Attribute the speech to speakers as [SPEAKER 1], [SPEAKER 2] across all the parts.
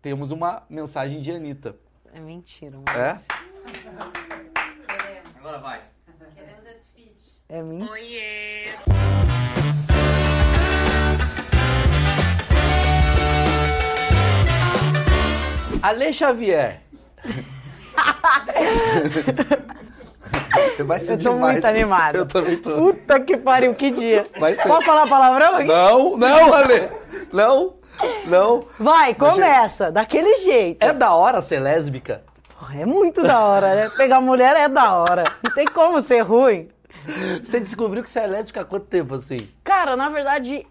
[SPEAKER 1] temos uma mensagem de Anitta.
[SPEAKER 2] É mentira, mano.
[SPEAKER 1] É?
[SPEAKER 3] Queremos.
[SPEAKER 4] Agora vai.
[SPEAKER 3] Queremos esse feat.
[SPEAKER 2] É mentira.
[SPEAKER 5] Oiê!
[SPEAKER 1] Ale Xavier. Você vai ser
[SPEAKER 2] Eu tô
[SPEAKER 1] demais.
[SPEAKER 2] muito animada.
[SPEAKER 1] Eu também tô.
[SPEAKER 2] Puta que pariu, que dia.
[SPEAKER 1] Vai ser.
[SPEAKER 2] Pode falar palavrão aqui?
[SPEAKER 1] Não, não, Ale. Não, não.
[SPEAKER 2] Vai, começa. Daquele jeito.
[SPEAKER 1] É da hora ser lésbica?
[SPEAKER 2] Porra, é muito da hora, né? Pegar mulher é da hora. Não tem como ser ruim.
[SPEAKER 1] Você descobriu que você é lésbica há quanto tempo, assim?
[SPEAKER 2] Cara, na verdade,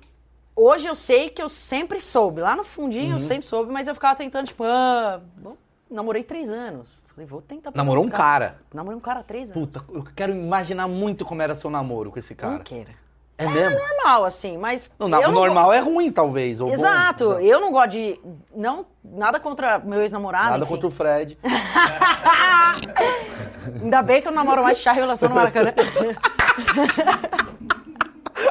[SPEAKER 2] hoje eu sei que eu sempre soube. Lá no fundinho
[SPEAKER 1] Uhum.
[SPEAKER 2] eu sempre soube, mas eu ficava tentando, tipo, ah, bom, namorei três anos. Falei, vou tentar. pegar
[SPEAKER 1] Namorou um
[SPEAKER 2] esse cara.
[SPEAKER 1] cara.
[SPEAKER 2] Namorei um cara há três anos.
[SPEAKER 1] Puta, eu quero imaginar muito como era seu namoro com esse cara.
[SPEAKER 2] Não queira.
[SPEAKER 1] É mesmo?
[SPEAKER 2] Normal, assim, mas.
[SPEAKER 1] O
[SPEAKER 2] eu
[SPEAKER 1] namoro
[SPEAKER 2] não go-
[SPEAKER 1] normal é ruim, talvez. Ou bom.
[SPEAKER 2] Exato, eu não gosto de. Não, nada contra meu ex-namorado.
[SPEAKER 1] Nada
[SPEAKER 2] enfim.
[SPEAKER 1] contra o Fred.
[SPEAKER 2] Ainda bem que eu não namoro mais chá relação no Maracanã.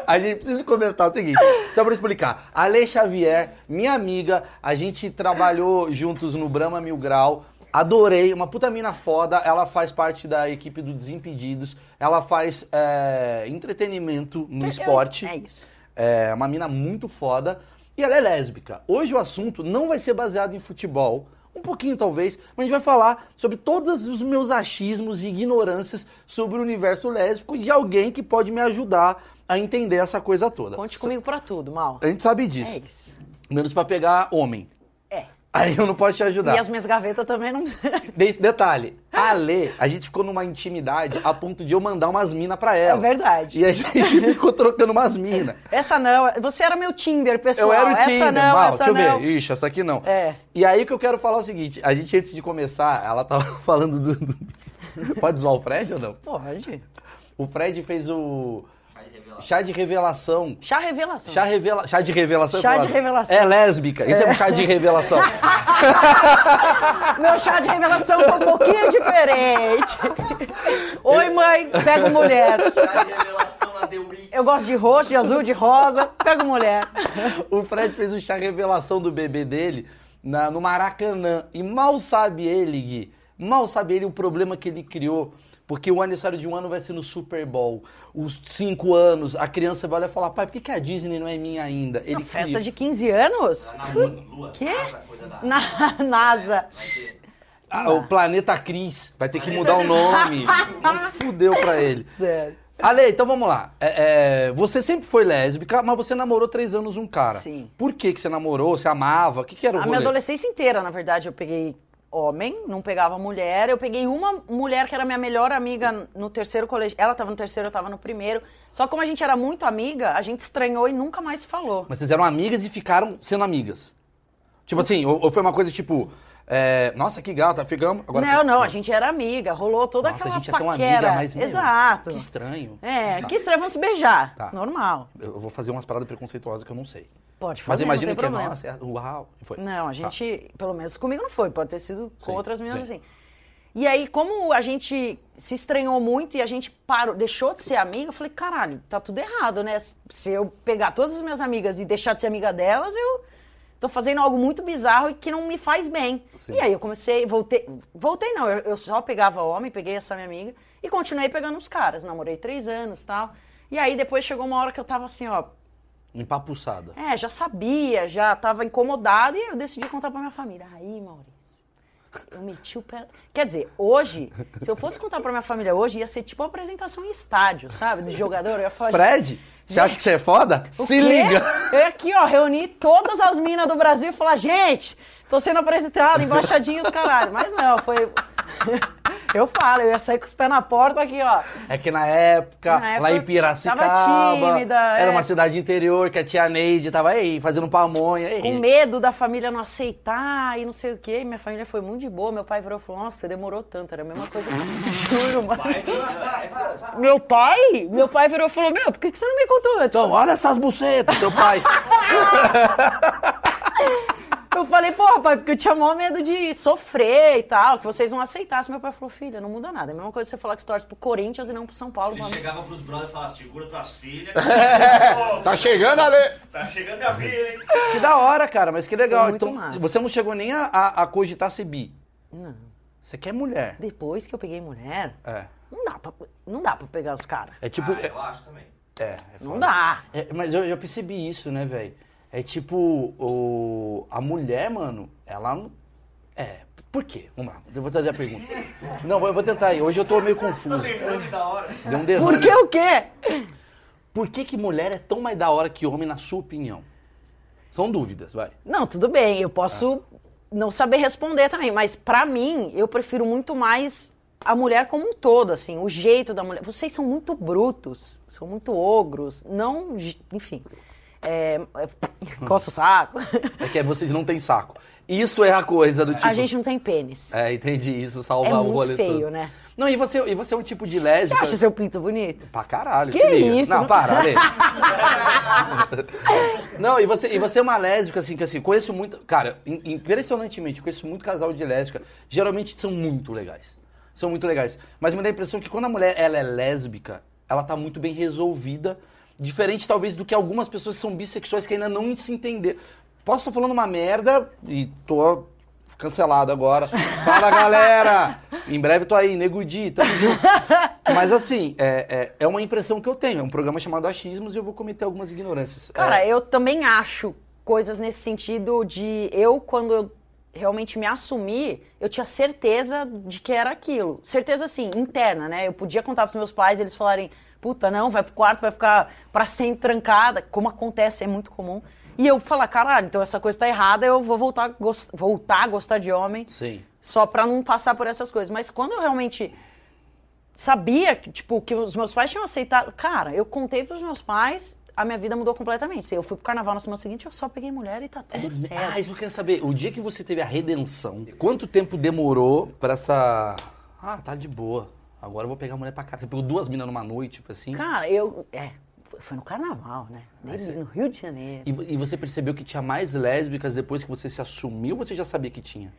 [SPEAKER 1] A gente precisa comentar o seguinte, só pra explicar. Ale Xavier, minha amiga, a gente trabalhou juntos no Brahma Mil Grau. Adorei, uma puta mina foda. Ela faz parte da equipe do Desimpedidos. Ela faz é, entretenimento no esporte.
[SPEAKER 2] É isso.
[SPEAKER 1] É uma mina muito foda. E ela é lésbica. Hoje o assunto não vai ser baseado em futebol. Um pouquinho, talvez, mas a gente vai falar sobre todos os meus achismos e ignorâncias sobre o universo lésbico e de alguém que pode me ajudar a entender essa coisa toda.
[SPEAKER 2] Conte comigo pra tudo, mal.
[SPEAKER 1] A gente sabe disso.
[SPEAKER 2] É isso.
[SPEAKER 1] Menos pra pegar homem.
[SPEAKER 2] É.
[SPEAKER 1] Aí eu não posso te ajudar.
[SPEAKER 2] E as minhas gavetas também não.
[SPEAKER 1] De- detalhe, a Lê, a gente ficou numa intimidade a ponto de eu mandar umas minas pra
[SPEAKER 2] É
[SPEAKER 1] ela.
[SPEAKER 2] verdade.
[SPEAKER 1] e a gente ficou trocando umas minas.
[SPEAKER 2] Essa não, você era meu Tinder, É. pessoal.
[SPEAKER 1] Eu era o
[SPEAKER 2] essa
[SPEAKER 1] Tinder.
[SPEAKER 2] não,
[SPEAKER 1] Mal,
[SPEAKER 2] essa
[SPEAKER 1] deixa
[SPEAKER 2] não.
[SPEAKER 1] eu ver. Ixi, essa aqui não.
[SPEAKER 2] É.
[SPEAKER 1] E aí que eu quero falar o seguinte, a gente antes de começar, ela tava falando do... do- Pode zoar o Fred ou não?
[SPEAKER 2] Pode.
[SPEAKER 1] O Fred fez o
[SPEAKER 4] Vai revelar.
[SPEAKER 1] chá de revelação.
[SPEAKER 2] Chá revelação.
[SPEAKER 1] Chá, revela... chá de revelação. é
[SPEAKER 2] Chá de
[SPEAKER 1] foda.
[SPEAKER 2] revelação.
[SPEAKER 1] É lésbica. Isso é, um chá de revelação.
[SPEAKER 2] Meu chá de revelação foi um pouquinho diferente. Oi, mãe, pego mulher.
[SPEAKER 4] Chá de revelação na The Week.
[SPEAKER 2] Eu gosto de roxo, de azul, de rosa, pego mulher.
[SPEAKER 1] o Fred fez o chá revelação do bebê dele na- no Maracanã. E mal sabe ele, Gui, mal sabe ele o problema que ele criou. Porque o aniversário de um ano vai ser no Super Bowl. Os cinco anos, a criança vai olhar e falar: pai, por que, que a Disney não é minha ainda? Ele
[SPEAKER 2] Uma
[SPEAKER 1] cria.
[SPEAKER 2] festa de 15 anos?
[SPEAKER 4] Na lua, lua,
[SPEAKER 2] Quê?
[SPEAKER 4] casa, coisa da...
[SPEAKER 2] Na NASA.
[SPEAKER 4] Vai ter.
[SPEAKER 1] Ah, o Planeta Cris. Vai ter que mudar o nome. Fudeu pra ele.
[SPEAKER 2] Sério.
[SPEAKER 1] Ale, então vamos lá. É, é, você sempre foi lésbica, mas você namorou três anos um cara.
[SPEAKER 2] Sim.
[SPEAKER 1] Por que, que você namorou? Você amava? O que, que era o
[SPEAKER 2] A minha
[SPEAKER 1] rolê?
[SPEAKER 2] adolescência inteira, na verdade, eu peguei homem, não pegava mulher. Eu peguei uma mulher que era minha melhor amiga no terceiro colégio. Ela tava no terceiro, eu tava no primeiro. Só que como a gente era muito amiga, a gente estranhou e nunca mais se falou.
[SPEAKER 1] Mas vocês eram amigas e ficaram sendo amigas. Tipo assim, ou, ou foi uma coisa tipo... é, Nossa, que gata, ficamos... Agora
[SPEAKER 2] não, não, a gente era amiga, rolou toda
[SPEAKER 1] Nossa, a
[SPEAKER 2] aquela
[SPEAKER 1] gente é tão
[SPEAKER 2] paquera.
[SPEAKER 1] amiga, mas... meu,
[SPEAKER 2] Exato.
[SPEAKER 1] Que estranho.
[SPEAKER 2] É,
[SPEAKER 1] Tá.
[SPEAKER 2] que estranho, vamos se beijar.
[SPEAKER 1] Tá.
[SPEAKER 2] Normal.
[SPEAKER 1] Eu vou fazer umas paradas preconceituosas que eu não sei.
[SPEAKER 2] Pode
[SPEAKER 1] Mas
[SPEAKER 2] fazer,
[SPEAKER 1] imagina
[SPEAKER 2] não
[SPEAKER 1] que...
[SPEAKER 2] tem problema.
[SPEAKER 1] Nossa, é- uau. Foi.
[SPEAKER 2] Não, a
[SPEAKER 1] Tá.
[SPEAKER 2] gente, pelo menos comigo não foi, pode ter sido
[SPEAKER 1] Sim,
[SPEAKER 2] com outras meninas
[SPEAKER 1] sim.
[SPEAKER 2] assim. E aí, como a gente se estranhou muito e a gente parou, deixou de ser amiga, eu falei, caralho, tá tudo errado, né? Se eu pegar todas as minhas amigas e deixar de ser amiga delas, eu tô fazendo algo muito bizarro e que não me faz bem.
[SPEAKER 1] Sim.
[SPEAKER 2] E aí eu comecei, voltei, voltei não, eu, eu só pegava homem, peguei essa minha amiga e continuei pegando os caras, namorei três anos tal. E aí depois chegou uma hora que eu tava assim, ó,
[SPEAKER 1] Empapuçada.
[SPEAKER 2] é, já sabia, já tava incomodada e eu decidi contar pra minha família. Aí, Maurício, eu meti o pé. Quer dizer, hoje, se eu fosse contar pra minha família hoje, ia ser tipo uma apresentação em estádio, sabe? De jogador, eu ia falar.
[SPEAKER 1] Fred, você acha que você é foda?
[SPEAKER 2] "O
[SPEAKER 1] Se
[SPEAKER 2] quê?"
[SPEAKER 1] liga!
[SPEAKER 2] Eu ia aqui, ó, reuni todas as minas do Brasil e falar, gente, tô sendo apresentada, embaixadinha os caralho. Mas não, foi. Eu falo, eu ia sair com os pés na porta aqui, ó.
[SPEAKER 1] É que na época,
[SPEAKER 2] Na época
[SPEAKER 1] lá em
[SPEAKER 2] eu
[SPEAKER 1] Piracicaba,
[SPEAKER 2] tava tímida,
[SPEAKER 1] era
[SPEAKER 2] é.
[SPEAKER 1] uma cidade interior que a tia Neide tava aí fazendo pamonha. Ei,
[SPEAKER 2] com medo da família não aceitar e não sei o quê. E minha família foi muito de boa. Meu pai virou e falou: Nossa, você demorou tanto. Era a mesma coisa. Juro, mano. Meu pai? Meu pai virou e falou: Meu, por que que você não me contou antes?
[SPEAKER 1] Então, olha essas bucetas, seu pai.
[SPEAKER 2] Eu eu falei, pô, pai, porque eu tinha maior medo de sofrer e tal, que vocês não aceitassem. Meu pai falou, filha, não muda nada. É a mesma coisa que você falar que você torce pro Corinthians e não pro São Paulo.
[SPEAKER 4] Ele
[SPEAKER 2] pra mim.
[SPEAKER 4] chegava pros brothers e falava, segura tuas filhas.
[SPEAKER 1] Tá chegando, Ale!
[SPEAKER 4] Tá chegando minha filha, hein?
[SPEAKER 1] Que da hora, cara, mas que legal.
[SPEAKER 2] Foi muito
[SPEAKER 1] então,
[SPEAKER 2] massa.
[SPEAKER 1] você não chegou nem a, a, a cogitar ser bi.
[SPEAKER 2] Não.
[SPEAKER 1] Você quer mulher.
[SPEAKER 2] Depois que eu peguei mulher,
[SPEAKER 1] É.
[SPEAKER 2] não dá pra, não dá pra pegar os caras.
[SPEAKER 1] É tipo.
[SPEAKER 4] Ah,
[SPEAKER 1] é-
[SPEAKER 4] eu acho também.
[SPEAKER 1] É, é
[SPEAKER 2] Não
[SPEAKER 1] foda.
[SPEAKER 2] dá.
[SPEAKER 1] É, mas eu já percebi isso, né, velho? É tipo, o, a mulher, mano, ela. não- É, por quê? Vamos lá, eu vou fazer a pergunta. Não, eu vou tentar aí. Hoje eu tô meio
[SPEAKER 4] Tá
[SPEAKER 1] confuso.
[SPEAKER 4] lembrando que da hora.
[SPEAKER 1] Deu um derrame.
[SPEAKER 2] Por que o quê?
[SPEAKER 1] Por que, que mulher é tão mais da hora que homem, na sua opinião? São dúvidas, vai.
[SPEAKER 2] Não, tudo bem, eu
[SPEAKER 1] Tá.
[SPEAKER 2] posso não saber responder também, mas pra mim, eu prefiro muito mais a mulher como um todo, assim, o jeito da mulher. Vocês são muito brutos, são muito ogros, não. gi- Enfim. É, é, coça o saco.
[SPEAKER 1] É que vocês não têm saco. Isso é a coisa do tipo.
[SPEAKER 2] A gente não tem pênis.
[SPEAKER 1] É, entendi. Isso
[SPEAKER 2] É,
[SPEAKER 1] salva o
[SPEAKER 2] muito
[SPEAKER 1] rolê
[SPEAKER 2] feio,
[SPEAKER 1] todo.
[SPEAKER 2] né?
[SPEAKER 1] Não, e você, e você é um tipo de
[SPEAKER 2] Você
[SPEAKER 1] lésbica.
[SPEAKER 2] acha seu pinto bonito?
[SPEAKER 1] Pra caralho,
[SPEAKER 2] Que
[SPEAKER 1] se liga.
[SPEAKER 2] isso,
[SPEAKER 1] Não,
[SPEAKER 2] não-
[SPEAKER 1] para, Ale. não, e você, e você é uma lésbica, assim, que assim, conheço muito. Cara, im- impressionantemente, conheço muito casal de lésbica. Geralmente são muito legais. São muito legais. Mas me dá a impressão que quando a mulher ela é lésbica, ela tá muito bem resolvida. Diferente, talvez, do que algumas pessoas que são bissexuais que ainda não se entenderam. Posso estar falando uma merda e tô cancelado agora. Fala, galera! Em breve tô aí, Nego Di, tamo junto. Mas assim, é, é, é uma impressão que eu tenho. É um programa chamado Achismos e eu vou cometer algumas ignorâncias.
[SPEAKER 2] Cara,
[SPEAKER 1] é,
[SPEAKER 2] eu também acho coisas nesse sentido de eu, quando eu realmente me assumi, eu tinha certeza de que era aquilo. Certeza, assim, interna, né? Eu podia contar pros meus pais e eles falarem, puta, não, vai pro quarto, vai ficar pra sempre trancada, como acontece, é muito comum. E eu falar, caralho, então essa coisa tá errada, eu vou voltar a, gos- voltar a gostar de homem
[SPEAKER 1] Sim.
[SPEAKER 2] só pra não passar por essas coisas. Mas quando eu realmente sabia que, tipo, que os meus pais tinham aceitado. Cara, eu contei pros meus pais, a minha vida mudou completamente. Eu fui pro carnaval na semana seguinte, eu só peguei mulher e tá tudo certo.
[SPEAKER 1] Ah, isso que eu quero saber. O dia que você teve a redenção, quanto tempo demorou pra essa. Ah, tá de boa. Agora eu vou pegar a mulher pra casa. Você pegou duas minas numa noite, tipo assim.
[SPEAKER 2] Cara, eu. É, foi no carnaval, né? No Rio de Janeiro.
[SPEAKER 1] E, vo- e você percebeu que tinha mais lésbicas depois que você se assumiu ou você já sabia que tinha?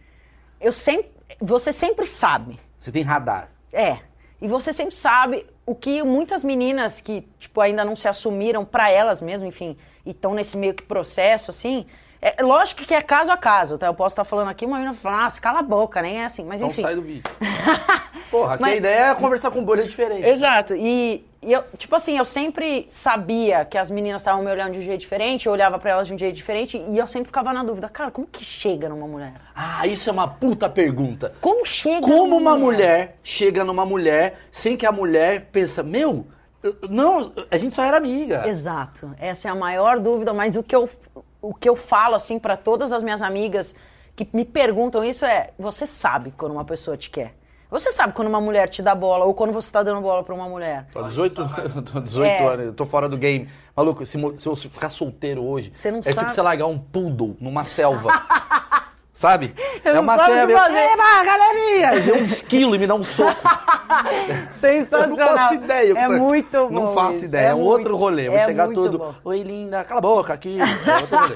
[SPEAKER 2] Eu sempre. Você sempre sabe.
[SPEAKER 1] Você tem radar.
[SPEAKER 2] É. E você sempre sabe o que muitas meninas que, tipo, ainda não se assumiram pra elas mesmo, enfim, e estão nesse meio que processo, assim. É, lógico que é caso a caso, tá? Eu posso estar falando aqui, uma menina fala, ah, se cala a boca, nem é assim, mas
[SPEAKER 1] Então
[SPEAKER 2] enfim.
[SPEAKER 1] sai do vídeo. Porra, que
[SPEAKER 2] Mas-
[SPEAKER 1] a ideia é conversar com bolha diferente.
[SPEAKER 2] Exato. E, e eu, tipo assim, eu sempre sabia que as meninas estavam me olhando de um jeito diferente, eu olhava pra elas de um jeito diferente, e eu sempre ficava na dúvida, cara, como que chega numa mulher?
[SPEAKER 1] Ah, isso é uma puta pergunta.
[SPEAKER 2] Como chega
[SPEAKER 1] Como
[SPEAKER 2] numa
[SPEAKER 1] uma mulher chega numa mulher sem que a mulher pensa, meu, eu- não, a gente só era amiga.
[SPEAKER 2] Exato. Essa é a maior dúvida, mas o que eu, o que eu falo assim pra todas as minhas amigas que me perguntam isso é: você sabe quando uma pessoa te quer. Você sabe quando uma mulher te dá bola ou quando você tá dando bola pra uma mulher.
[SPEAKER 1] Tô há 18, tô há 18
[SPEAKER 2] É.
[SPEAKER 1] anos, eu tô fora do game. Maluco, se, mo- se eu ficar solteiro hoje,
[SPEAKER 2] Você não
[SPEAKER 1] é
[SPEAKER 2] sabe.
[SPEAKER 1] tipo você largar um poodle numa selva. sabe? é uma
[SPEAKER 2] sabe o que
[SPEAKER 1] selva.
[SPEAKER 2] fazer.
[SPEAKER 1] Eba, galerinha! Aí vem um esquilo e me dá um soco. Eu não
[SPEAKER 2] Sensacional.
[SPEAKER 1] faço ideia. eu-
[SPEAKER 2] É muito bom.
[SPEAKER 1] Não faço
[SPEAKER 2] isso.
[SPEAKER 1] ideia. É, um
[SPEAKER 2] muito-
[SPEAKER 1] outro rolê. Vou
[SPEAKER 2] é
[SPEAKER 1] chegar
[SPEAKER 2] muito
[SPEAKER 1] todo.
[SPEAKER 2] bom.
[SPEAKER 1] Oi, linda. Cala a boca aqui. É outro rolê.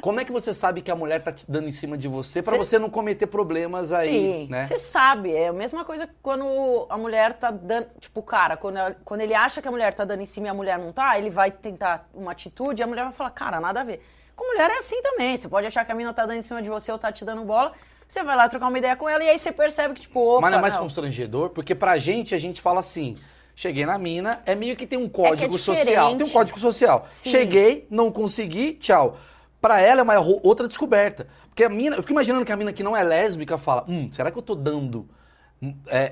[SPEAKER 1] Como é que você sabe que a mulher tá te dando em cima de você pra
[SPEAKER 2] Cê-
[SPEAKER 1] você não cometer problemas aí,
[SPEAKER 2] Sim,
[SPEAKER 1] né?
[SPEAKER 2] você sabe. É a mesma coisa que quando a mulher tá dando. Tipo, o cara, quando, ela- quando ele acha que a mulher tá dando em cima e a mulher não tá, ele vai tentar uma atitude e a mulher vai falar, cara, nada a ver. Com mulher é assim também. Você pode achar que a mina tá dando em cima de você ou tá te dando bola. Você vai lá trocar uma ideia com ela e aí você percebe que, tipo, opa,
[SPEAKER 1] Mas não é mais
[SPEAKER 2] não.
[SPEAKER 1] constrangedor, porque pra gente a gente fala assim. Cheguei na mina, é meio que tem um código social.
[SPEAKER 2] diferente.
[SPEAKER 1] Tem um código social.
[SPEAKER 2] Sim.
[SPEAKER 1] Cheguei, não consegui, tchau. Pra ela é uma ro- outra descoberta. Porque a mina, eu fico imaginando que a mina que não é lésbica fala: hum, será que eu tô dando hum, é,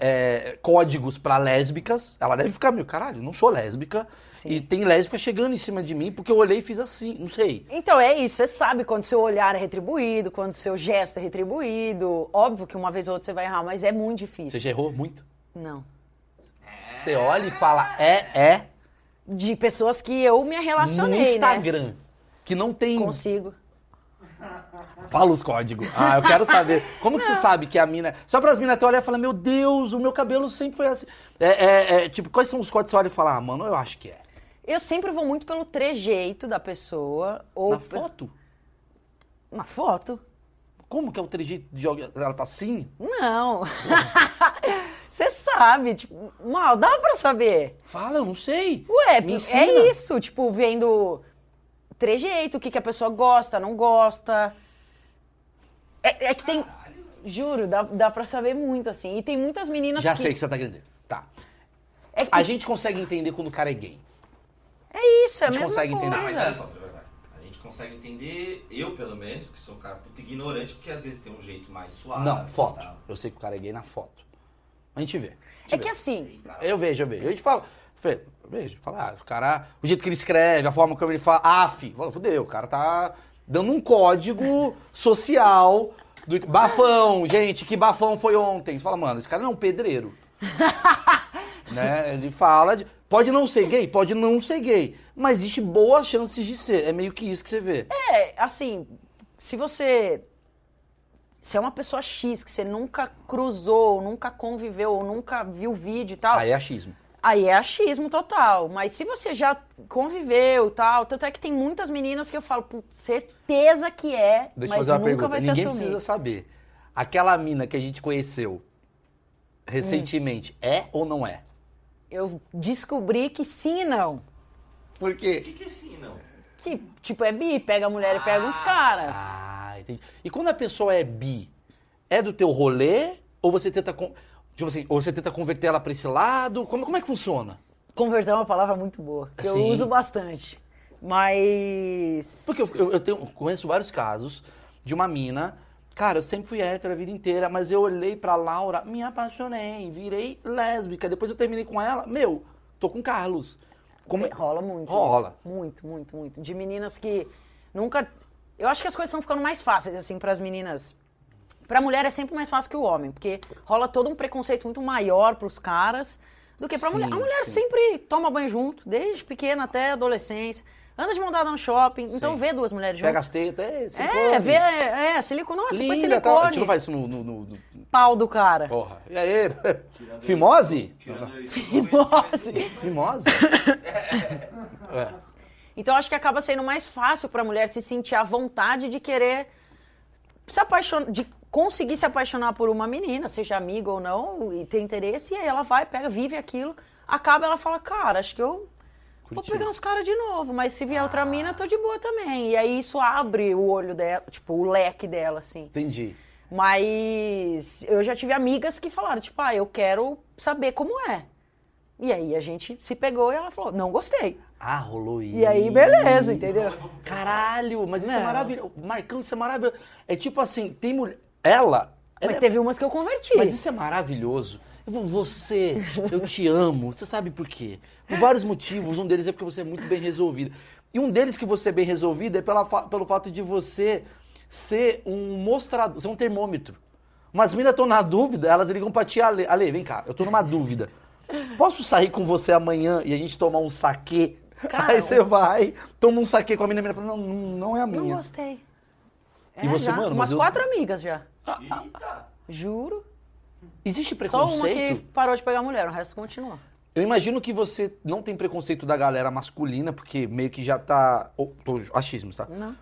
[SPEAKER 1] é, códigos pra lésbicas? Ela deve ficar meio, caralho, não sou lésbica.
[SPEAKER 2] Sim.
[SPEAKER 1] E tem lésbica chegando em cima de mim porque eu olhei e fiz assim, não sei.
[SPEAKER 2] Então é isso, você sabe quando seu olhar é retribuído, quando seu gesto é retribuído. Óbvio que uma vez ou outra você vai errar, mas é muito
[SPEAKER 1] Você
[SPEAKER 2] difícil.
[SPEAKER 1] já errou muito?
[SPEAKER 2] Não.
[SPEAKER 1] Você olha e fala: é, é.
[SPEAKER 2] De pessoas que eu me
[SPEAKER 1] no
[SPEAKER 2] relacionei, né?
[SPEAKER 1] Instagram. Que não tem
[SPEAKER 2] Consigo.
[SPEAKER 1] Fala os códigos. Ah, eu quero saber. Como que você sabe que a mina. Só para as minas até olhar e falar, meu Deus, o meu cabelo sempre foi assim. É, é, é, tipo, quais são os códigos que você olha e fala, ah, mano, eu acho que é.
[SPEAKER 2] Eu sempre vou muito pelo trejeito da pessoa. Ou
[SPEAKER 1] Na
[SPEAKER 2] pe-
[SPEAKER 1] foto?
[SPEAKER 2] Na foto.
[SPEAKER 1] como que é o trejeito de alguém? Ela tá assim?
[SPEAKER 2] Não. Você sabe, tipo, mal, dá pra saber.
[SPEAKER 1] Fala, eu não sei.
[SPEAKER 2] Ué,
[SPEAKER 1] Me ensina.
[SPEAKER 2] é isso, tipo, vendo trejeito, o que, que a pessoa gosta, não gosta. É, é que tem. Juro, dá, dá pra saber muito, assim. E tem muitas meninas
[SPEAKER 1] Já
[SPEAKER 2] que.
[SPEAKER 1] sei o que você tá querendo dizer. Tá.
[SPEAKER 2] É, que-
[SPEAKER 1] A gente consegue entender quando o cara é gay.
[SPEAKER 2] é isso, é a,
[SPEAKER 1] a gente
[SPEAKER 2] mesma
[SPEAKER 1] consegue entender. né?
[SPEAKER 2] coisa.
[SPEAKER 1] Não,
[SPEAKER 5] Não, mas olha só, Bruno, a gente consegue entender, eu pelo menos, que sou um cara puto ignorante, porque às vezes tem um jeito mais suave.
[SPEAKER 1] não, foto.
[SPEAKER 5] tal.
[SPEAKER 1] Eu sei que o cara é gay na foto. A gente vê. A gente
[SPEAKER 2] É que
[SPEAKER 1] vê.
[SPEAKER 2] assim,
[SPEAKER 1] Eu vejo, eu vejo. Eu te falo, Fê, eu vejo, fala, ah, o cara, o jeito que ele escreve, a forma como ele fala, af, fala, fudeu, o cara tá dando um código social do bafão, gente, que bafão foi ontem. Você fala, mano, esse cara não é um pedreiro. né? Ele fala de- pode não ser gay, pode não ser gay, mas existe boas chances de ser. É meio que isso que você vê.
[SPEAKER 2] é, assim, se você. Se é uma pessoa X que você nunca cruzou, nunca conviveu, ou nunca viu vídeo e tal.
[SPEAKER 1] Aí é achismo.
[SPEAKER 2] Aí é achismo total. Mas se você já conviveu e tal, tanto é que tem muitas meninas que eu falo, "Putz, certeza que é,
[SPEAKER 1] Deixa eu
[SPEAKER 2] mas
[SPEAKER 1] fazer uma
[SPEAKER 2] nunca
[SPEAKER 1] pergunta.
[SPEAKER 2] vai se
[SPEAKER 1] Ninguém
[SPEAKER 2] assumir.
[SPEAKER 1] precisa saber. Aquela mina que a gente conheceu recentemente, é ou não é?
[SPEAKER 2] Eu descobri que sim e não.
[SPEAKER 1] Por
[SPEAKER 5] O
[SPEAKER 1] quê?
[SPEAKER 5] que, que é assim, não?
[SPEAKER 2] Que, tipo, é bi, pega a mulher e pega uns caras.
[SPEAKER 1] Ah, entendi. E quando a pessoa é bi, é do teu rolê? Ou você tenta. con- Tipo assim, ou você tenta converter ela pra esse lado? Como, como é que funciona?
[SPEAKER 2] Converter é uma palavra muito boa, que eu
[SPEAKER 1] Sim.
[SPEAKER 2] uso bastante. Mas.
[SPEAKER 1] Porque eu, eu- eu tenho, conheço vários casos de uma mina. Cara, eu sempre fui hétero a vida inteira, mas eu olhei pra Laura, me apaixonei, virei lésbica. Depois eu terminei com ela, meu, tô com Carlos. Como... é?
[SPEAKER 2] Tem- Rola muito.
[SPEAKER 1] Rola.
[SPEAKER 2] isso. Muito, muito, muito. De meninas que nunca. Eu acho que as coisas estão ficando mais fáceis, assim, para as meninas. Pra mulher é sempre mais fácil que o homem, porque rola todo um preconceito muito maior pros caras do que pra
[SPEAKER 1] Sim,
[SPEAKER 2] mulher. A mulher
[SPEAKER 1] sim.
[SPEAKER 2] sempre toma banho junto, desde pequena até adolescência. Anda de mão dada no shopping, então
[SPEAKER 1] Sim.
[SPEAKER 2] vê duas mulheres
[SPEAKER 1] Pega
[SPEAKER 2] juntas.
[SPEAKER 1] as tetas, é,
[SPEAKER 2] É,
[SPEAKER 1] silicone.
[SPEAKER 2] vê, é, silicone. Nossa, põe
[SPEAKER 1] Linda, tá tal. A gente
[SPEAKER 2] silicone.
[SPEAKER 1] não faz isso no... no- no- no-
[SPEAKER 2] Pau do cara.
[SPEAKER 1] Porra. E aí?
[SPEAKER 5] Tirando
[SPEAKER 1] Fimose?
[SPEAKER 5] Tirando isso,
[SPEAKER 2] Fimose.
[SPEAKER 1] Fimose? É.
[SPEAKER 2] Então acho que acaba sendo mais fácil pra mulher se sentir à vontade de querer se apaixonar, de conseguir se apaixonar por uma menina, seja amiga ou não, e ter interesse, e aí ela vai, pega, vive aquilo, acaba ela fala, cara, acho que eu vou
[SPEAKER 1] Curtiu. Ah.
[SPEAKER 2] pegar uns caras de novo, mas se vier outra mina, eu tô de boa também. E aí isso abre o olho dela, tipo, o leque dela, assim.
[SPEAKER 1] Entendi.
[SPEAKER 2] Mas eu já tive amigas que falaram, tipo, ah, eu quero saber como é. E aí a gente se pegou e ela falou, não gostei.
[SPEAKER 1] Ah, rolou isso.
[SPEAKER 2] E aí, beleza, entendeu?
[SPEAKER 1] Caralho, mas isso é
[SPEAKER 2] Não.
[SPEAKER 1] maravilhoso. Marcão, isso é maravilhoso. É tipo assim, tem mulher... Ela...
[SPEAKER 2] Mas
[SPEAKER 1] ela é
[SPEAKER 2] teve umas que eu converti.
[SPEAKER 1] Mas isso é maravilhoso. Eu vou- Você, eu te amo. Você sabe por quê? Por vários motivos. Um deles é porque você é muito bem resolvida. E um deles que você é bem resolvida é pela fa- pelo fato de você ser um mostrador, ser um termômetro. Umas meninas estão na dúvida, elas ligam pra tia Ale. Ale, vem cá, eu tô numa dúvida. Posso sair com você amanhã e a gente tomar um saquê?
[SPEAKER 2] Cara,
[SPEAKER 1] Aí você vai, toma um saquê com a menina e a menina fala, não, não não é a
[SPEAKER 2] Não
[SPEAKER 1] minha.
[SPEAKER 2] gostei. É,
[SPEAKER 1] E você,
[SPEAKER 2] já.
[SPEAKER 1] mano, mas
[SPEAKER 2] Umas
[SPEAKER 1] eu-
[SPEAKER 2] quatro amigas já.
[SPEAKER 5] Eita!
[SPEAKER 2] Juro.
[SPEAKER 1] Existe
[SPEAKER 2] Só
[SPEAKER 1] preconceito?
[SPEAKER 2] uma que parou de pegar mulher, o resto continua.
[SPEAKER 1] Eu imagino que você não tem preconceito da galera masculina, porque meio que já tá. ou- tô achismos, tá?
[SPEAKER 2] Não.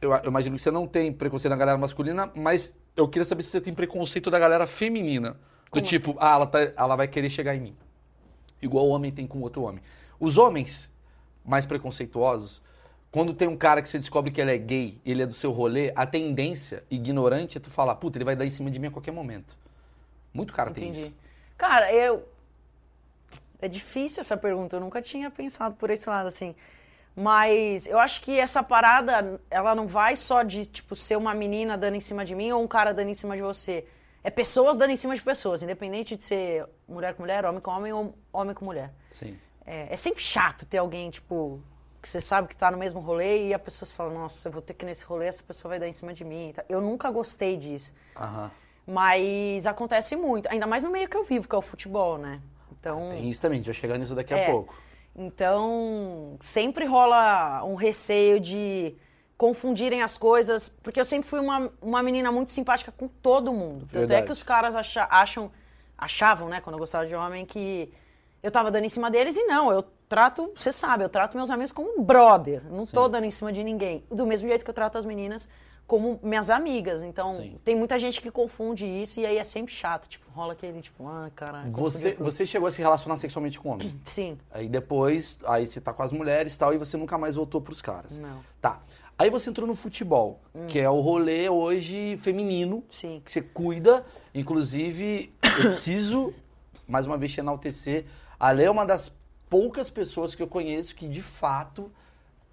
[SPEAKER 1] Eu, eu imagino que você não tem preconceito da galera masculina, mas eu queria saber se você tem preconceito da galera feminina. Do
[SPEAKER 2] Como assim?
[SPEAKER 1] tipo, ah, ela, tá- ela vai querer chegar em mim. Igual o homem tem com outro homem. Os homens mais preconceituosos, quando tem um cara que você descobre que ele é gay, ele é do seu rolê, a tendência ignorante é tu falar, puta, ele vai dar em cima de mim a qualquer momento. Muito cara tem
[SPEAKER 2] Entendi.
[SPEAKER 1] isso.
[SPEAKER 2] Cara, eu. É difícil essa pergunta, eu nunca tinha pensado por esse lado assim. Mas eu acho que essa parada, ela não vai só de, tipo, ser uma menina dando em cima de mim ou um cara dando em cima de você. É pessoas dando em cima de pessoas, independente de ser mulher com mulher, homem com homem ou homem com mulher.
[SPEAKER 1] Sim.
[SPEAKER 2] É, é sempre chato ter alguém, tipo, que você sabe que tá no mesmo rolê e a pessoa fala, nossa, eu vou ter que ir nesse rolê, essa pessoa vai dar em cima de mim. e tal. Eu nunca gostei disso.
[SPEAKER 1] Aham.
[SPEAKER 2] Mas acontece muito, ainda mais no meio que eu vivo, que é o futebol, né? Então,
[SPEAKER 1] Ah, Tem isso também, a gente vai chegar nisso daqui
[SPEAKER 2] É.
[SPEAKER 1] a pouco.
[SPEAKER 2] então sempre rola um receio de confundirem as coisas, porque eu sempre fui uma, uma menina muito simpática com todo mundo. Tanto é
[SPEAKER 1] Verdade.
[SPEAKER 2] que os caras acha- acham, achavam, né, quando eu gostava de homem, que eu tava dando em cima deles e não, eu trato, você sabe, eu trato meus amigos como um brother, não tô dando em cima de ninguém. Do mesmo jeito que eu trato as meninas como minhas amigas. Então,
[SPEAKER 1] Sim.
[SPEAKER 2] tem muita gente que confunde isso e aí é sempre chato. Tipo, rola aquele, tipo, ah, caralho.
[SPEAKER 1] Você, você chegou a se relacionar sexualmente com homem.
[SPEAKER 2] Sim,
[SPEAKER 1] Aí depois, aí você tá com as mulheres e tal, e você nunca mais voltou pros caras.
[SPEAKER 2] não,
[SPEAKER 1] Tá. Aí você entrou no futebol,
[SPEAKER 2] Hum.
[SPEAKER 1] que é o rolê hoje feminino,
[SPEAKER 2] sim.
[SPEAKER 1] que você cuida. Inclusive, eu preciso, mais uma vez, te enaltecer. A Lê é uma das poucas pessoas que eu conheço que, de fato,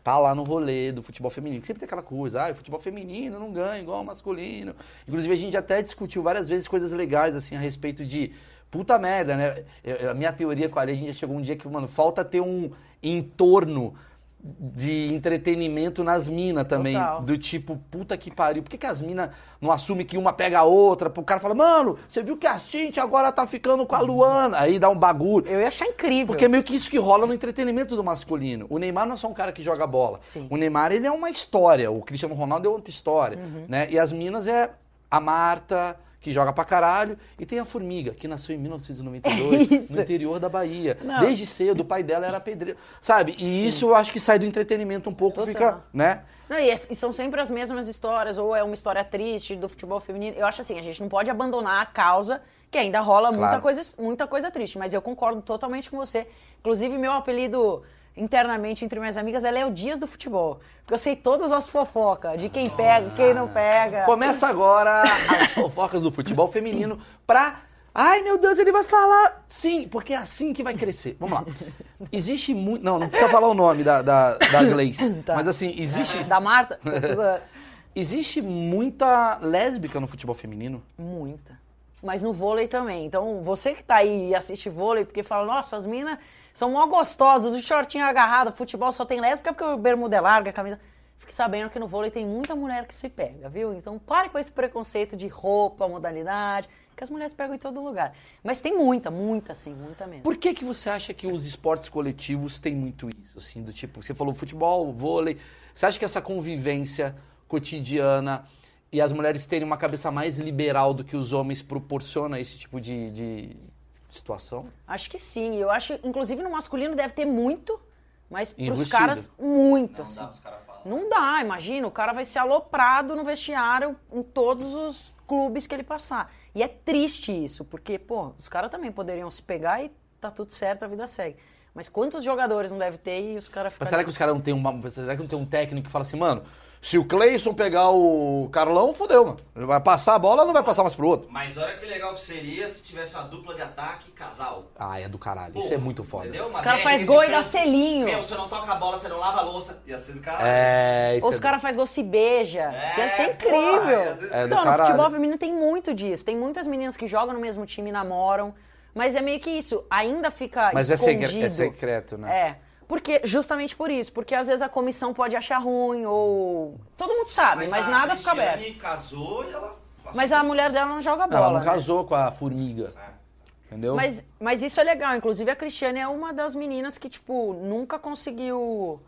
[SPEAKER 1] tá lá no rolê do futebol feminino. Que Sempre tem aquela coisa, ah, o futebol feminino não ganha igual o masculino. Inclusive, a gente até discutiu várias vezes coisas legais, assim, a respeito de... Puta merda, né? Eu- eu- a minha teoria com a Lê, a gente já chegou um dia que, mano, falta ter um entorno de entretenimento nas minas também.
[SPEAKER 2] Total.
[SPEAKER 1] Do tipo, puta que pariu, por que, que as minas não assumem que uma pega a outra? O cara fala, mano, você viu que a Cintia agora tá ficando com a Luana? Aí dá um bagulho.
[SPEAKER 2] Eu ia achar incrível.
[SPEAKER 1] Porque é meio que isso que rola no entretenimento do masculino. O Neymar não é só um cara que joga bola.
[SPEAKER 2] Sim.
[SPEAKER 1] O Neymar, ele é uma história. O Cristiano Ronaldo é outra história,
[SPEAKER 2] Uhum.
[SPEAKER 1] né? E as minas é a Marta, que joga pra caralho, e tem a Formiga, que nasceu em 1992,
[SPEAKER 2] Isso.
[SPEAKER 1] no interior da Bahia.
[SPEAKER 2] Não.
[SPEAKER 1] Desde cedo, o pai dela era pedreiro. Sabe? E isso eu acho que sai do entretenimento um pouco,
[SPEAKER 2] Total.
[SPEAKER 1] fica, né?
[SPEAKER 2] Não, e, é- e são sempre as mesmas histórias, ou é uma história triste do futebol feminino. Eu acho assim, a gente não pode abandonar a causa, que ainda rola muita,
[SPEAKER 1] Claro.
[SPEAKER 2] coisa, muita coisa triste, mas eu concordo totalmente com você. Inclusive, meu apelido internamente entre minhas amigas é Léo Dias do Futebol. Porque eu sei todas as fofocas, de quem pega, quem não pega.
[SPEAKER 1] Começa agora as fofocas do futebol feminino pra. Ai, meu Deus, ele vai falar. Sim, porque é assim que vai crescer. Vamos lá. Existe muito. Não, não precisa falar o nome da, da, da Gleice.
[SPEAKER 2] Tá.
[SPEAKER 1] Mas assim, existe,
[SPEAKER 2] Da Marta?
[SPEAKER 1] existe muita lésbica no futebol feminino.
[SPEAKER 2] Muita. Mas no vôlei também. Então, você que tá aí e assiste vôlei, porque fala, nossa, as minas são mó gostosas, o shortinho agarrado, futebol só tem lésbica porque o bermuda é larga, a camisa... Fique sabendo que no vôlei tem muita mulher que se pega, viu? Então, pare com esse preconceito de roupa, modalidade, que as mulheres pegam em todo lugar. Mas tem muita, muita sim, muita mesmo.
[SPEAKER 1] Por que, que você acha que os esportes coletivos têm muito isso? Assim, do tipo, você falou futebol, vôlei. Você acha que essa convivência cotidiana e as mulheres terem uma cabeça mais liberal do que os homens proporciona esse tipo de, de situação?
[SPEAKER 2] Acho que sim. Eu acho, inclusive, no masculino deve ter muito, mas pros
[SPEAKER 1] Enrustido.
[SPEAKER 2] caras, muito,
[SPEAKER 5] Não
[SPEAKER 2] assim.
[SPEAKER 5] dá pros caras falarem.
[SPEAKER 2] Não dá, imagina, o cara vai ser aloprado no vestiário em todos os clubes que ele passar. E é triste isso, porque, pô, os caras também poderiam se pegar e tá tudo certo, a vida segue. Mas quantos jogadores não deve ter e os caras ficam.
[SPEAKER 1] Mas será que os caras não tem uma. Será que não tem um técnico que fala assim, mano, se o Cleison pegar o Carlão, fodeu, mano. Ele vai passar a bola, não vai passar mais pro outro.
[SPEAKER 5] Mas olha que legal que seria se tivesse uma dupla de ataque casal.
[SPEAKER 1] Ah, é do caralho. Isso é
[SPEAKER 5] Porra,
[SPEAKER 1] muito foda.
[SPEAKER 5] Entendeu?
[SPEAKER 2] Os caras fazem gol e dá selinho.
[SPEAKER 5] Meu, você não toca a bola, você não lava a louça. Ia ser do caralho.
[SPEAKER 1] É, isso
[SPEAKER 2] Ou os
[SPEAKER 1] é...
[SPEAKER 2] caras fazem gol se beija.
[SPEAKER 5] É,
[SPEAKER 2] Ia ser
[SPEAKER 5] porra,
[SPEAKER 2] incrível.
[SPEAKER 5] ia ser-
[SPEAKER 1] É do
[SPEAKER 2] então, no
[SPEAKER 1] caralho.
[SPEAKER 2] futebol feminino tem muito disso. Tem muitas meninas que jogam no mesmo time e namoram. Mas é meio que isso. Ainda fica
[SPEAKER 1] Mas é, segre-
[SPEAKER 2] escondido.
[SPEAKER 1] é secreto, né?
[SPEAKER 2] É. Porque, justamente por isso, porque às vezes a comissão pode achar ruim ou. Todo mundo sabe, mas,
[SPEAKER 5] a é
[SPEAKER 2] nada fica
[SPEAKER 5] Cristiane
[SPEAKER 2] aberto.
[SPEAKER 5] casou e ela. passou.
[SPEAKER 2] Mas a mulher dela não joga bola.
[SPEAKER 1] Ela não
[SPEAKER 2] né?
[SPEAKER 1] casou com a formiga.
[SPEAKER 5] É.
[SPEAKER 1] Entendeu?
[SPEAKER 2] Mas, mas isso é legal. Inclusive, a Cristiane é uma das meninas que, tipo, nunca conseguiu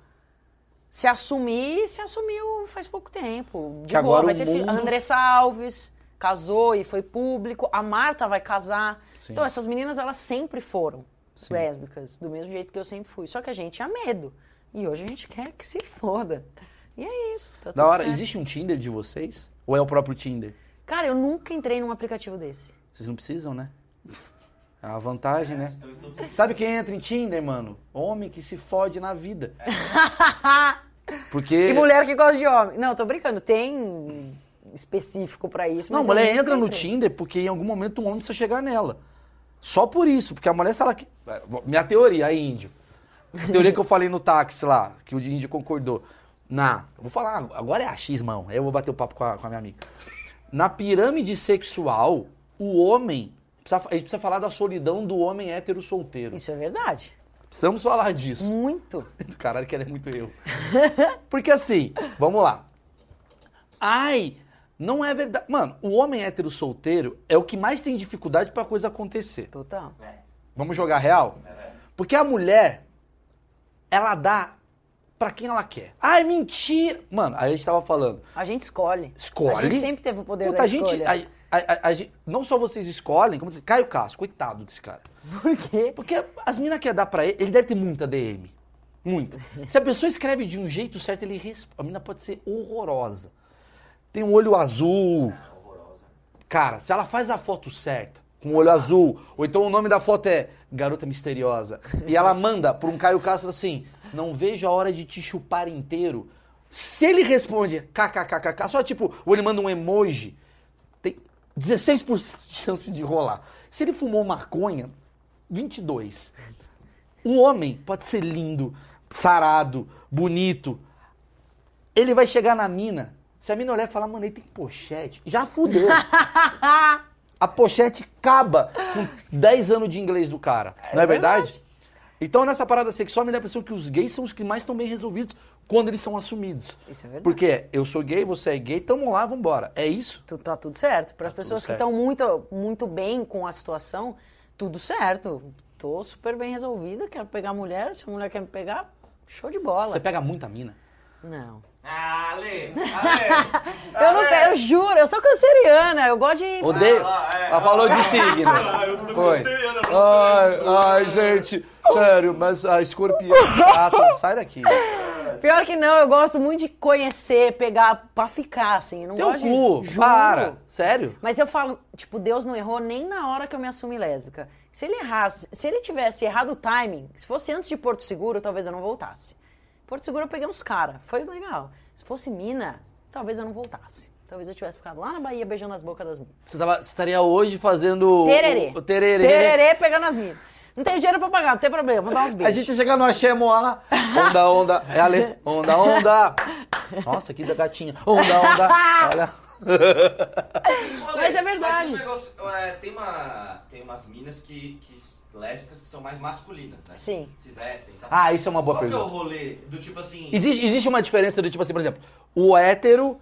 [SPEAKER 2] se assumir e se assumiu faz pouco tempo. De
[SPEAKER 1] Que
[SPEAKER 2] boa,
[SPEAKER 1] agora
[SPEAKER 2] vai
[SPEAKER 1] o
[SPEAKER 2] ter filho. A
[SPEAKER 1] mundo-
[SPEAKER 2] Andressa Alves casou e foi público. A Marta vai casar.
[SPEAKER 1] Sim.
[SPEAKER 2] Então, essas meninas, elas sempre foram
[SPEAKER 1] Sim.
[SPEAKER 2] lésbicas, do mesmo jeito que eu sempre fui. Só que a gente tinha medo. E hoje a gente quer que se foda. E é isso. Tá
[SPEAKER 1] da
[SPEAKER 2] tudo
[SPEAKER 1] hora,
[SPEAKER 2] certo.
[SPEAKER 1] existe um Tinder de vocês? Ou é o próprio Tinder?
[SPEAKER 2] Cara, eu nunca entrei num aplicativo desse.
[SPEAKER 1] Vocês não precisam, né? É uma vantagem, né?
[SPEAKER 5] Estão em todos os-
[SPEAKER 1] Sabe quem entra em Tinder, mano? Homem que se fode na vida. Porque.
[SPEAKER 2] E mulher que gosta de homem. Não, tô brincando. Tem específico pra isso.
[SPEAKER 1] Não,
[SPEAKER 2] mas eu
[SPEAKER 1] mulher
[SPEAKER 2] nunca
[SPEAKER 1] entra no
[SPEAKER 2] entrei.
[SPEAKER 1] Tinder porque em algum momento um homem precisa chegar nela. Só por isso, porque a mulher, se ela. que- É, Minha teoria, aí, índio. A teoria que eu falei no táxi lá, que o índio concordou. Na. eu Vou falar, agora é achismo, irmão. Aí Eu vou bater o papo com a, com a minha amiga. Na pirâmide sexual, o homem. Precisa, a gente precisa falar da solidão do homem hétero solteiro.
[SPEAKER 2] Isso é verdade.
[SPEAKER 1] Precisamos falar disso.
[SPEAKER 2] Muito.
[SPEAKER 1] Caralho, que ela é muito eu. Porque assim, vamos lá. Ai, não é verdade. Mano, o homem hétero solteiro é o que mais tem dificuldade pra coisa acontecer.
[SPEAKER 2] Total.
[SPEAKER 5] É,
[SPEAKER 1] Vamos jogar real?
[SPEAKER 5] é.
[SPEAKER 1] Porque a mulher, ela dá pra quem ela quer. Ai, mentira! Mano, aí a gente tava falando.
[SPEAKER 2] A gente escolhe.
[SPEAKER 1] Escolhe.
[SPEAKER 2] A gente sempre teve o poder
[SPEAKER 1] Puta,
[SPEAKER 2] da
[SPEAKER 1] a gente,
[SPEAKER 2] escolha.
[SPEAKER 1] a, a- a- a gente- Não só vocês escolhem, como assim, Caio Castro, coitado desse cara.
[SPEAKER 2] Por quê?
[SPEAKER 1] Porque as minas querem dar pra ele, ele deve ter muita DM. Muita. Se a pessoa escreve de um jeito certo, ele responde. A mina pode ser horrorosa. tem um olho azul. Cara, se ela faz a foto certa, com o olho azul, ou então o nome da foto é Garota Misteriosa, e ela manda pra um Caio Castro assim: Não vejo a hora de te chupar inteiro. Se ele responde kkkk, só tipo, ou ele manda um emoji, tem 16% de chance de rolar. Se ele fumou maconha, 22. Um homem pode ser lindo, sarado, bonito. Ele vai chegar na mina. Se a mina olhar e falar, mano, ele tem pochete. Já fudeu. a pochete acaba com 10 anos de inglês do cara. Não é verdade? Então, nessa parada sexual, me dá a impressão que os gays são os que mais estão bem resolvidos quando eles são assumidos.
[SPEAKER 2] Isso é verdade.
[SPEAKER 1] Porque eu sou gay, você é gay, tamo lá, vambora. É isso?
[SPEAKER 2] Tu- tá tudo certo. Para as
[SPEAKER 1] tudo
[SPEAKER 2] pessoas que
[SPEAKER 1] certo.
[SPEAKER 2] estão muito, muito bem com a situação, tudo certo. Tô super bem resolvida, quero pegar mulher, se a mulher quer me pegar, show de bola.
[SPEAKER 1] Você pega muita mina.
[SPEAKER 2] Não.
[SPEAKER 5] Ah, Ale! Ale!
[SPEAKER 2] Eu
[SPEAKER 1] Ah,
[SPEAKER 2] não
[SPEAKER 1] é.
[SPEAKER 2] quero, eu juro, eu sou canceriana, eu gosto de.
[SPEAKER 1] Odeio.
[SPEAKER 5] Ah, é.
[SPEAKER 1] Ela falou de signo.
[SPEAKER 4] Ah, eu sou
[SPEAKER 1] Foi.
[SPEAKER 4] canceriano, eu não
[SPEAKER 1] Ai,
[SPEAKER 4] conheço.
[SPEAKER 1] ai, gente. Sério, mas a escorpião. Gato, sai daqui.
[SPEAKER 2] Pior que não, eu gosto muito de conhecer, pegar pra ficar, assim. Eu não
[SPEAKER 1] Teu
[SPEAKER 2] gosto
[SPEAKER 1] cu.
[SPEAKER 2] de. Juro.
[SPEAKER 1] Para. Sério?
[SPEAKER 2] Mas eu falo, tipo, Deus não errou nem na hora que eu me assumi lésbica. Se ele errasse, se ele tivesse errado o timing, se fosse antes de Porto Seguro, talvez eu não voltasse. Porto Seguro eu peguei uns caras, foi legal. Se fosse Mina, talvez eu não voltasse. Talvez eu tivesse ficado lá na Bahia beijando as bocas das minas.
[SPEAKER 1] Você, tava, você estaria hoje fazendo. o-
[SPEAKER 2] Tererê.
[SPEAKER 1] O, o tererê.
[SPEAKER 2] Tererê pegando as minas. Não tem dinheiro pra pagar, não tem problema, vou dar uns
[SPEAKER 1] A
[SPEAKER 2] beijos.
[SPEAKER 1] gente chega no Axemoala. Onda, onda. É Ale. Onda, onda. Nossa, que da gatinha. Onda, onda. Olha.
[SPEAKER 2] Mas é
[SPEAKER 5] Mas
[SPEAKER 2] verdade.
[SPEAKER 5] tem, um negócio, é, tem, uma, tem umas minas que, que- lésbicas que são mais masculinas, né?
[SPEAKER 2] Sim.
[SPEAKER 5] Se vestem e tal.
[SPEAKER 1] Ah, isso é uma boa
[SPEAKER 5] Qual que é o
[SPEAKER 1] pergunta.
[SPEAKER 5] rolê do tipo assim...
[SPEAKER 1] Existe, existe uma diferença do tipo assim, por exemplo, o hétero,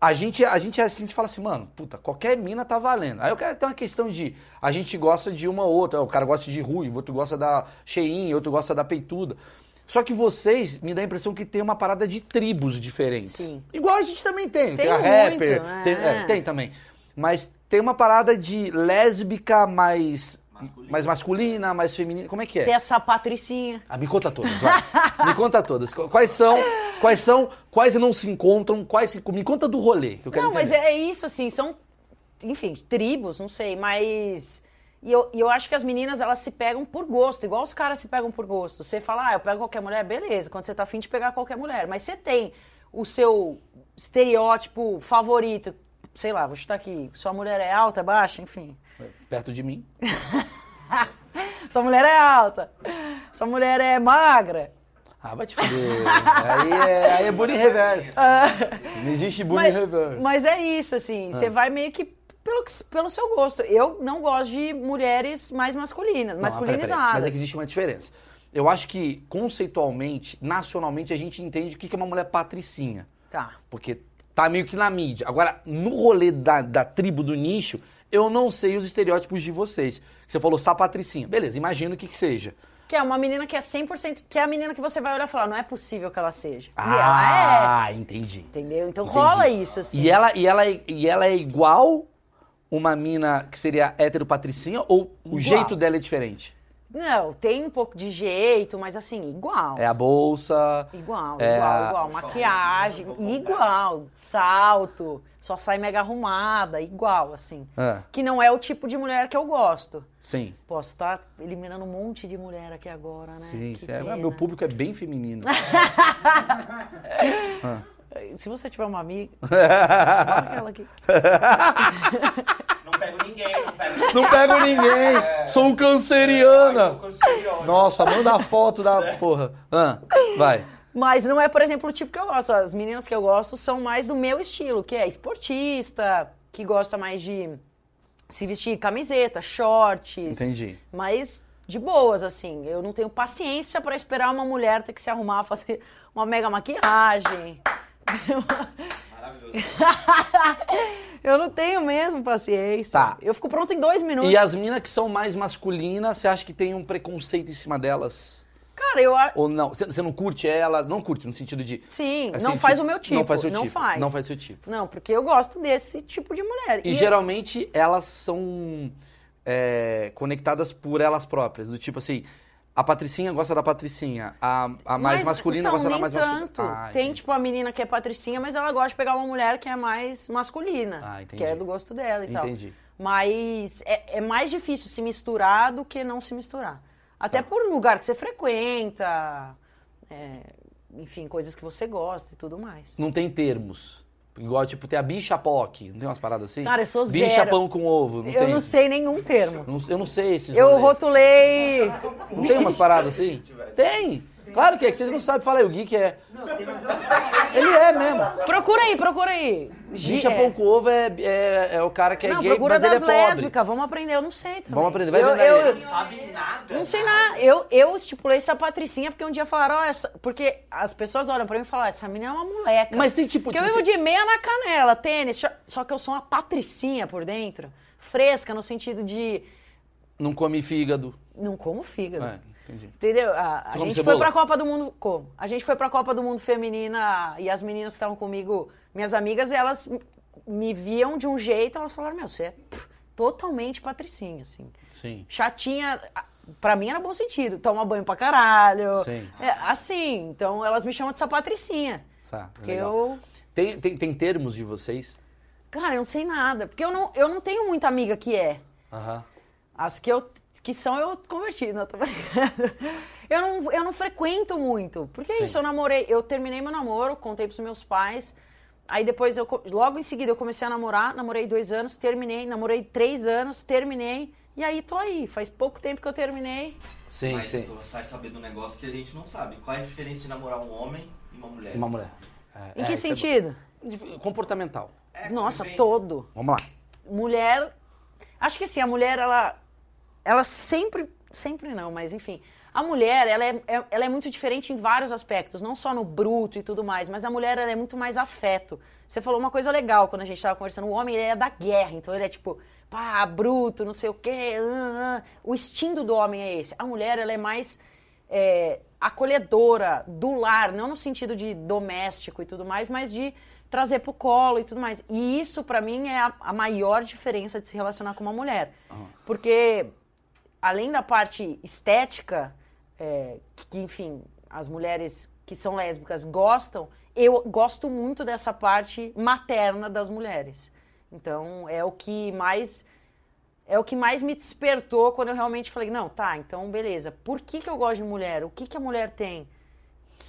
[SPEAKER 1] a gente, a gente, a gente fala assim, mano, puta, qualquer mina tá valendo. Aí o cara tem uma questão de, a gente gosta de uma ou outra, o cara gosta de ruivo, outro gosta da cheinha, outro gosta da peituda. Só que vocês, me dá a impressão que tem uma parada de tribos diferentes.
[SPEAKER 2] Sim.
[SPEAKER 1] Igual a gente também tem. Tem,
[SPEAKER 2] Tem
[SPEAKER 1] a
[SPEAKER 2] muito,
[SPEAKER 1] rapper, tem,
[SPEAKER 2] é.
[SPEAKER 1] é, tem também. Mas tem uma parada de lésbica mais,
[SPEAKER 5] Masculina.
[SPEAKER 1] mais masculina, mais feminina. Como é que é?
[SPEAKER 2] Tem essa patricinha.
[SPEAKER 1] Ah, me conta todas, vai. me conta todas. Qu- Quais são, quais são, quais não se encontram, quais se... Me conta do rolê, que eu quero
[SPEAKER 2] Não, mas
[SPEAKER 1] entender.
[SPEAKER 2] é isso, assim, são, enfim, tribos, não sei, mas. E eu, e eu acho que as meninas, elas se pegam por gosto, igual os caras se pegam por gosto. Você fala, ah, eu pego qualquer mulher, beleza, quando você tá afim de pegar qualquer mulher. Mas você tem o seu estereótipo favorito, sei lá, vou chutar aqui, sua mulher é alta, é baixa, enfim.
[SPEAKER 1] Perto de mim.
[SPEAKER 2] Sua mulher é alta, sua mulher é magra.
[SPEAKER 1] Ah, vai te fuder. aí é, aí é bullying reverso. Não existe bullying reverso.
[SPEAKER 2] Ah.
[SPEAKER 1] ah,
[SPEAKER 2] mas é isso, assim, você vai meio que pelo, que- pelo seu gosto. Eu não gosto de mulheres mais masculinas,
[SPEAKER 1] Não, mas peraí, peraí.
[SPEAKER 2] masculinizadas.
[SPEAKER 1] Mas é que existe uma diferença. Eu acho que, conceitualmente, nacionalmente, a gente entende o que que é uma mulher patricinha.
[SPEAKER 2] Tá.
[SPEAKER 1] Porque tá meio que na mídia. Agora, no rolê da, da tribo do nicho, eu não sei os estereótipos de vocês. Você falou sapatricinha. Beleza, imagino o que que seja.
[SPEAKER 2] Que é uma menina que é 100%, que é a menina que você vai olhar e falar, não é possível que ela seja. E ela é,
[SPEAKER 1] Ah, entendi.
[SPEAKER 2] entendeu? Então
[SPEAKER 1] Entendi.
[SPEAKER 2] rola isso, assim.
[SPEAKER 1] E ela, e, ela, é- e ela é igual uma mina que seria heteropatricinha ou o
[SPEAKER 2] Igual.
[SPEAKER 1] jeito dela é diferente?
[SPEAKER 2] Não, tem um pouco de jeito, mas assim, igual.
[SPEAKER 1] É a bolsa.
[SPEAKER 2] Igual,
[SPEAKER 1] É
[SPEAKER 2] igual,
[SPEAKER 1] a-
[SPEAKER 2] igual. Maquiagem,
[SPEAKER 5] Só isso, né?
[SPEAKER 2] igual. Salto, só sai mega arrumada, igual, assim.
[SPEAKER 1] Ah,
[SPEAKER 2] Que não é o tipo de mulher que eu gosto.
[SPEAKER 1] sim.
[SPEAKER 2] Posso estar eliminando um monte de mulher aqui agora, né?
[SPEAKER 1] Sim,
[SPEAKER 2] Que
[SPEAKER 1] sim. É,
[SPEAKER 2] pena.
[SPEAKER 1] meu público é bem feminino.
[SPEAKER 2] Se você tiver uma amiga, fala
[SPEAKER 1] não
[SPEAKER 2] aquela que...
[SPEAKER 5] Não pego ninguém, não pego ninguém.
[SPEAKER 1] pego ninguém. Sou um canceriana.
[SPEAKER 5] Eu sou um canceriano.
[SPEAKER 1] Nossa, manda a foto da porra. Ah, vai.
[SPEAKER 2] Mas não é, por exemplo, o tipo que eu gosto. As meninas que eu gosto são mais do meu estilo, que é esportista, que gosta mais de se vestir camiseta, shorts,
[SPEAKER 1] Entendi.
[SPEAKER 2] mas de boas, assim. Eu não tenho paciência pra esperar uma mulher ter que se arrumar, fazer uma mega maquiagem.
[SPEAKER 5] Maravilhoso.
[SPEAKER 2] eu não tenho mesmo paciência.
[SPEAKER 1] Tá.
[SPEAKER 2] Eu fico pronto em dois minutos.
[SPEAKER 1] E as minas que são mais masculinas, você acha que tem um preconceito em cima delas?
[SPEAKER 2] Cara, eu... a-
[SPEAKER 1] Ou não? Você- Você não curte elas? Não curte no sentido de.
[SPEAKER 2] Sim,
[SPEAKER 1] assim,
[SPEAKER 2] não faz
[SPEAKER 1] tipo,
[SPEAKER 2] o meu tipo.
[SPEAKER 1] Não faz seu tipo.
[SPEAKER 2] faz.
[SPEAKER 1] Não faz seu tipo.
[SPEAKER 2] Não, porque eu gosto desse tipo de mulher.
[SPEAKER 1] E, é, geralmente elas são é, conectadas por elas próprias, do tipo assim. A Patricinha gosta da Patricinha. A, a mais
[SPEAKER 2] Mas,
[SPEAKER 1] masculina
[SPEAKER 2] então,
[SPEAKER 1] gosta da
[SPEAKER 2] nem
[SPEAKER 1] mais masculina.
[SPEAKER 2] tanto.
[SPEAKER 1] Ah,
[SPEAKER 2] Tem,
[SPEAKER 1] entendi.
[SPEAKER 2] tipo, a menina que é patricinha, mas ela gosta de pegar uma mulher que é mais masculina.
[SPEAKER 1] Ah, entendi.
[SPEAKER 2] Que é do gosto dela e tal.
[SPEAKER 1] Entendi.
[SPEAKER 2] Mas é, é mais difícil se misturar do que não se misturar. Até
[SPEAKER 1] Tá.
[SPEAKER 2] por lugar que você frequenta, é, enfim, coisas que você gosta e tudo mais.
[SPEAKER 1] Não tem termos. Igual, tipo, tem a bicha POC. Não tem umas paradas assim?
[SPEAKER 2] Cara, eu sou
[SPEAKER 1] bicha
[SPEAKER 2] zero.
[SPEAKER 1] pão com ovo. Não
[SPEAKER 2] eu
[SPEAKER 1] tem.
[SPEAKER 2] não sei nenhum termo.
[SPEAKER 1] Não- eu não sei esses
[SPEAKER 2] Eu
[SPEAKER 1] rolês.
[SPEAKER 2] rotulei.
[SPEAKER 1] Não tem umas paradas assim? Tem. Claro que é, que vocês não sabem falar. O Gui que é.
[SPEAKER 3] Não, tem mais uma.
[SPEAKER 1] Ele é mesmo.
[SPEAKER 2] Procura aí, procura aí.
[SPEAKER 1] Bicha
[SPEAKER 2] É.
[SPEAKER 1] pão com ovo é, é, é o cara que é
[SPEAKER 2] não,
[SPEAKER 1] gay,
[SPEAKER 2] procura
[SPEAKER 1] mas ele é
[SPEAKER 2] das
[SPEAKER 1] pobre.
[SPEAKER 2] lésbicas. Vamos aprender, eu não sei também.
[SPEAKER 1] Vamos aprender, vai
[SPEAKER 2] eu,
[SPEAKER 1] vendo aí.
[SPEAKER 2] eu,
[SPEAKER 5] Não sabe nada.
[SPEAKER 2] Não sei nada. Eu, eu estipulei essa patricinha porque um dia falaram, ó, essa... porque as pessoas olham pra mim e falam, "Ah, essa menina é uma moleca.
[SPEAKER 1] Mas tem tipo...
[SPEAKER 2] porque eu
[SPEAKER 1] tipo,
[SPEAKER 2] vivo de meia na canela, tênis, cho- só que eu sou uma patricinha por dentro, fresca no sentido de
[SPEAKER 1] Não come fígado.
[SPEAKER 2] não como fígado.
[SPEAKER 1] É, entendi.
[SPEAKER 2] Entendeu? A, a
[SPEAKER 1] Você come
[SPEAKER 2] gente
[SPEAKER 1] cebola?
[SPEAKER 2] foi pra Copa do Mundo. Como? A gente foi pra Copa do Mundo Feminina e as meninas que estavam comigo, minhas amigas, elas m- me viam de um jeito, elas falaram: Meu, você é pff, totalmente patricinha, assim.
[SPEAKER 1] Sim.
[SPEAKER 2] Chatinha, a- pra mim era bom sentido. Toma banho pra caralho.
[SPEAKER 1] Sim.
[SPEAKER 2] É, assim, então elas me chamam de essa patricinha.
[SPEAKER 1] Tá,
[SPEAKER 2] Porque
[SPEAKER 1] legal.
[SPEAKER 2] eu.
[SPEAKER 1] Tem, tem, tem termos de vocês?
[SPEAKER 2] Cara, eu não sei nada. Porque eu não, eu não tenho muita amiga que é.
[SPEAKER 1] Aham.
[SPEAKER 2] As que eu que são eu converti, não tô brincando. Eu não, eu não frequento muito. Porque é
[SPEAKER 1] Sim.
[SPEAKER 2] isso, eu namorei, eu terminei meu namoro, contei pros meus pais. Aí depois eu co- logo em seguida eu comecei a namorar, namorei dois anos, terminei, namorei três anos, terminei. E aí tô aí, faz pouco tempo que eu terminei.
[SPEAKER 1] Sim,
[SPEAKER 5] Mas
[SPEAKER 1] sim.
[SPEAKER 5] tu vai saber do negócio que a gente não sabe. Qual é a diferença de namorar um homem e uma mulher?
[SPEAKER 1] Uma mulher. É,
[SPEAKER 2] Em
[SPEAKER 1] é,
[SPEAKER 2] que
[SPEAKER 1] isso é bom.
[SPEAKER 2] sentido?
[SPEAKER 1] Dif- Comportamental.
[SPEAKER 5] É,
[SPEAKER 2] Nossa,
[SPEAKER 5] convivência.
[SPEAKER 2] todo.
[SPEAKER 1] Vamos lá.
[SPEAKER 2] mulher. Acho que assim, a mulher, ela. Ela sempre. Sempre não, mas enfim. A mulher, ela é, é- ela é muito diferente em vários aspectos, não só no bruto e tudo mais, mas a mulher, ela é muito mais afeto. Você falou uma coisa legal quando a gente tava conversando. O homem, ele é da guerra, então ele é tipo, pá, bruto, não sei o quê. ah, ah. O instinto do homem é esse. A mulher, ela é mais é, acolhedora do lar, não no sentido de doméstico e tudo mais, mas de trazer pro colo e tudo mais. E isso, pra mim, é a, a maior diferença de se relacionar com uma mulher. Porque, além da parte estética, é, que, enfim, as mulheres que são lésbicas gostam, eu gosto muito dessa parte materna das mulheres. Então, é o que mais é o que mais me despertou quando eu realmente falei, não, tá, então beleza. Por que, que eu gosto de mulher? O que, que a mulher tem?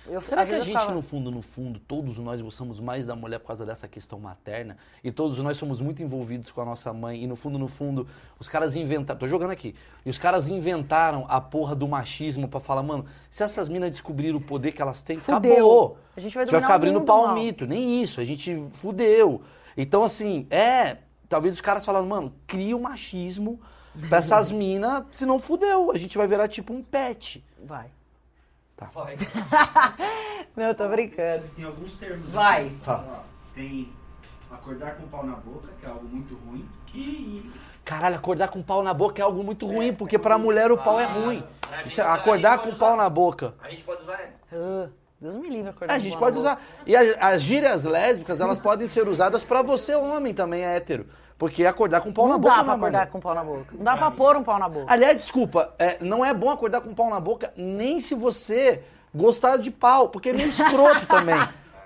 [SPEAKER 2] Eu,
[SPEAKER 1] Será
[SPEAKER 2] às
[SPEAKER 1] que a
[SPEAKER 2] vezes eu
[SPEAKER 1] gente,
[SPEAKER 2] ficava,
[SPEAKER 1] no fundo, no fundo, todos nós gostamos mais da mulher por causa dessa questão materna? E todos nós somos muito envolvidos com a nossa mãe. E no fundo, no fundo, os caras inventaram. Tô jogando aqui. E os caras inventaram a porra do machismo pra falar, mano, se essas minas descobrirem o poder que elas têm,
[SPEAKER 2] Fudeu.
[SPEAKER 1] acabou.
[SPEAKER 2] A gente vai
[SPEAKER 1] gente vai
[SPEAKER 2] dominar
[SPEAKER 1] ficar
[SPEAKER 2] o
[SPEAKER 1] abrindo
[SPEAKER 2] mundo,
[SPEAKER 1] palmito, nem isso, a gente fudeu. Então, assim, é. Talvez os caras falando, mano, cria o machismo pra essas minas, senão fudeu. A gente vai virar tipo um pet.
[SPEAKER 2] Vai.
[SPEAKER 5] Vai.
[SPEAKER 2] Não, tô brincando.
[SPEAKER 6] Tem alguns termos.
[SPEAKER 2] Vai.
[SPEAKER 6] aqui.
[SPEAKER 1] Fala.
[SPEAKER 6] Vamos lá. Tem acordar com o pau na boca, que é algo muito ruim. Que
[SPEAKER 1] Caralho, acordar com pau na boca é algo muito ruim, porque pra mulher o
[SPEAKER 2] Ah,
[SPEAKER 1] pau é ruim.
[SPEAKER 5] pra
[SPEAKER 1] Isso é-
[SPEAKER 5] gente- a
[SPEAKER 1] acordar
[SPEAKER 5] gente
[SPEAKER 1] com
[SPEAKER 5] pode
[SPEAKER 1] pau
[SPEAKER 5] usar.
[SPEAKER 1] na boca.
[SPEAKER 5] A gente pode usar essa.
[SPEAKER 2] Ah, Deus me livre acordar.
[SPEAKER 1] É, a
[SPEAKER 2] com
[SPEAKER 1] gente
[SPEAKER 2] bola
[SPEAKER 1] pode
[SPEAKER 2] na boca.
[SPEAKER 1] usar. E a- as gírias lésbicas, elas podem ser usadas pra você, homem, também é hétero. Porque acordar com pau na
[SPEAKER 2] Não
[SPEAKER 1] boca
[SPEAKER 2] dá pra
[SPEAKER 1] não é
[SPEAKER 2] acordar
[SPEAKER 1] maneiro.
[SPEAKER 2] com um pau na boca. Não dá pra pôr um pau na boca.
[SPEAKER 1] Aliás, desculpa, é, não é bom acordar com pau na boca nem se você gostar de pau, porque é meio escroto também.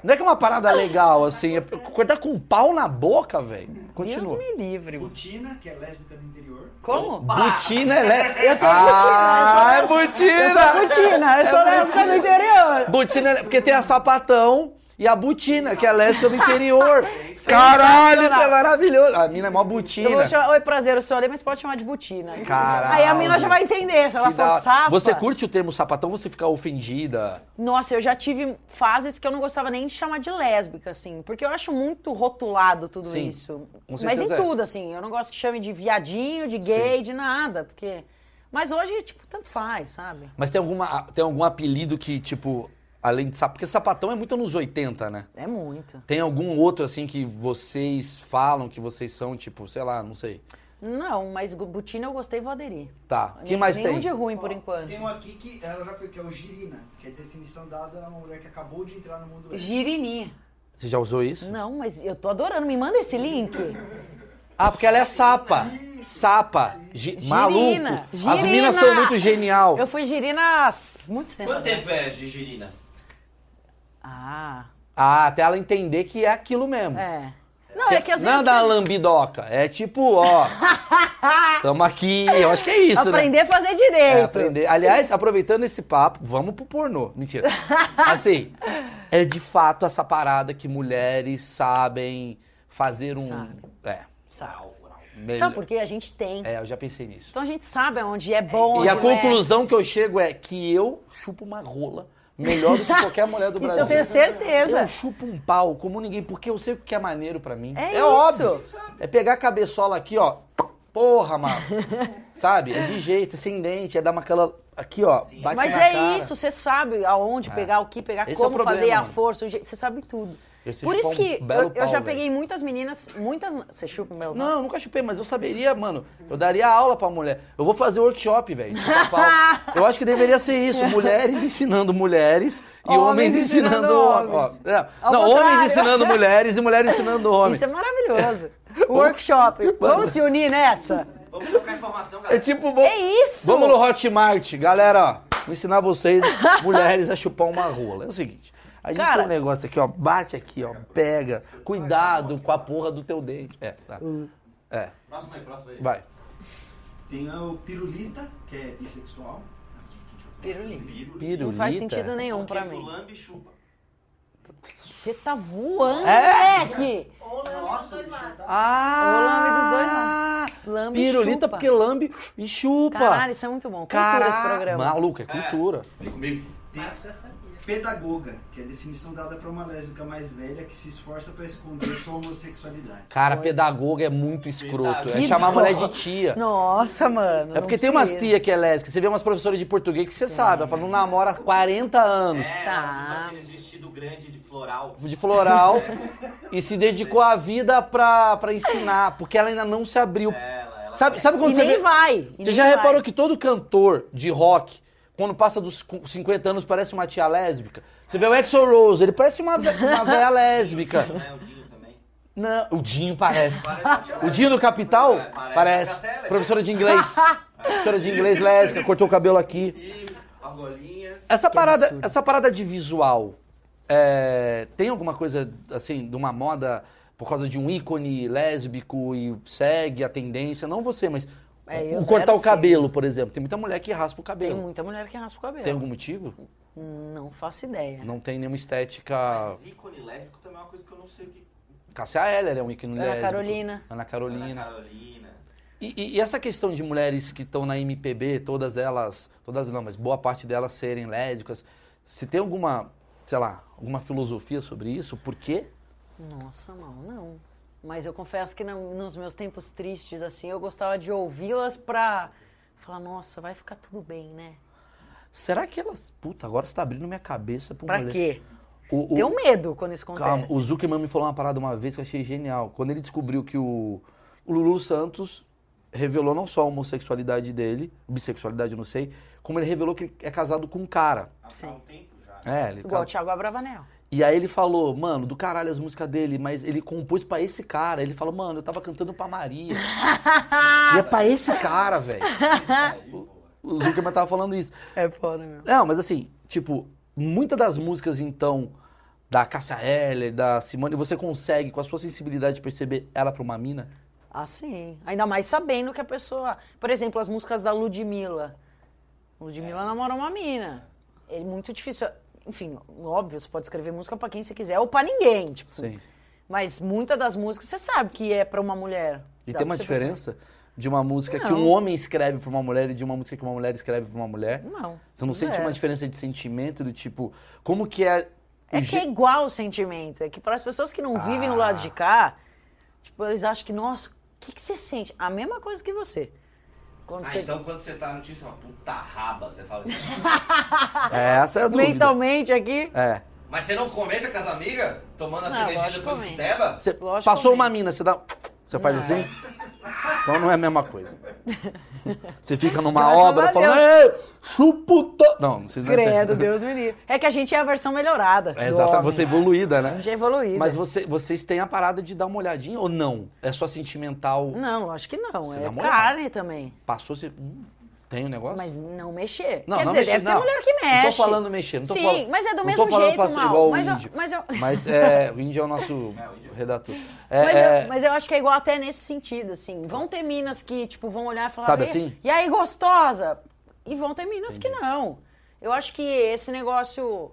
[SPEAKER 1] Não é que é uma parada legal, assim. é- acordar com pau na boca, velho. Continua.
[SPEAKER 2] Deus me livre.
[SPEAKER 6] Butina, que é lésbica do interior.
[SPEAKER 2] Como?
[SPEAKER 1] Butina, né?
[SPEAKER 2] Eu sou
[SPEAKER 1] Ah,
[SPEAKER 2] butina, eu sou
[SPEAKER 1] é butina.
[SPEAKER 2] Eu sou putina, eu sou lésbica do interior.
[SPEAKER 1] Butina, é- porque tem a sapatão e a butina, que é lésbica do interior. Caralho, isso é maravilhoso. A mina é mó
[SPEAKER 2] Eu vou
[SPEAKER 1] butina.
[SPEAKER 2] chamar, oi, prazer, eu sou Ale, mas pode chamar de butina.
[SPEAKER 1] Caralho.
[SPEAKER 2] Aí a mina já vai entender, se ela
[SPEAKER 1] Que da
[SPEAKER 2] for
[SPEAKER 1] hora.
[SPEAKER 2] sapa.
[SPEAKER 1] Você curte o termo sapatão, você fica ofendida.
[SPEAKER 2] Nossa, eu já tive fases que eu não gostava nem de chamar de lésbica, assim, porque eu acho muito rotulado tudo
[SPEAKER 1] Sim,
[SPEAKER 2] isso.
[SPEAKER 1] com
[SPEAKER 2] Mas em
[SPEAKER 1] certeza é.
[SPEAKER 2] tudo, assim, eu não gosto que chame de viadinho, de gay, de nada, porque. Mas hoje, tipo, tanto faz, sabe?
[SPEAKER 1] Mas tem, alguma, tem algum apelido que, tipo, além de sapatão? Porque sapatão é muito anos 80, né?
[SPEAKER 2] É muito.
[SPEAKER 1] Tem algum outro, assim, que vocês falam que vocês são, tipo, sei lá, não sei.
[SPEAKER 2] Não, mas gu- butina eu gostei e vou aderir.
[SPEAKER 1] Tá. Quem
[SPEAKER 2] Nem-
[SPEAKER 1] mais
[SPEAKER 2] Nenhum
[SPEAKER 1] tem?
[SPEAKER 2] de ruim por
[SPEAKER 6] Ó,
[SPEAKER 2] enquanto.
[SPEAKER 6] Tem um aqui que ela já foi, que é o girina, que é a definição dada a uma mulher que acabou de entrar no mundo lésbico.
[SPEAKER 2] Girininha.
[SPEAKER 1] Você já usou isso?
[SPEAKER 2] Não, mas eu tô adorando. Me manda esse link.
[SPEAKER 1] Ah, porque ela é sapa. sapa, gi-
[SPEAKER 2] Girina,
[SPEAKER 1] maluco. As
[SPEAKER 2] girina.
[SPEAKER 1] minas são muito genial.
[SPEAKER 2] Eu fui girina há muito tempo.
[SPEAKER 5] Quanto
[SPEAKER 2] atrás.
[SPEAKER 5] tempo é Gigirina?
[SPEAKER 2] Ah,
[SPEAKER 1] Ah, até ela entender que é aquilo mesmo.
[SPEAKER 2] é. Não, é que às
[SPEAKER 1] Não é
[SPEAKER 2] vezes.
[SPEAKER 1] da
[SPEAKER 2] você-
[SPEAKER 1] lambidoca, é tipo, ó, tamo aqui, eu acho que é isso, né?
[SPEAKER 2] aprender a fazer
[SPEAKER 1] É,
[SPEAKER 2] direito.
[SPEAKER 1] aprender. Aliás, aproveitando esse papo, vamos pro pornô. Mentira. Assim, é de fato essa parada que mulheres sabem fazer um.
[SPEAKER 2] Sabe.
[SPEAKER 1] É.
[SPEAKER 2] Sabe,
[SPEAKER 1] melhor-
[SPEAKER 2] Sabe por quê? A gente tem.
[SPEAKER 1] É, eu já pensei nisso.
[SPEAKER 2] Então a gente sabe onde é bom.
[SPEAKER 1] e a
[SPEAKER 2] onde não é.
[SPEAKER 1] conclusão que eu chego é que eu chupo uma rola melhor do que qualquer mulher do
[SPEAKER 2] Isso
[SPEAKER 1] Brasil.
[SPEAKER 2] eu tenho certeza.
[SPEAKER 1] Eu chupo um pau como ninguém, porque eu sei o que é maneiro pra mim. É,
[SPEAKER 2] É isso.
[SPEAKER 1] óbvio. É pegar a cabeçola aqui, ó. Porra, mano. Sabe? É de jeito, é sem dente, é dar uma aquela. Aqui, ó.
[SPEAKER 5] Sim.
[SPEAKER 1] bate
[SPEAKER 2] Mas
[SPEAKER 1] na
[SPEAKER 2] é
[SPEAKER 1] cara.
[SPEAKER 2] isso, você sabe aonde pegar, o que pegar,
[SPEAKER 1] Esse é o
[SPEAKER 2] como
[SPEAKER 1] problema,
[SPEAKER 2] fazer a
[SPEAKER 1] mano.
[SPEAKER 2] força, o jeito, você sabe tudo.
[SPEAKER 1] Eu sei
[SPEAKER 2] Por
[SPEAKER 1] chupar
[SPEAKER 2] isso
[SPEAKER 1] um
[SPEAKER 2] que eu,
[SPEAKER 1] belo
[SPEAKER 2] eu
[SPEAKER 1] pau,
[SPEAKER 2] já
[SPEAKER 1] velho.
[SPEAKER 2] peguas muitas meninas, muitas. Você chupa um o meu
[SPEAKER 1] Não, eu nunca chupei, mas eu saberia, mano. Eu daria aula pra mulher. Eu vou fazer workshop, velho. de chupar pau. Eu acho que deveria ser isso. Mulheres ensinando mulheres e
[SPEAKER 2] Homens
[SPEAKER 1] homens,
[SPEAKER 2] ensinando
[SPEAKER 1] ensinando, homens. Ó, é.
[SPEAKER 2] Ao
[SPEAKER 1] Não,
[SPEAKER 2] contrário.
[SPEAKER 1] homens ensinando mulheres e mulheres ensinando homens.
[SPEAKER 2] Isso é maravilhoso. Workshop. Vamos se unir nessa?
[SPEAKER 5] Vamos trocar informação,
[SPEAKER 1] É
[SPEAKER 5] galera.
[SPEAKER 1] tipo, bom,
[SPEAKER 2] É isso!
[SPEAKER 1] Vamos no Hotmart, galera, ó. Vou ensinar vocês, mulheres, a chupar uma rola. É o seguinte, a gente
[SPEAKER 2] Cara.
[SPEAKER 1] tem um negócio aqui, ó. Bate aqui, ó. Pega. Cuidado com a porra do teu dente. É, tá.
[SPEAKER 2] Hum.
[SPEAKER 1] É,
[SPEAKER 5] Próximo aí, próximo aí.
[SPEAKER 1] vai.
[SPEAKER 6] Tem o pirulita, que é bissexual.
[SPEAKER 2] Pirulito.
[SPEAKER 5] Pirulito.
[SPEAKER 1] Pirulita.
[SPEAKER 2] Não faz sentido nenhum um pra
[SPEAKER 5] Porque tu
[SPEAKER 2] mim.
[SPEAKER 5] lambe e chupa.
[SPEAKER 2] Você tá voando,
[SPEAKER 1] É?
[SPEAKER 2] moleque!
[SPEAKER 3] Ou não, dos dois lados.
[SPEAKER 1] Ah!
[SPEAKER 2] O lambe e
[SPEAKER 1] Pirulita
[SPEAKER 2] né? chupa.
[SPEAKER 1] porque lambe e chupa.
[SPEAKER 2] Caralho, isso é muito bom. Cultura esse
[SPEAKER 1] Cara-
[SPEAKER 2] programa.
[SPEAKER 1] Maluco, é cultura.
[SPEAKER 5] Vem comigo.
[SPEAKER 6] Tem
[SPEAKER 3] Já sabia.
[SPEAKER 6] pedagoga, que é a definição dada pra uma lésbica mais velha que se esforça pra esconder sua homossexualidade.
[SPEAKER 1] Cara, pedagogo é muito escroto. É
[SPEAKER 5] Que
[SPEAKER 1] chamar a
[SPEAKER 2] dó.
[SPEAKER 1] mulher de tia.
[SPEAKER 2] Nossa, mano.
[SPEAKER 1] É porque tem umas tias que é lésbica. Você vê umas professoras de português que você sabe. Ela fala, não namora há 40 anos.
[SPEAKER 5] É,
[SPEAKER 2] Sabe.
[SPEAKER 5] elas usam aqueles vestidos grandes de floral.
[SPEAKER 1] de floral e se dedicou à vida pra, pra ensinar, porque ela ainda não se abriu.
[SPEAKER 5] Ela, ela
[SPEAKER 1] Sabe, sabe quando
[SPEAKER 2] E
[SPEAKER 1] você
[SPEAKER 2] nem
[SPEAKER 1] vê-
[SPEAKER 2] vai. e
[SPEAKER 1] Você
[SPEAKER 2] nem
[SPEAKER 1] já
[SPEAKER 2] vai.
[SPEAKER 1] reparou que todo cantor de rock, quando passa dos cu- 50 anos, parece uma tia lésbica? Você vê o Exo Rose, ele parece uma, ve- uma velha lésbica.
[SPEAKER 5] Né, o Dinho também.
[SPEAKER 1] Não, o Dinho parece.
[SPEAKER 5] Parece uma
[SPEAKER 1] O Dinho do Capital?
[SPEAKER 5] É, parece.
[SPEAKER 1] Parece. Professora de inglês. Professora de inglês lésbica, cortou o cabelo aqui.
[SPEAKER 5] E argolinhas.
[SPEAKER 1] Essa parada,
[SPEAKER 2] absurdo.
[SPEAKER 1] essa parada de visual, é, tem alguma coisa, assim, de uma moda por causa de um ícone lésbico e segue a tendência? Não você, mas
[SPEAKER 2] É, eu
[SPEAKER 1] o cortar
[SPEAKER 2] zero
[SPEAKER 1] o cabelo, por exemplo. Tem muita mulher que raspa o
[SPEAKER 2] Tem
[SPEAKER 1] cabelo.
[SPEAKER 2] muita mulher que raspa o cabelo.
[SPEAKER 1] um- Tem, algum motivo?
[SPEAKER 2] Não faço ideia.
[SPEAKER 1] Não tem nenhuma estética...
[SPEAKER 5] Mas ícone lésbico também é uma coisa que eu não sei o que.
[SPEAKER 1] Cássia Heller é um ícone
[SPEAKER 2] Ana
[SPEAKER 1] lésbico.
[SPEAKER 2] Carolina.
[SPEAKER 1] Ana Carolina.
[SPEAKER 5] Ana Carolina.
[SPEAKER 1] E, e- e essa questão de mulheres que estão na MPB, todas elas, todas não, mas boa parte delas serem lésbicas, se tem alguma, sei lá, alguma filosofia sobre isso? Por quê?
[SPEAKER 2] Nossa, mal, não. Mas eu confesso que na- nos meus tempos tristes, assim, eu gostava de ouvi-las pra falar, nossa, vai ficar tudo bem, né?
[SPEAKER 1] Será que elas. Puta, agora você tá abrindo minha cabeça pra um
[SPEAKER 2] Pra
[SPEAKER 1] rolê.
[SPEAKER 2] quê? um
[SPEAKER 1] O, o-
[SPEAKER 2] Deu medo quando isso acontece.
[SPEAKER 1] calma, o Zuckerman me falou uma parada uma vez que eu achei genial. Quando ele descobriu que o, o Lulu Santos revelou não só a homossexualidade dele, bissexualidade, eu não sei, como ele revelou que ele é casado com um cara.
[SPEAKER 5] Há
[SPEAKER 2] Sim.
[SPEAKER 5] há um tempo já.
[SPEAKER 1] É, ele
[SPEAKER 2] Igual o
[SPEAKER 1] casa-
[SPEAKER 2] Thiago Abravanel.
[SPEAKER 1] E aí ele falou, mano, do caralho as músicas dele, mas ele compôs pra esse cara. Ele falou, mano, eu tava cantando pra Maria. e é pra esse cara, velho.
[SPEAKER 5] Aí, boa.
[SPEAKER 1] O Zuckerman tava falando isso.
[SPEAKER 2] É foda mesmo.
[SPEAKER 1] Não, mas assim, tipo, muitas das músicas, então, da Cássia Heller, da Simone, você consegue, com a sua sensibilidade, perceber ela pra uma mina?
[SPEAKER 2] Ah, sim. Ainda mais sabendo que a pessoa. Por exemplo, as músicas da Ludmilla. Ludmilla
[SPEAKER 1] É.
[SPEAKER 2] namora uma mina. É muito difícil. Enfim, óbvio, você pode escrever música pra quem você quiser ou pra ninguém, tipo. Mas muitas das músicas você sabe que é pra uma mulher.
[SPEAKER 1] E
[SPEAKER 2] Dá
[SPEAKER 1] tem
[SPEAKER 2] pra
[SPEAKER 1] uma
[SPEAKER 2] você
[SPEAKER 1] diferença de uma música que
[SPEAKER 2] Não.
[SPEAKER 1] um homem escreve pra uma mulher e de uma música que uma mulher escreve pra uma mulher?
[SPEAKER 2] perceber. Não. É.
[SPEAKER 1] Você não sente
[SPEAKER 2] zero.
[SPEAKER 1] uma diferença de sentimento, do tipo, como que é... o
[SPEAKER 2] É que
[SPEAKER 1] je-
[SPEAKER 2] é igual o sentimento. É que para as pessoas que não vivem do
[SPEAKER 1] Ah.
[SPEAKER 2] lado de cá, tipo, eles acham que, nossa, o que, que você sente? A mesma coisa que você. Quando
[SPEAKER 5] Ah,
[SPEAKER 2] você.
[SPEAKER 5] então quando você tá no time, você fala, puta raba, você fala isso.
[SPEAKER 1] É, essa é a dúvida.
[SPEAKER 2] Mentalmente aqui.
[SPEAKER 1] É.
[SPEAKER 5] Mas você não comenta com as amigas? Tomando a
[SPEAKER 2] Não,
[SPEAKER 5] cervejinha
[SPEAKER 2] lógico
[SPEAKER 5] do
[SPEAKER 2] que
[SPEAKER 5] Piteba?
[SPEAKER 1] Você
[SPEAKER 2] Lógico
[SPEAKER 1] passou
[SPEAKER 2] mesmo.
[SPEAKER 1] uma mina, você dá... Você faz
[SPEAKER 2] Não.
[SPEAKER 1] assim? Então não é a mesma coisa. Você fica numa
[SPEAKER 2] Graças
[SPEAKER 1] obra
[SPEAKER 2] a
[SPEAKER 1] falando, "Ei, chupa o to-" Não, vocês não
[SPEAKER 2] Credo,
[SPEAKER 1] entendem.
[SPEAKER 2] Deus me livre. É que a gente é a versão melhorada.
[SPEAKER 1] É exatamente, você
[SPEAKER 2] você.
[SPEAKER 1] evoluída,
[SPEAKER 2] A
[SPEAKER 1] né?
[SPEAKER 2] gente é evoluída.
[SPEAKER 1] Mas você- vocês têm a parada de dar uma olhadinha ou não? É só sentimental,
[SPEAKER 2] Não, acho que não.
[SPEAKER 1] Você dá
[SPEAKER 2] é
[SPEAKER 1] uma
[SPEAKER 2] carne também.
[SPEAKER 1] passou, você... Hum, tem o negócio?
[SPEAKER 2] Mas não mexer.
[SPEAKER 1] Não,
[SPEAKER 2] Quer
[SPEAKER 1] não
[SPEAKER 2] dizer,
[SPEAKER 1] mexer,
[SPEAKER 2] deve ter
[SPEAKER 1] não.
[SPEAKER 2] mulher que
[SPEAKER 1] Não tô
[SPEAKER 2] mexe.
[SPEAKER 1] falando mexer, não tô
[SPEAKER 2] Sim,
[SPEAKER 1] falando-
[SPEAKER 2] mas é do
[SPEAKER 1] não tô
[SPEAKER 2] mesmo
[SPEAKER 1] falando
[SPEAKER 2] jeito,
[SPEAKER 1] pra ser
[SPEAKER 2] mal.
[SPEAKER 1] igual o
[SPEAKER 2] mas, eu-
[SPEAKER 1] índio.
[SPEAKER 2] mas eu,
[SPEAKER 1] Mas é, o índio é o nosso redator. É,
[SPEAKER 2] mas,
[SPEAKER 1] é,
[SPEAKER 2] eu, mas eu acho que é igual até nesse sentido, assim. Vão ter minas que, tipo, vão olhar e falar...
[SPEAKER 1] Sabe
[SPEAKER 2] "E-
[SPEAKER 1] assim?
[SPEAKER 2] E aí, gostosa? E vão ter minas que não. Eu acho que esse negócio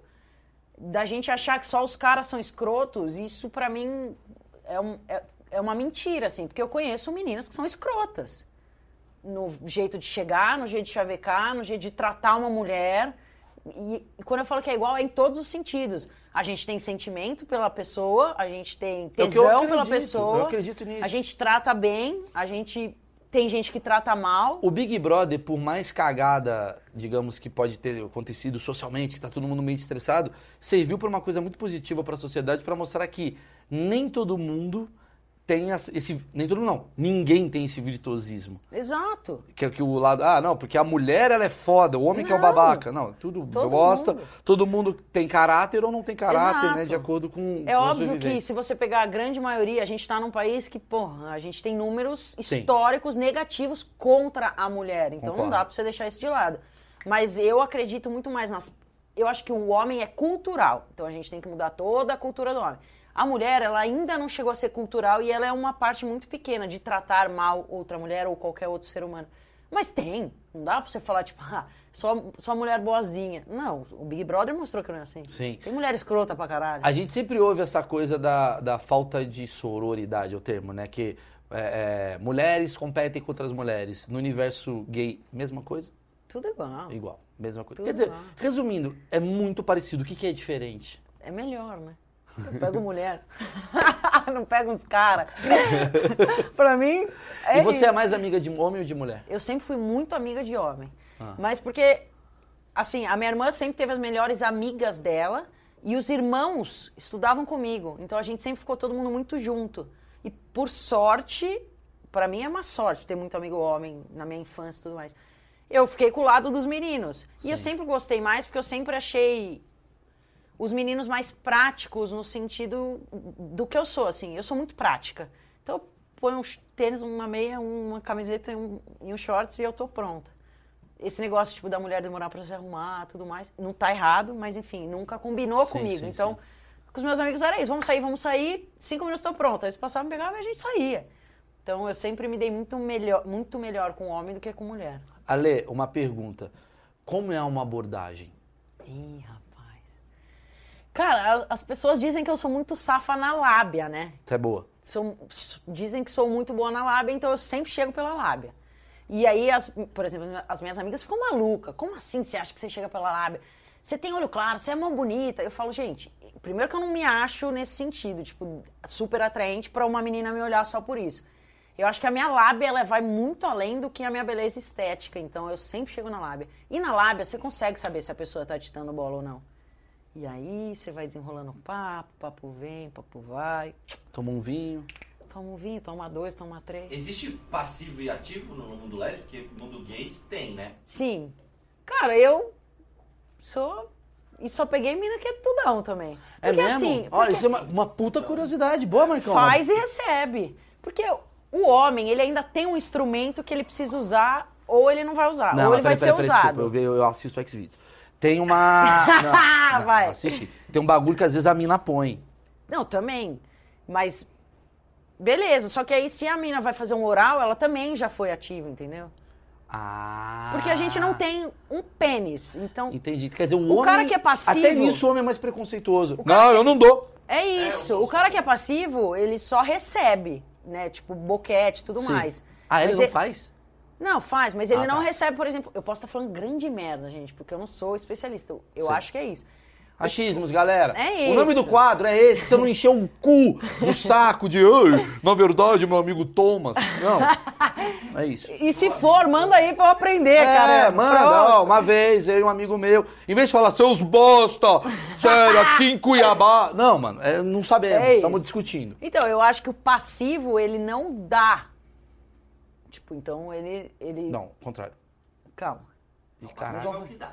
[SPEAKER 2] da gente achar que só os caras são escrotos, isso pra mim é, um- é- é uma mentira, assim. Porque eu conheço meninas que são escrotas. No jeito de chegar, no jeito de chavecar, no jeito de tratar uma mulher. E, e quando eu falo que é igual, é em todos os sentidos. A gente tem sentimento pela pessoa, a gente tem
[SPEAKER 1] É o que eu
[SPEAKER 2] tesão pela
[SPEAKER 1] acredito,
[SPEAKER 2] pessoa.
[SPEAKER 1] eu acredito nisso.
[SPEAKER 2] A gente trata bem, a gente tem gente que trata mal.
[SPEAKER 1] O Big Brother, por mais cagada, digamos, que pode ter acontecido socialmente, que tá todo mundo meio estressado, serviu para uma coisa muito positiva para a sociedade, para mostrar que nem todo mundo tem as- esse. Nem todo mundo, não. Ninguém tem esse virtuosismo.
[SPEAKER 2] Exato.
[SPEAKER 1] Que, é que o lado. Ah, não, porque a mulher ela é foda, o homem que é o
[SPEAKER 2] Não.
[SPEAKER 1] babaca. Não, tudo
[SPEAKER 2] Todo
[SPEAKER 1] gosta.
[SPEAKER 2] mundo.
[SPEAKER 1] Todo mundo tem caráter ou não tem caráter, né?
[SPEAKER 2] Exato.
[SPEAKER 1] De acordo com. com a
[SPEAKER 2] É
[SPEAKER 1] sua
[SPEAKER 2] óbvio que
[SPEAKER 1] vivência.
[SPEAKER 2] se você pegar a grande maioria, a gente está num país que, porra, a gente tem números
[SPEAKER 1] Sim.
[SPEAKER 2] históricos negativos contra a mulher. Então não
[SPEAKER 1] Concordo.
[SPEAKER 2] dá pra você deixar isso de lado. Mas eu acredito muito mais nas. Eu acho que o homem é cultural. Então a gente tem que mudar toda a cultura do homem. A mulher, ela ainda não chegou a ser cultural e ela é uma parte muito pequena de tratar mal outra mulher ou qualquer outro ser humano. Mas tem. Não dá pra você falar, tipo, ah, só, só mulher boazinha. Não, o Big Brother mostrou que não é assim.
[SPEAKER 1] Sim.
[SPEAKER 2] Tem mulher escrota pra caralho.
[SPEAKER 1] A gente sempre ouve essa coisa da, da falta de sororidade, é o termo, né? Que é, é, mulheres competem contra as mulheres. No universo gay, mesma coisa?
[SPEAKER 2] Tudo igual.
[SPEAKER 1] Igual, mesma coisa.
[SPEAKER 2] Tudo
[SPEAKER 1] Quer dizer,
[SPEAKER 2] igual.
[SPEAKER 1] resumindo, é muito parecido. O que, que é diferente?
[SPEAKER 2] É melhor, né? Eu pego mulher. não pego uns caras. pra mim, é
[SPEAKER 1] e você é
[SPEAKER 2] isso.
[SPEAKER 1] mais amiga de homem ou de mulher?
[SPEAKER 2] Eu sempre fui muito amiga de homem.
[SPEAKER 1] Ah.
[SPEAKER 2] Mas porque, assim, a minha irmã sempre teve as melhores amigas dela e os irmãos estudavam comigo. Então a gente sempre ficou todo mundo muito junto. E por sorte, pra mim é uma sorte ter muito amigo homem na minha infância e tudo mais. Eu fiquei com o lado dos meninos. E eu sempre gostei mais porque eu sempre achei os meninos mais práticos no sentido do que eu sou, assim. Eu sou muito prática. Então eu ponho um tênis, uma meia, uma camiseta e um, e um shorts e eu tô pronta. Esse negócio, tipo, da mulher demorar pra se arrumar tudo mais, não tá errado, mas enfim, nunca combinou
[SPEAKER 1] Sim,
[SPEAKER 2] comigo.
[SPEAKER 1] sim,
[SPEAKER 2] então, com os meus amigos era isso, vamos sair, vamos sair, cinco minutos tô pronta. Eles passavam, pegavam e a gente saía. Então eu sempre me dei muito melhor, muito melhor com homem do que com mulher.
[SPEAKER 1] Ale, uma pergunta. Como é uma abordagem?
[SPEAKER 2] Ih, rapaz. Cara, a- as pessoas dizem que eu sou muito safa na lábia, né?
[SPEAKER 1] Isso é boa.
[SPEAKER 2] Sou- s- dizem que sou muito boa na lábia, então eu sempre chego pela lábia. E aí, as- por exemplo, as minhas amigas ficam malucas. Como assim você acha que você chega pela lábia? Você tem olho claro, você é mão bonita. Eu falo, gente, primeiro que eu não me acho nesse sentido, tipo, super atraente pra uma menina me olhar só por isso. Eu acho que a minha lábia, ela vai muito além do que a minha beleza estética, então eu sempre chego na lábia. E na lábia, você consegue saber se a pessoa tá te dando bola ou não. E aí, você vai desenrolando o papo, papo vem, papo vai.
[SPEAKER 1] Toma um vinho.
[SPEAKER 2] Toma um vinho, toma dois, toma três.
[SPEAKER 5] Existe passivo e ativo no mundo leve? Porque mundo gays tem, né?
[SPEAKER 2] Sim. Cara, eu sou. E só peguei mina que é tudão também. Porque
[SPEAKER 1] É mesmo?
[SPEAKER 2] assim.
[SPEAKER 1] Olha,
[SPEAKER 2] porque
[SPEAKER 1] isso é uma, uma puta curiosidade. Boa, Marcão.
[SPEAKER 2] faz e recebe. Porque o homem, ele ainda tem um instrumento que ele precisa usar, ou ele não vai usar,
[SPEAKER 1] Não,
[SPEAKER 2] Ah, ou
[SPEAKER 1] mas
[SPEAKER 2] ele
[SPEAKER 1] peraí,
[SPEAKER 2] vai ser
[SPEAKER 1] peraí, peraí,
[SPEAKER 2] usado.
[SPEAKER 1] desculpa, eu, eu assisto X-Videos. Tem uma... Não, não,
[SPEAKER 2] Vai.
[SPEAKER 1] Assiste. Tem um bagulho que às vezes a mina põe.
[SPEAKER 2] Não, também. Mas. Beleza, só que aí se a mina vai fazer um oral, ela também já foi ativa, entendeu?
[SPEAKER 1] Ah.
[SPEAKER 2] Porque a gente não tem um pênis. Então,
[SPEAKER 1] Entendi. Quer dizer, o,
[SPEAKER 2] O
[SPEAKER 1] homem.
[SPEAKER 2] cara que é passivo-
[SPEAKER 1] Até nisso o homem é mais preconceituoso.
[SPEAKER 2] cara
[SPEAKER 1] Não, eu não dou.
[SPEAKER 2] É isso. o cara que é passivo, ele só recebe, né? Tipo, boquete e tudo
[SPEAKER 1] Sim.
[SPEAKER 2] mais.
[SPEAKER 1] Ah, ele
[SPEAKER 2] Mas é-
[SPEAKER 1] não faz?
[SPEAKER 2] Não, faz, mas ele
[SPEAKER 1] Ah,
[SPEAKER 2] não
[SPEAKER 1] tá.
[SPEAKER 2] recebe, por exemplo. Eu posso estar falando grande merda, gente, porque eu não sou especialista. Eu, eu
[SPEAKER 1] Sim.
[SPEAKER 2] acho que é isso.
[SPEAKER 1] Achismos, galera.
[SPEAKER 2] É
[SPEAKER 1] O nome
[SPEAKER 2] isso.
[SPEAKER 1] do quadro é esse, pra você não encher o cu no saco de. "Ai, Na verdade, meu amigo Thomas. Não. É isso.
[SPEAKER 2] E se for, manda aí pra eu aprender,
[SPEAKER 1] É,
[SPEAKER 2] cara.
[SPEAKER 1] manda, ó, uma vez, eu e um amigo meu, em vez de falar, seus bosta, sério, aqui em Cuiabá. Não, mano, é, não sabemos,
[SPEAKER 2] É
[SPEAKER 1] estamos
[SPEAKER 2] isso.
[SPEAKER 1] discutindo.
[SPEAKER 2] Então, eu acho que o passivo, ele não dá. Tipo, então ele. ele...
[SPEAKER 1] Não, contrário.
[SPEAKER 2] Calma.
[SPEAKER 1] Ih,
[SPEAKER 5] Mas
[SPEAKER 1] caralho.
[SPEAKER 5] é o que dá.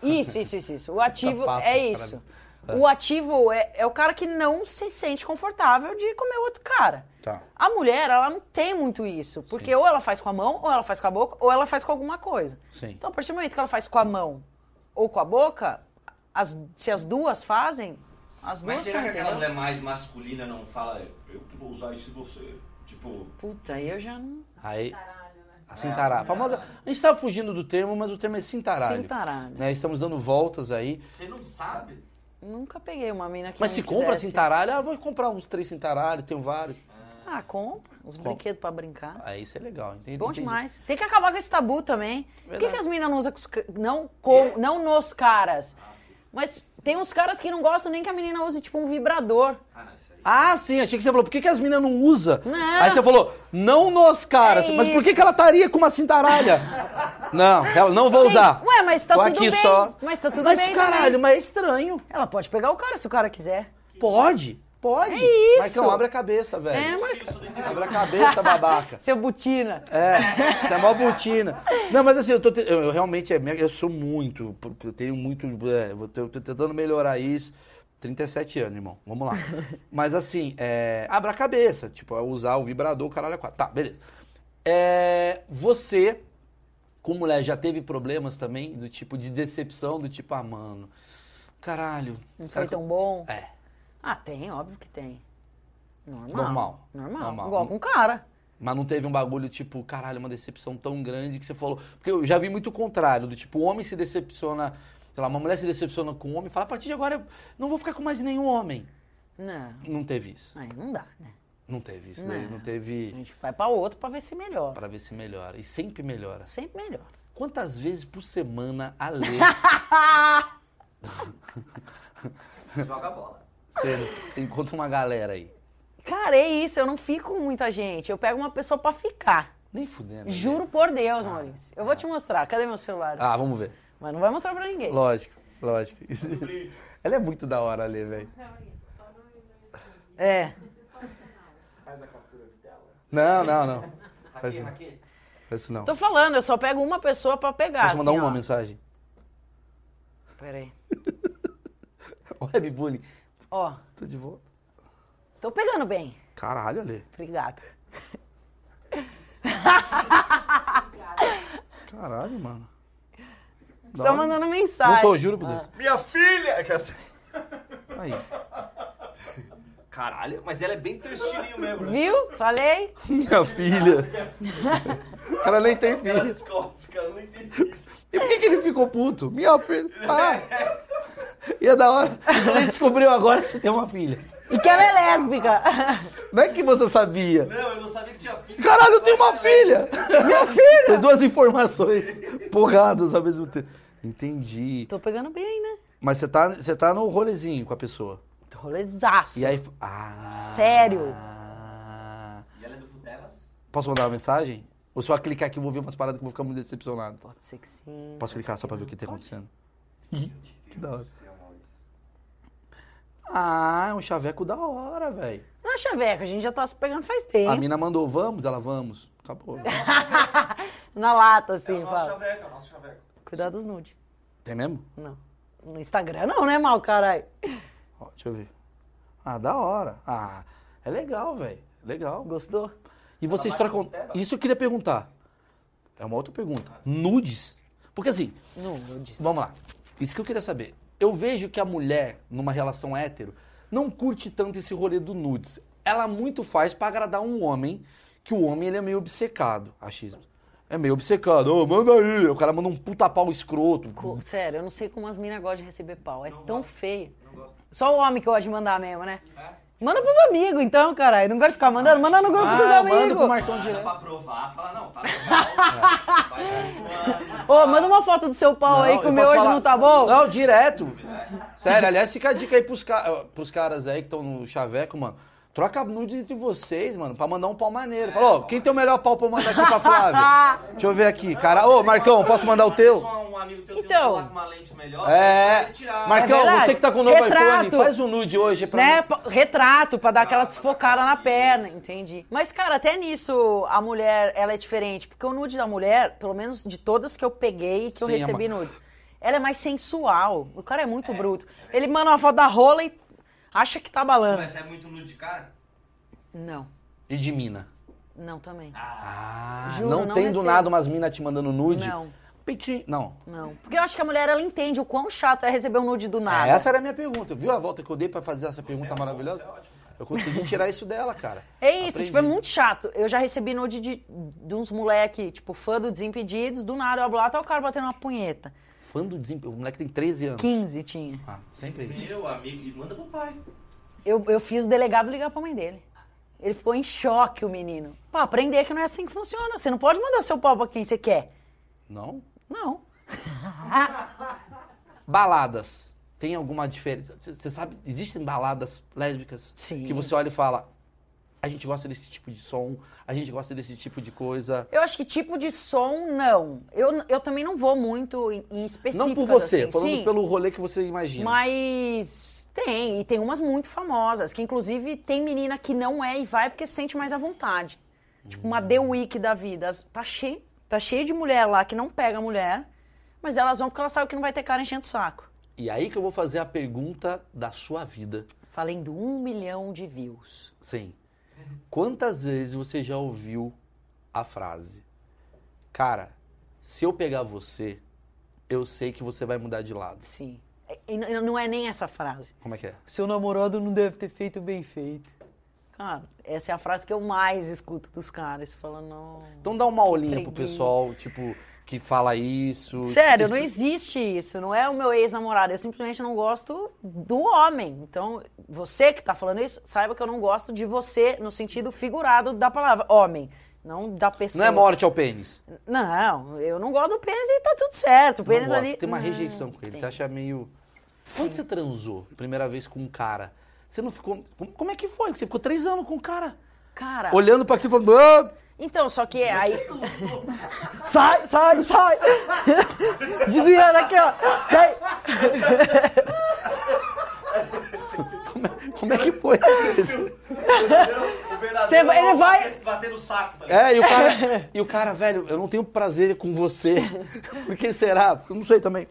[SPEAKER 2] Isso, isso, isso, isso. O ativo
[SPEAKER 1] Sapato,
[SPEAKER 2] é
[SPEAKER 1] caralho.
[SPEAKER 2] isso. O ativo é, é o cara que não se sente confortável de comer outro cara.
[SPEAKER 1] Tá.
[SPEAKER 2] A mulher, ela não tem muito isso. Porque ou ela faz com a mão, ou ela faz com a boca, ou ela faz com alguma coisa.
[SPEAKER 1] Sim.
[SPEAKER 2] Então, a partir do momento que ela faz com a mão ou com a boca, as- se as duas fazem, as duas
[SPEAKER 5] Mas será
[SPEAKER 2] são,
[SPEAKER 5] que aquela
[SPEAKER 2] entendeu?
[SPEAKER 5] mulher mais masculina não fala, eu que vou usar isso em você? Tipo,
[SPEAKER 2] Puta, aí eu já não.
[SPEAKER 1] Aí,
[SPEAKER 3] Caralho, né?
[SPEAKER 1] a cintaralha. A famosa. A gente tá fugindo do termo, mas o termo é cintaralho.
[SPEAKER 2] Cintaralho.
[SPEAKER 1] Né? Estamos dando voltas aí.
[SPEAKER 5] você não sabe?
[SPEAKER 2] Nunca peguei uma mina que
[SPEAKER 1] Mas
[SPEAKER 2] não
[SPEAKER 1] se compra
[SPEAKER 2] quisesse.
[SPEAKER 1] cintaralho, ah, vou comprar uns três cintaralhos, tenho vários.
[SPEAKER 2] Ah, compra. Uns brinquedos pra brincar.
[SPEAKER 1] Aí isso é legal, entende?
[SPEAKER 2] Bom
[SPEAKER 1] Entendi.
[SPEAKER 2] demais. Tem que acabar com esse tabu também. Por que,
[SPEAKER 1] Verdade.
[SPEAKER 2] que as minas não usam com os ca- não,
[SPEAKER 1] É.
[SPEAKER 2] com, não nos caras? Mas tem uns caras que não gostam nem que a menina use, tipo, um vibrador.
[SPEAKER 5] Ah, não, isso aí.
[SPEAKER 1] Ah, sim, achei que você falou, por que, que as minas não usam?
[SPEAKER 2] Não.
[SPEAKER 1] Aí você falou, não nos caras,
[SPEAKER 2] É
[SPEAKER 1] mas por que,
[SPEAKER 2] isso.
[SPEAKER 1] que ela estaria com uma cintaralha? não, ela não vou
[SPEAKER 2] Tem-
[SPEAKER 1] usar.
[SPEAKER 2] Ué, mas tá
[SPEAKER 1] Tô
[SPEAKER 2] tudo
[SPEAKER 1] aqui
[SPEAKER 2] bem.
[SPEAKER 1] só.
[SPEAKER 2] Mas tá tudo
[SPEAKER 1] mas,
[SPEAKER 2] bem também.
[SPEAKER 1] caralho, mas é estranho.
[SPEAKER 2] Ela pode pegar o cara se o cara quiser.
[SPEAKER 1] Pode, pode.
[SPEAKER 2] É isso.
[SPEAKER 1] Marcão, abre a cabeça, velho.
[SPEAKER 2] É, mas-
[SPEAKER 5] Isso do interior.
[SPEAKER 1] Abre a cabeça, babaca.
[SPEAKER 2] Seu butina.
[SPEAKER 1] É, isso é mó botina. Não, mas assim, eu, tô te- eu- eu realmente, é, eu sou muito, eu tenho muito, é, eu tô, eu tô tentando melhorar isso. 37 anos, irmão, vamos lá. Mas assim, é, abra a cabeça, tipo, é usar o vibrador, o caralho é quatro. Tá, beleza. É, você, como mulher, já teve problemas também, do tipo, de decepção, do tipo, ah, mano, caralho.
[SPEAKER 2] Não
[SPEAKER 1] será
[SPEAKER 2] foi
[SPEAKER 1] que eu-
[SPEAKER 2] tão bom.
[SPEAKER 1] É,
[SPEAKER 2] Ah, tem, óbvio que tem. Normal.
[SPEAKER 1] Normal.
[SPEAKER 2] Normal.
[SPEAKER 1] Normal.
[SPEAKER 2] Igual com cara.
[SPEAKER 1] Mas não teve um bagulho tipo, caralho, uma decepção tão grande que você falou. Porque eu já vi muito o contrário, do tipo, o homem se decepciona, sei lá, uma mulher se decepciona com um homem e fala, a partir de agora eu não vou ficar com mais nenhum homem.
[SPEAKER 2] Não.
[SPEAKER 1] Não teve isso.
[SPEAKER 2] Aí não dá, né?
[SPEAKER 1] Não teve isso. daí,
[SPEAKER 2] Não.
[SPEAKER 1] Não
[SPEAKER 2] A
[SPEAKER 1] teve
[SPEAKER 2] gente vai pra outro pra ver se melhora.
[SPEAKER 1] para ver se melhora. E sempre melhora.
[SPEAKER 2] Sempre melhor.
[SPEAKER 1] Quantas vezes por semana a Lê
[SPEAKER 5] Joga bola.
[SPEAKER 1] você, você encontra uma galera aí?
[SPEAKER 2] Cara, é isso. Eu não fico com muita gente. Eu pego uma pessoa pra ficar.
[SPEAKER 1] Nem fudendo. né? Lê.
[SPEAKER 2] Juro por Deus,
[SPEAKER 1] Ah,
[SPEAKER 2] Maurício. Eu vou te mostrar. Cadê meu celular?
[SPEAKER 1] Ah, vamos ver.
[SPEAKER 2] Mas não vai mostrar pra ninguém.
[SPEAKER 1] Lógico, lógico. Ela é muito da hora, Lê, velho.
[SPEAKER 3] Isso é bonito. Só no no YouTube.
[SPEAKER 2] É.
[SPEAKER 3] Só no canal.
[SPEAKER 5] Faz a captura de tela.
[SPEAKER 1] Não, não, não. Faz
[SPEAKER 5] Raquel,
[SPEAKER 1] isso.
[SPEAKER 5] Raquel.
[SPEAKER 1] Faz isso não.
[SPEAKER 2] Tô falando, eu só pego uma pessoa pra pegar.
[SPEAKER 1] Posso mandar
[SPEAKER 2] assim,
[SPEAKER 1] uma
[SPEAKER 2] ó.
[SPEAKER 1] mensagem?
[SPEAKER 2] Pera aí.
[SPEAKER 1] Webbullying.
[SPEAKER 2] Ó,
[SPEAKER 1] Tô de volta.
[SPEAKER 2] tô pegando bem.
[SPEAKER 1] Caralho, Ale.
[SPEAKER 2] Obrigada.
[SPEAKER 1] Caralho, mano.
[SPEAKER 2] Você tá mandando mensagem.
[SPEAKER 1] Não tô, juro por Deus.
[SPEAKER 5] Minha filha! É
[SPEAKER 1] Aí.
[SPEAKER 5] Caralho, mas ela é bem teu estilinho mesmo, né?
[SPEAKER 2] Viu? Falei?
[SPEAKER 1] Minha filha. O cara nem tem
[SPEAKER 5] Ela
[SPEAKER 1] filho.
[SPEAKER 5] descobre, ela não entende.
[SPEAKER 1] E por que, que ele ficou puto? Minha filha. Ah. E é da hora. Você descobriu agora que você tem uma filha.
[SPEAKER 2] E que ela é lésbica.
[SPEAKER 1] Não é que você sabia.
[SPEAKER 5] Não, eu não sabia que tinha filho.
[SPEAKER 1] Caralho, eu tenho uma filha. Minha filha. Duas informações porradas ao mesmo tempo. Entendi.
[SPEAKER 2] tô pegando bem, né?
[SPEAKER 1] Mas você tá, você tá no rolezinho com a pessoa.
[SPEAKER 2] Tô rolezaço.
[SPEAKER 1] E aí... Ah.
[SPEAKER 2] Sério?
[SPEAKER 5] E ela é do Futebas?
[SPEAKER 1] Posso mandar uma mensagem? Ou só clicar aqui eu vou ver umas paradas que eu vou ficar muito decepcionado?
[SPEAKER 2] Pode ser que sim.
[SPEAKER 1] Posso clicar só pra ver o que tá acontecendo? que da hora.
[SPEAKER 5] Seu Maurício.
[SPEAKER 1] Ah, é um chaveco da hora, velho.
[SPEAKER 2] Não é chaveco, a gente já tá se pegando faz tempo.
[SPEAKER 1] A mina mandou, vamos? Ela, vamos. Acabou.
[SPEAKER 2] Na lata,
[SPEAKER 5] É
[SPEAKER 2] assim,
[SPEAKER 5] o nosso
[SPEAKER 2] fala.
[SPEAKER 5] chaveco, é o nosso chaveco.
[SPEAKER 2] Cuidado dos nudes.
[SPEAKER 1] Tem mesmo?
[SPEAKER 2] Não. No Instagram não, né, mal, caralho?
[SPEAKER 1] Ó, deixa eu ver. Ah, da hora. Ah, é legal, velho. Legal.
[SPEAKER 2] Gostou?
[SPEAKER 1] E vocês
[SPEAKER 5] Ela vai
[SPEAKER 1] trocam...
[SPEAKER 5] com o Teba?
[SPEAKER 1] Isso eu queria perguntar. É uma outra pergunta. Nudes? Porque assim,
[SPEAKER 2] Nudes.
[SPEAKER 1] Vamos lá. Isso que eu queria saber. Eu vejo que a mulher, numa relação hétero, não curte tanto esse rolê do nudes. Ela muito faz pra agradar um homem, que o homem ele é meio obcecado, achismo. É meio obcecado. Ô, manda aí. O cara manda um puta pau escroto.
[SPEAKER 2] Co- Sério, eu não sei como as minas gostam de receber pau. É
[SPEAKER 5] Não
[SPEAKER 2] tão
[SPEAKER 5] gosto.
[SPEAKER 2] feio.
[SPEAKER 5] Não gosto.
[SPEAKER 2] Só o homem que gosta de mandar mesmo, né?
[SPEAKER 5] É?
[SPEAKER 2] Manda pros amigos, então, caralho. Não gosta de ficar mandando? Manda no grupo
[SPEAKER 1] Ah,
[SPEAKER 2] dos
[SPEAKER 1] manda pro
[SPEAKER 2] amigos.
[SPEAKER 1] Marcão
[SPEAKER 5] Manda
[SPEAKER 1] direto.
[SPEAKER 5] pra provar, fala, não, tá legal. Vai um continuando.
[SPEAKER 2] Ô, manda uma foto do seu pau
[SPEAKER 1] Não,
[SPEAKER 2] aí,
[SPEAKER 1] eu
[SPEAKER 2] que o meu
[SPEAKER 1] posso
[SPEAKER 2] hoje
[SPEAKER 1] falar-
[SPEAKER 2] não tá bom.
[SPEAKER 1] Não, direto. Sério, aliás, fica a dica aí pros, ca- pros caras aí que estão no chaveco, mano. Troca nude entre vocês, mano, pra mandar um pau maneiro. Falou, quem tem o melhor pau pra eu mandar aqui pra Flávia? Deixa eu ver aqui, cara. Ô, Marcão, posso mandar o teu?
[SPEAKER 5] Só um amigo teu tem um
[SPEAKER 2] Então.
[SPEAKER 5] celular com uma lente melhor. pra
[SPEAKER 1] É.
[SPEAKER 5] ele tirar.
[SPEAKER 1] Marcão,
[SPEAKER 2] É verdade.
[SPEAKER 1] você que tá com o novo
[SPEAKER 2] Retrato.
[SPEAKER 1] iPhone, faz um nude hoje pra
[SPEAKER 2] né,
[SPEAKER 1] mim. Ah, é.
[SPEAKER 2] pa- retrato pra dar aquela desfocada na perna, entendi. Mas cara, até nisso a mulher, ela é diferente, porque o nude da mulher, pelo menos de todas que eu peguei e que eu
[SPEAKER 1] Sim, é
[SPEAKER 2] recebi
[SPEAKER 1] ma-
[SPEAKER 2] nude, ela é mais sensual. O cara é muito bruto. Ele manda uma foto da rola e acha que tá balando.
[SPEAKER 5] Mas é muito nude de cara?
[SPEAKER 2] Não,
[SPEAKER 1] E de mina.
[SPEAKER 2] não também.
[SPEAKER 5] Ah,
[SPEAKER 1] Ah,
[SPEAKER 2] Juro,
[SPEAKER 1] não,
[SPEAKER 2] não
[SPEAKER 1] tem do
[SPEAKER 2] recebo.
[SPEAKER 1] nada umas minas te mandando nude?
[SPEAKER 2] Não,
[SPEAKER 1] Peitinho. Não.
[SPEAKER 2] não. Porque eu acho que a mulher ela entende o quão chato é receber um nude do nada.
[SPEAKER 1] É, essa era a minha pergunta. Viu a volta que eu dei pra fazer essa pergunta
[SPEAKER 5] é um-
[SPEAKER 1] maravilhosa?
[SPEAKER 5] você é ótimo, cara.
[SPEAKER 1] Eu consegui tirar isso dela, cara.
[SPEAKER 2] É isso,
[SPEAKER 1] Aprendi.
[SPEAKER 2] tipo, é muito chato. Eu já recebi nude de, de uns moleque, tipo, fã do Desimpedidos, do nada, eu abro lá, tá o cara batendo uma punheta.
[SPEAKER 1] Fã do desempenho. O moleque tem 13 anos.
[SPEAKER 2] 15 tinha.
[SPEAKER 1] Ah, sempre isso.
[SPEAKER 5] Meu amigo, e manda pro pai.
[SPEAKER 2] Eu, eu fiz o delegado ligar pra mãe dele. Ele ficou em choque, o menino. Pra aprender que não é assim que funciona. Você não pode mandar seu pau pra quem você quer.
[SPEAKER 1] Não?
[SPEAKER 2] Não.
[SPEAKER 1] Baladas. Tem alguma diferença? C- Você sabe, existem baladas lésbicas
[SPEAKER 2] Sim.
[SPEAKER 1] que você olha e fala: a gente gosta desse tipo de som, a gente gosta desse tipo de coisa.
[SPEAKER 2] Eu acho que tipo de som, não. Eu, eu também não vou muito em, em específicas,
[SPEAKER 1] Não por você,
[SPEAKER 2] assim.
[SPEAKER 1] falando
[SPEAKER 2] Sim,
[SPEAKER 1] pelo rolê que você imagina.
[SPEAKER 2] Mas tem, e tem umas muito famosas, que inclusive tem menina que não é e vai porque se sente mais à vontade. Tipo, uma The Week da vida. As- Tá cheio, tá cheio de mulher lá que não pega mulher, mas elas vão porque elas sabem que não vai ter cara enchendo o saco.
[SPEAKER 1] E aí que eu vou fazer a pergunta da sua vida.
[SPEAKER 2] Falando um milhão de views.
[SPEAKER 1] Sim. Quantas vezes você já ouviu a frase? Cara, se eu pegar você, eu sei que você vai mudar de lado.
[SPEAKER 2] Sim. E n- não é nem essa frase.
[SPEAKER 1] Como é que é?
[SPEAKER 2] Seu namorado não deve ter feito bem feito. Cara, essa é a frase que eu mais escuto dos caras. Falando, não.
[SPEAKER 1] Então dá uma
[SPEAKER 2] Que
[SPEAKER 1] olhinha pro
[SPEAKER 2] preguiça.
[SPEAKER 1] pessoal, tipo, que fala isso.
[SPEAKER 2] Sério,
[SPEAKER 1] Tipo,
[SPEAKER 2] não existe isso. Não é o meu ex-namorado. Eu simplesmente não gosto do homem. Então, você que tá falando isso, saiba que eu não gosto de você no sentido figurado da palavra homem. Não da pessoa.
[SPEAKER 1] Não é morte ao pênis.
[SPEAKER 2] Não, eu não gosto do pênis e tá tudo certo. O
[SPEAKER 1] Não
[SPEAKER 2] pênis
[SPEAKER 1] gosta.
[SPEAKER 2] ali. Hum.
[SPEAKER 1] Tem uma
[SPEAKER 2] Não,
[SPEAKER 1] rejeição com ele.
[SPEAKER 2] tem.
[SPEAKER 1] Você acha meio. Quando você transou primeira vez com um cara, você não ficou. Como como é que foi? Você ficou três anos com o cara.
[SPEAKER 2] Cara.
[SPEAKER 1] Olhando pra aquilo e falando. "Ah!"
[SPEAKER 2] Então, só que aí. sai, sai, sai! Desviando aqui, ó. Sai.
[SPEAKER 1] Como é que foi?
[SPEAKER 5] Entendeu? O verdadeiro
[SPEAKER 2] Você vai- ele
[SPEAKER 5] é o
[SPEAKER 2] vai-
[SPEAKER 5] bater- bater no saco, tá ligado?
[SPEAKER 1] É, e o cara, e o cara, velho, eu não tenho prazer com você. Por que será? Eu não sei também.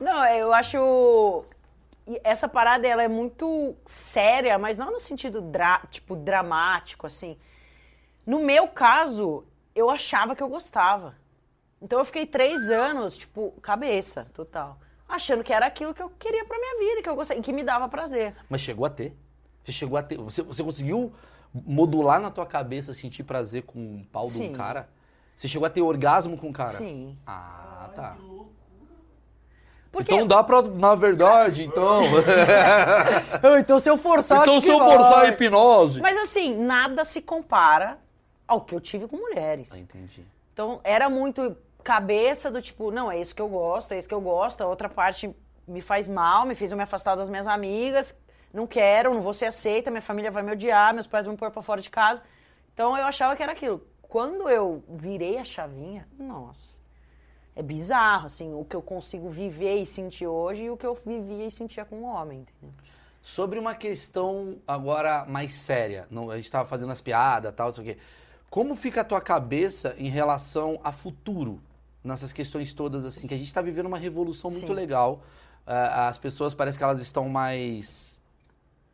[SPEAKER 2] Não, eu acho. e Essa parada ela é muito séria, mas não no sentido dra- tipo, dramático, assim. No meu caso, eu achava que eu gostava. Então eu fiquei três anos, tipo, cabeça total. Achando que era aquilo que eu queria pra minha vida, que eu gostava, e que me dava prazer.
[SPEAKER 1] Mas chegou a ter. Você chegou a ter. Você, você conseguiu modular na tua cabeça sentir prazer com um pau de um
[SPEAKER 2] Sim.
[SPEAKER 1] cara? Você chegou a ter orgasmo com um cara?
[SPEAKER 2] Sim.
[SPEAKER 1] Ah, tá.
[SPEAKER 2] Porque.
[SPEAKER 1] Então dá pra. Na verdade, então.
[SPEAKER 2] Ah, então se eu forçar.
[SPEAKER 1] então
[SPEAKER 2] acho
[SPEAKER 1] se eu
[SPEAKER 2] que vai.
[SPEAKER 1] forçar a hipnose.
[SPEAKER 2] Mas assim, nada se compara ao que eu tive com mulheres.
[SPEAKER 1] Ah, entendi.
[SPEAKER 2] Então era muito cabeça do tipo, não, é isso que eu gosto, é isso que eu gosto, a outra parte me faz mal, me fez eu me afastar das minhas amigas, não quero, não vou ser aceita, minha família vai me odiar, meus pais vão me pôr pra fora de casa. Então eu achava que era aquilo. Quando eu virei a chavinha, nossa, é bizarro, assim, o que eu consigo viver e sentir hoje e o que eu vivia e sentia com o homem, entendeu?
[SPEAKER 1] Sobre uma questão agora mais séria, não, a gente estava fazendo as piadas, tal, não sei o quê. Como fica a tua cabeça em relação a futuro nessas questões todas assim, que a gente está vivendo uma revolução muito
[SPEAKER 2] Sim.
[SPEAKER 1] legal. Ah, as pessoas parece que elas estão mais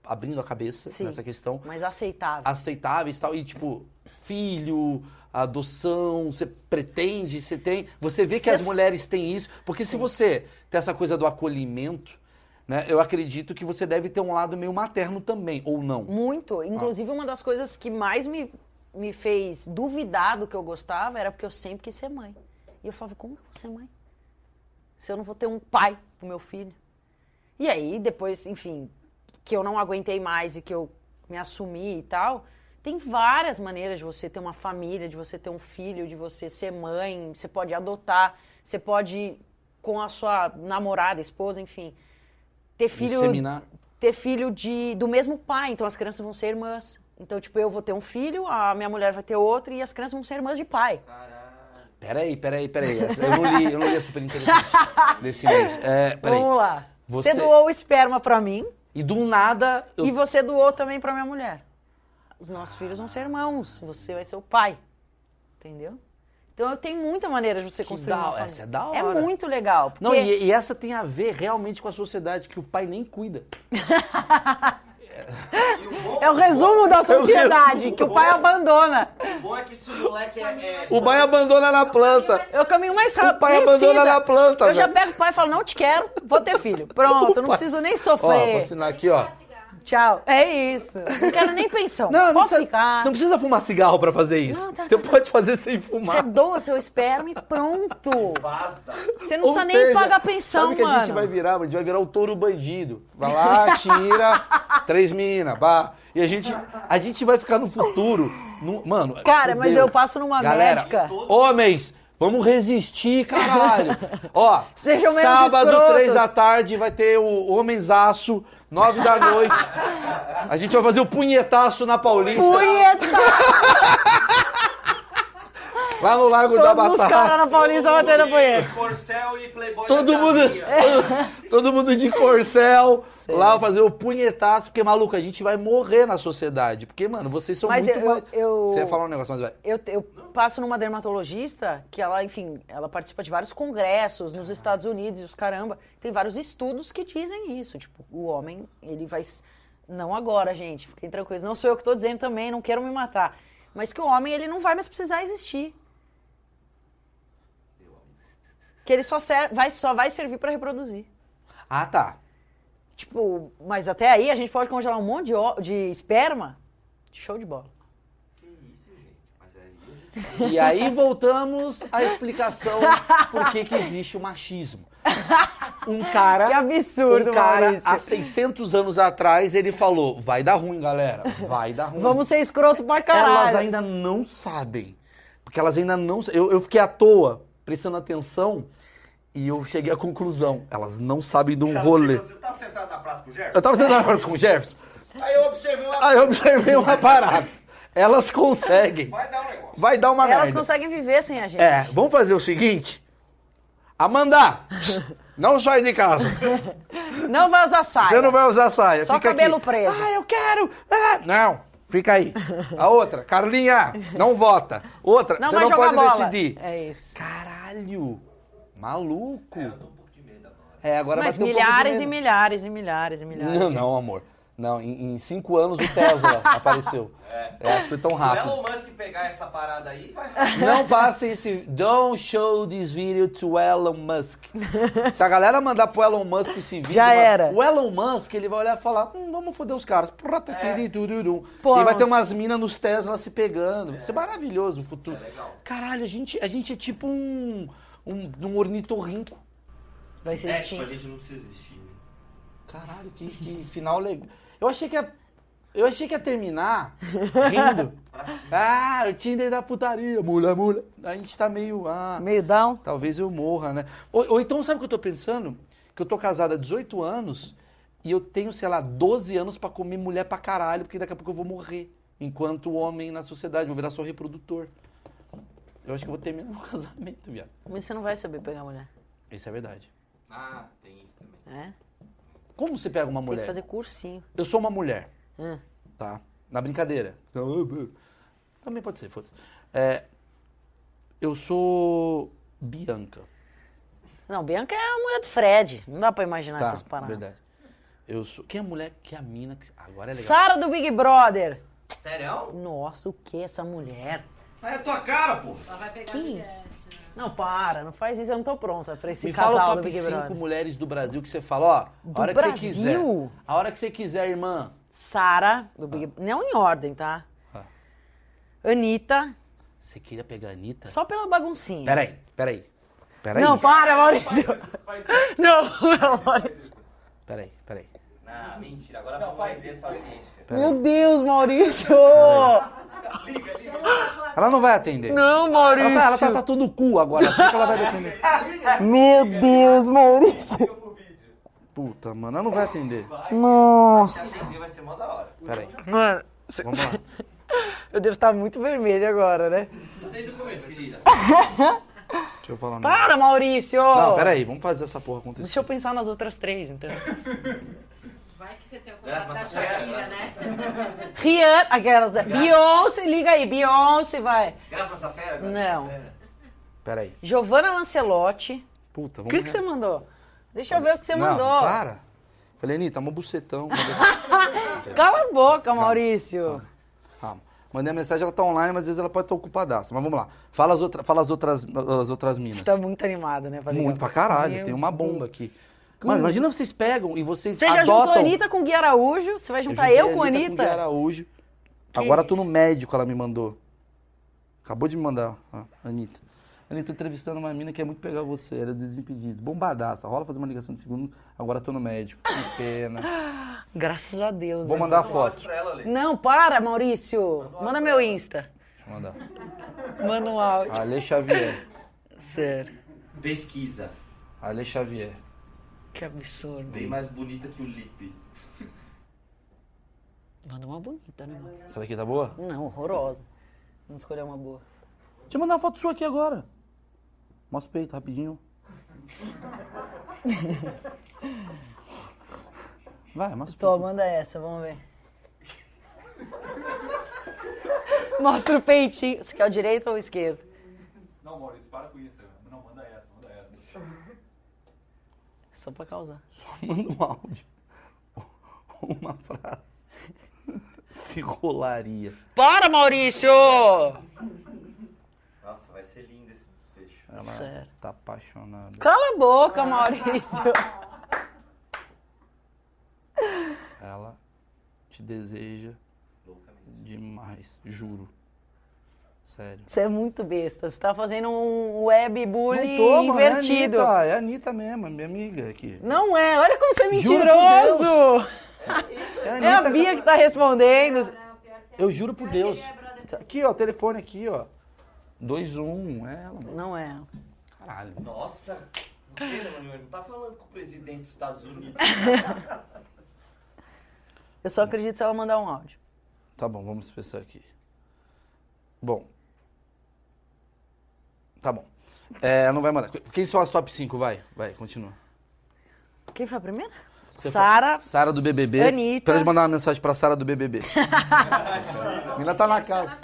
[SPEAKER 1] abrindo a cabeça
[SPEAKER 2] Sim.
[SPEAKER 1] nessa questão,
[SPEAKER 2] Mas aceitável.
[SPEAKER 1] aceitáveis, tal, e tipo, filho, adoção, você pretende, você tem, você vê que
[SPEAKER 2] Você
[SPEAKER 1] as
[SPEAKER 2] s-
[SPEAKER 1] mulheres têm isso, porque se você tem essa coisa do acolhimento, né, eu acredito que você deve ter um lado meio materno também, ou
[SPEAKER 2] Um
[SPEAKER 1] não.
[SPEAKER 2] Muito. Inclusive, uma das coisas que mais me, me fez duvidar do que eu gostava era porque eu sempre quis ser mãe. E eu falava, como que eu vou ser mãe? Se eu não vou ter um pai pro meu filho. E aí, depois, enfim, que eu não aguentei mais e que eu me assumi e tal, tem várias maneiras de você ter uma família, de você ter um filho, de você ser mãe, você pode adotar, você pode, com a sua namorada, esposa, enfim, ter filho
[SPEAKER 1] Disseminar.
[SPEAKER 2] ter filho de, do mesmo pai, então as crianças vão ser irmãs. Então, tipo, eu vou ter um filho, a minha mulher vai ter outro e as crianças vão ser irmãs de pai.
[SPEAKER 5] Caralho.
[SPEAKER 1] Peraí, peraí, peraí. Eu não li, eu não li a super interessante desse mês. É, peraí.
[SPEAKER 2] Vamos lá.
[SPEAKER 1] Você-
[SPEAKER 2] Você... doou esperma pra mim
[SPEAKER 1] E do nada. Eu...
[SPEAKER 2] e você doou também pra minha mulher. Os nossos filhos vão ser irmãos, você vai ser o pai. Entendeu? Então, eu tenho muita maneira de você
[SPEAKER 1] Que
[SPEAKER 2] construir
[SPEAKER 1] da-
[SPEAKER 2] uma família.
[SPEAKER 1] essa é da hora.
[SPEAKER 2] muito legal. Porque...
[SPEAKER 1] Não, e, e essa tem a ver realmente com a sociedade que o pai nem cuida.
[SPEAKER 5] E o bom,
[SPEAKER 2] É o resumo da sociedade, que o pai abandona.
[SPEAKER 5] o bom é que se o moleque é. é
[SPEAKER 1] O pai abandona na planta.
[SPEAKER 2] Eu É caminho mais rápido.
[SPEAKER 1] O pai
[SPEAKER 2] nem
[SPEAKER 1] abandona
[SPEAKER 2] precisa.
[SPEAKER 1] na planta,
[SPEAKER 2] Eu já
[SPEAKER 1] velho.
[SPEAKER 2] pego o pai e falo, não te quero, vou ter filho. Pronto, não
[SPEAKER 1] pai-
[SPEAKER 2] preciso nem
[SPEAKER 1] Ó, vou
[SPEAKER 2] sofrer.
[SPEAKER 1] assinar aqui, ó.
[SPEAKER 2] Tchau. É isso. Não quero nem pensão.
[SPEAKER 1] Não, não
[SPEAKER 2] Posso
[SPEAKER 1] precisa,
[SPEAKER 2] ficar.
[SPEAKER 1] você não precisa fumar cigarro pra fazer isso.
[SPEAKER 2] Não, tá,
[SPEAKER 1] você
[SPEAKER 2] tá, tá.
[SPEAKER 1] pode fazer sem
[SPEAKER 2] Você é
[SPEAKER 1] fumar.
[SPEAKER 2] doa seu esperma e pronto.
[SPEAKER 1] é-
[SPEAKER 5] Vaza.
[SPEAKER 2] Você não
[SPEAKER 1] Ou
[SPEAKER 2] precisa
[SPEAKER 1] seja,
[SPEAKER 2] nem pagar pensão,
[SPEAKER 1] sabe o que
[SPEAKER 2] mano.
[SPEAKER 1] a gente vai virar? A gente vai virar o touro bandido. Vai lá, tira, três minas, pá. E a gente, a gente vai ficar no futuro. no- mano,
[SPEAKER 2] Cara, mas
[SPEAKER 1] fudeu.
[SPEAKER 2] eu passo numa
[SPEAKER 1] Galera,
[SPEAKER 2] médica.
[SPEAKER 1] Homens, vamos resistir, caralho. Ó,
[SPEAKER 2] Sejam menos
[SPEAKER 1] sábado,
[SPEAKER 2] escrotos.
[SPEAKER 1] três da tarde, vai ter o Homenzaço, nove da noite. A gente vai fazer o punhetaço na Paulista,
[SPEAKER 2] Punheta!
[SPEAKER 1] lá no Largo da
[SPEAKER 2] Todos os caras
[SPEAKER 1] Batata.
[SPEAKER 2] na Paulista batendo punheta.
[SPEAKER 5] Corcel e Playboy.
[SPEAKER 1] Todo
[SPEAKER 5] da
[SPEAKER 1] mundo, É.
[SPEAKER 5] casinha.
[SPEAKER 1] todo mundo de corcel, lá fazer o punhetaço, porque, maluco, a gente vai morrer na sociedade. Porque, mano, vocês são
[SPEAKER 2] Mas
[SPEAKER 1] muito
[SPEAKER 2] eu-
[SPEAKER 1] mais...
[SPEAKER 2] eu-
[SPEAKER 1] Você ia falar um negócio, mas vai.
[SPEAKER 2] Eu, eu passo numa dermatologista que ela, enfim, ela participa de vários congressos nos Estados Unidos e os caramba. Tem vários estudos que dizem isso. Tipo, o homem, ele vai. s- Não agora, gente, fiquem tranquilos. Não sou eu que tô dizendo também, não quero me matar. Mas que o homem, ele não vai mais precisar existir. Que ele só, ser, vai, só vai servir para reproduzir.
[SPEAKER 1] Ah, tá.
[SPEAKER 2] Tipo, mas até aí a gente pode congelar um monte de, ó- de esperma. Show de bola.
[SPEAKER 5] Que isso, gente. Mas aí.
[SPEAKER 1] E aí voltamos à explicação por que, que existe o machismo. Um cara,
[SPEAKER 2] Que absurdo,
[SPEAKER 1] um cara
[SPEAKER 2] Maurício.
[SPEAKER 1] há 600 anos atrás, ele falou: vai dar ruim, galera, vai dar ruim.
[SPEAKER 2] Vamos ser escroto pra
[SPEAKER 1] Elas
[SPEAKER 2] caralho.
[SPEAKER 1] ainda não sabem. Porque elas ainda não. Eu, eu fiquei à toa, prestando atenção, e eu cheguei à conclusão: elas não sabem de um
[SPEAKER 4] Cara,
[SPEAKER 1] rolê.
[SPEAKER 4] Você tá sentado na praça com o Gerson?
[SPEAKER 1] Eu tava sendo com o Jefferson,
[SPEAKER 4] Aí eu observei uma...
[SPEAKER 1] aí eu observei uma parada. Elas conseguem.
[SPEAKER 4] Vai dar um negócio.
[SPEAKER 1] Vai dar uma
[SPEAKER 2] Elas
[SPEAKER 1] merda.
[SPEAKER 2] conseguem viver sem a gente.
[SPEAKER 1] É, vamos fazer o seguinte. Amanda, não sai de casa.
[SPEAKER 2] Não vai usar saia.
[SPEAKER 1] Você não vai usar saia.
[SPEAKER 2] Só
[SPEAKER 1] fica
[SPEAKER 2] cabelo
[SPEAKER 1] aqui.
[SPEAKER 2] preso.
[SPEAKER 1] Ah, eu quero. Ah, não, fica aí. A outra, Carlinha, não vota. Outra,
[SPEAKER 2] Não
[SPEAKER 1] você
[SPEAKER 2] vai
[SPEAKER 1] não
[SPEAKER 2] jogar
[SPEAKER 1] pode
[SPEAKER 2] bola.
[SPEAKER 1] decidir.
[SPEAKER 2] É isso.
[SPEAKER 1] Caralho, maluco.
[SPEAKER 5] É, eu tô um pouco de medo agora.
[SPEAKER 1] É, agora
[SPEAKER 2] Mas
[SPEAKER 1] vai ter um pouco de
[SPEAKER 2] milhares e
[SPEAKER 1] medo.
[SPEAKER 2] milhares e milhares e milhares.
[SPEAKER 1] Não, não, amor. Não, em, em cinco anos o Tesla apareceu. É, acho que foi tão
[SPEAKER 5] Se o
[SPEAKER 1] rápido.
[SPEAKER 5] Elon Musk pegar essa parada aí, vai.
[SPEAKER 1] Não passem esse. Don't show this video to Elon Musk. Se a galera mandar pro Elon Musk esse vídeo.
[SPEAKER 2] Já
[SPEAKER 1] vai-
[SPEAKER 2] era.
[SPEAKER 1] O Elon Musk, ele vai olhar e falar: hum, vamos foder os caras. É. Pratatiritururum.
[SPEAKER 2] Pô,
[SPEAKER 1] e vai
[SPEAKER 2] mano.
[SPEAKER 1] ter umas minas nos Tesla se pegando. Vai ser maravilhoso o futuro.
[SPEAKER 5] É legal.
[SPEAKER 1] Caralho, a gente, a gente é tipo um. Um, um ornitorrinco.
[SPEAKER 2] Vai ser
[SPEAKER 5] É,
[SPEAKER 2] extinto.
[SPEAKER 5] tipo, a gente não precisa existir. né?
[SPEAKER 1] Caralho, que, que final legal. Eu achei que ia. Eu achei que ia terminar rindo. Ah, o Tinder da putaria. Mula, mula. A gente tá meio. Ah,
[SPEAKER 2] Meio down.
[SPEAKER 1] Talvez eu morra, né? Ou, ou então, sabe o que eu tô pensando? Que eu tô casada há 18 anos e eu tenho, sei lá, 12 anos pra comer mulher pra caralho, porque daqui a pouco eu vou morrer. Enquanto homem na sociedade, vou virar só reprodutor. Eu acho que eu vou terminar meu casamento, viado.
[SPEAKER 2] Mas você não vai saber pegar mulher.
[SPEAKER 1] Isso é verdade.
[SPEAKER 5] Ah, tem isso também.
[SPEAKER 2] É?
[SPEAKER 1] Como você pega uma
[SPEAKER 2] Tem que
[SPEAKER 1] mulher?
[SPEAKER 2] fazer cursinho.
[SPEAKER 1] Eu sou uma mulher,
[SPEAKER 2] Hum.
[SPEAKER 1] tá? Na brincadeira. Também pode ser, foda-se. É, eu sou Bianca.
[SPEAKER 2] Não, Bianca é a mulher do Fred. Não dá pra imaginar essas
[SPEAKER 1] tá,
[SPEAKER 2] paradas.
[SPEAKER 1] verdade. Eu sou. Quem é a mulher que é a mina? Que... Agora é legal.
[SPEAKER 2] Sara do Big Brother.
[SPEAKER 5] Sério?
[SPEAKER 2] Nossa, o que essa mulher?
[SPEAKER 5] Aí é tua cara, pô.
[SPEAKER 3] Ela vai pegar
[SPEAKER 2] Quem?
[SPEAKER 3] gigante, né?
[SPEAKER 2] Não, para, não faz isso. Eu não tô pronta pra esse
[SPEAKER 1] Me
[SPEAKER 2] casal
[SPEAKER 1] fala o
[SPEAKER 2] do
[SPEAKER 1] top
[SPEAKER 2] Big
[SPEAKER 1] 5
[SPEAKER 2] Brother.
[SPEAKER 1] mulheres do Brasil que você fala, ó, a
[SPEAKER 2] Do
[SPEAKER 1] hora que você
[SPEAKER 2] Brasil?
[SPEAKER 1] quiser. A hora que você quiser, irmã.
[SPEAKER 2] Sara do Big Não em ordem, tá?
[SPEAKER 1] Ah.
[SPEAKER 2] Anitta,
[SPEAKER 1] Você queria pegar a Anitta?
[SPEAKER 2] só pela baguncinha.
[SPEAKER 1] Peraí, peraí. Peraí.
[SPEAKER 2] Não, para, Maurício. Não, não, Maurício.
[SPEAKER 1] Peraí, peraí.
[SPEAKER 5] Ah, mentira. Agora vamos fazer essa audiência.
[SPEAKER 2] Meu Deus, Maurício.
[SPEAKER 1] Ela não vai atender.
[SPEAKER 2] Não,
[SPEAKER 1] Ela
[SPEAKER 2] Maurício.
[SPEAKER 1] tá, ela tá tatu assim no cu agora. Por que que ela vai atender?
[SPEAKER 2] Meu Deus, Maurício.
[SPEAKER 1] Puta, mano, ela não vai atender.
[SPEAKER 2] Nossa.
[SPEAKER 5] Se atender vai ser mó da hora.
[SPEAKER 1] Pera aí,
[SPEAKER 2] Mano, cê-
[SPEAKER 1] vamos lá.
[SPEAKER 2] eu devo estar muito vermelho agora, né?
[SPEAKER 5] Desde o começo, querida.
[SPEAKER 1] Deixa eu falar. Não,
[SPEAKER 2] Para, Maurício!
[SPEAKER 1] Hum. não pera aí, vamos fazer essa porra acontecer.
[SPEAKER 2] Deixa eu pensar nas outras três, então.
[SPEAKER 3] Vai que você tem o
[SPEAKER 5] Graças
[SPEAKER 3] contato da
[SPEAKER 5] a Deus,
[SPEAKER 3] Shakira,
[SPEAKER 5] graças
[SPEAKER 3] né?
[SPEAKER 2] Rihanna, aquelas... é, Beyoncé, liga aí, Beyoncé, vai.
[SPEAKER 5] Graças pra essa fera? graças
[SPEAKER 2] Não.
[SPEAKER 5] pra essa fera.
[SPEAKER 1] Pera aí.
[SPEAKER 2] Giovanna Lancelotti.
[SPEAKER 1] Puta,
[SPEAKER 2] O
[SPEAKER 1] vamos
[SPEAKER 2] que, que você mandou? Deixa eu ver o que você
[SPEAKER 1] Não,
[SPEAKER 2] mandou.
[SPEAKER 1] Para. Falei, Anitta, uma bucetão.
[SPEAKER 2] Cala a boca, Maurício.
[SPEAKER 1] Calma. Mandei a mensagem, ela tá online, mas às vezes ela pode estar ocupadaça. Mas vamos lá. Fala as, outra, fala as outras, as outras minas.
[SPEAKER 2] Você tá muito animado, né? pra ligar?
[SPEAKER 1] Muito pra caralho,
[SPEAKER 2] Meu
[SPEAKER 1] tem uma bomba aqui. Mano, imagina vocês pegam e vocês
[SPEAKER 2] Você já
[SPEAKER 1] adotam...
[SPEAKER 2] juntou a Anitta com o Gui Araújo? Você vai juntar
[SPEAKER 1] juntei
[SPEAKER 2] eu, com a
[SPEAKER 1] Gui
[SPEAKER 2] Anitta?
[SPEAKER 1] Araújo. Agora tô no médico, ela me mandou. Acabou de me mandar, ó, Anitta. Anitta, tô entrevistando uma mina que é muito pegar você, era desimpedido. Bombadaça, rola fazer uma ligação de segundo, agora tô no médico. Que pena.
[SPEAKER 2] Graças a Deus.
[SPEAKER 1] Vou
[SPEAKER 2] né?
[SPEAKER 1] mandar a
[SPEAKER 5] Manda um áudio
[SPEAKER 1] foto.
[SPEAKER 5] pra ela, Lê.
[SPEAKER 2] Não, para, Maurício. Manda meu Insta.
[SPEAKER 1] Deixa eu mandar.
[SPEAKER 2] Manda um áudio.
[SPEAKER 1] Ale Xavier.
[SPEAKER 2] Sério.
[SPEAKER 5] Pesquisa.
[SPEAKER 1] Ale Xavier.
[SPEAKER 2] Que absurdo.
[SPEAKER 5] Bem mais bonita que o Lipe.
[SPEAKER 2] Manda uma bonita, né? mano?
[SPEAKER 1] Essa daqui tá boa?
[SPEAKER 2] Não, horrorosa. Vamos escolher uma boa.
[SPEAKER 1] Deixa eu mandar uma foto sua aqui agora. Mostra o peito, rapidinho. Vai, mostra o
[SPEAKER 2] Tô,
[SPEAKER 1] peito.
[SPEAKER 2] manda essa, vamos ver. Mostra o peitinho. Você quer o direito ou o esquerdo?
[SPEAKER 7] Não, Maurício, para com isso. Não, manda essa, manda essa.
[SPEAKER 2] Só pra causar.
[SPEAKER 1] Manda um áudio. Uma frase. Se rolaria.
[SPEAKER 2] Para, Maurício!
[SPEAKER 5] Nossa, vai ser lindo esse desfecho.
[SPEAKER 1] Ela
[SPEAKER 2] Sério.
[SPEAKER 1] tá apaixonada.
[SPEAKER 2] Cala a boca, Maurício.
[SPEAKER 1] Ela te deseja
[SPEAKER 5] Loucamente.
[SPEAKER 1] demais, juro. Sério.
[SPEAKER 2] Você é muito besta. Você tá fazendo um web bullying invertido.
[SPEAKER 1] É a Anitta, é a Anitta mesmo, é minha amiga aqui.
[SPEAKER 2] Não é, olha como você é
[SPEAKER 1] Juro por
[SPEAKER 2] mentiroso!
[SPEAKER 1] É a
[SPEAKER 2] É a Bia que tá respondendo.
[SPEAKER 3] Não, pior que
[SPEAKER 1] Eu juro por Deus.
[SPEAKER 3] é brother.
[SPEAKER 1] Tá Aqui, ó, o telefone aqui, ó. 21, é ela, mano.
[SPEAKER 2] Não é.
[SPEAKER 1] Caralho.
[SPEAKER 5] Nossa! Ele não tá falando com o presidente dos Estados Unidos.
[SPEAKER 2] Eu só acredito se ela mandar um áudio.
[SPEAKER 1] Tá bom, vamos pensar aqui. Bom. Tá bom. É, não vai mandar. Quem são as top 5? Vai, vai, continua.
[SPEAKER 2] Quem foi a primeira?
[SPEAKER 1] Você
[SPEAKER 2] Sara.
[SPEAKER 1] Sara do BBB.
[SPEAKER 2] Anitta.
[SPEAKER 1] Pra eu mandar uma mensagem pra Sara do BBB. Ainda tá na casa.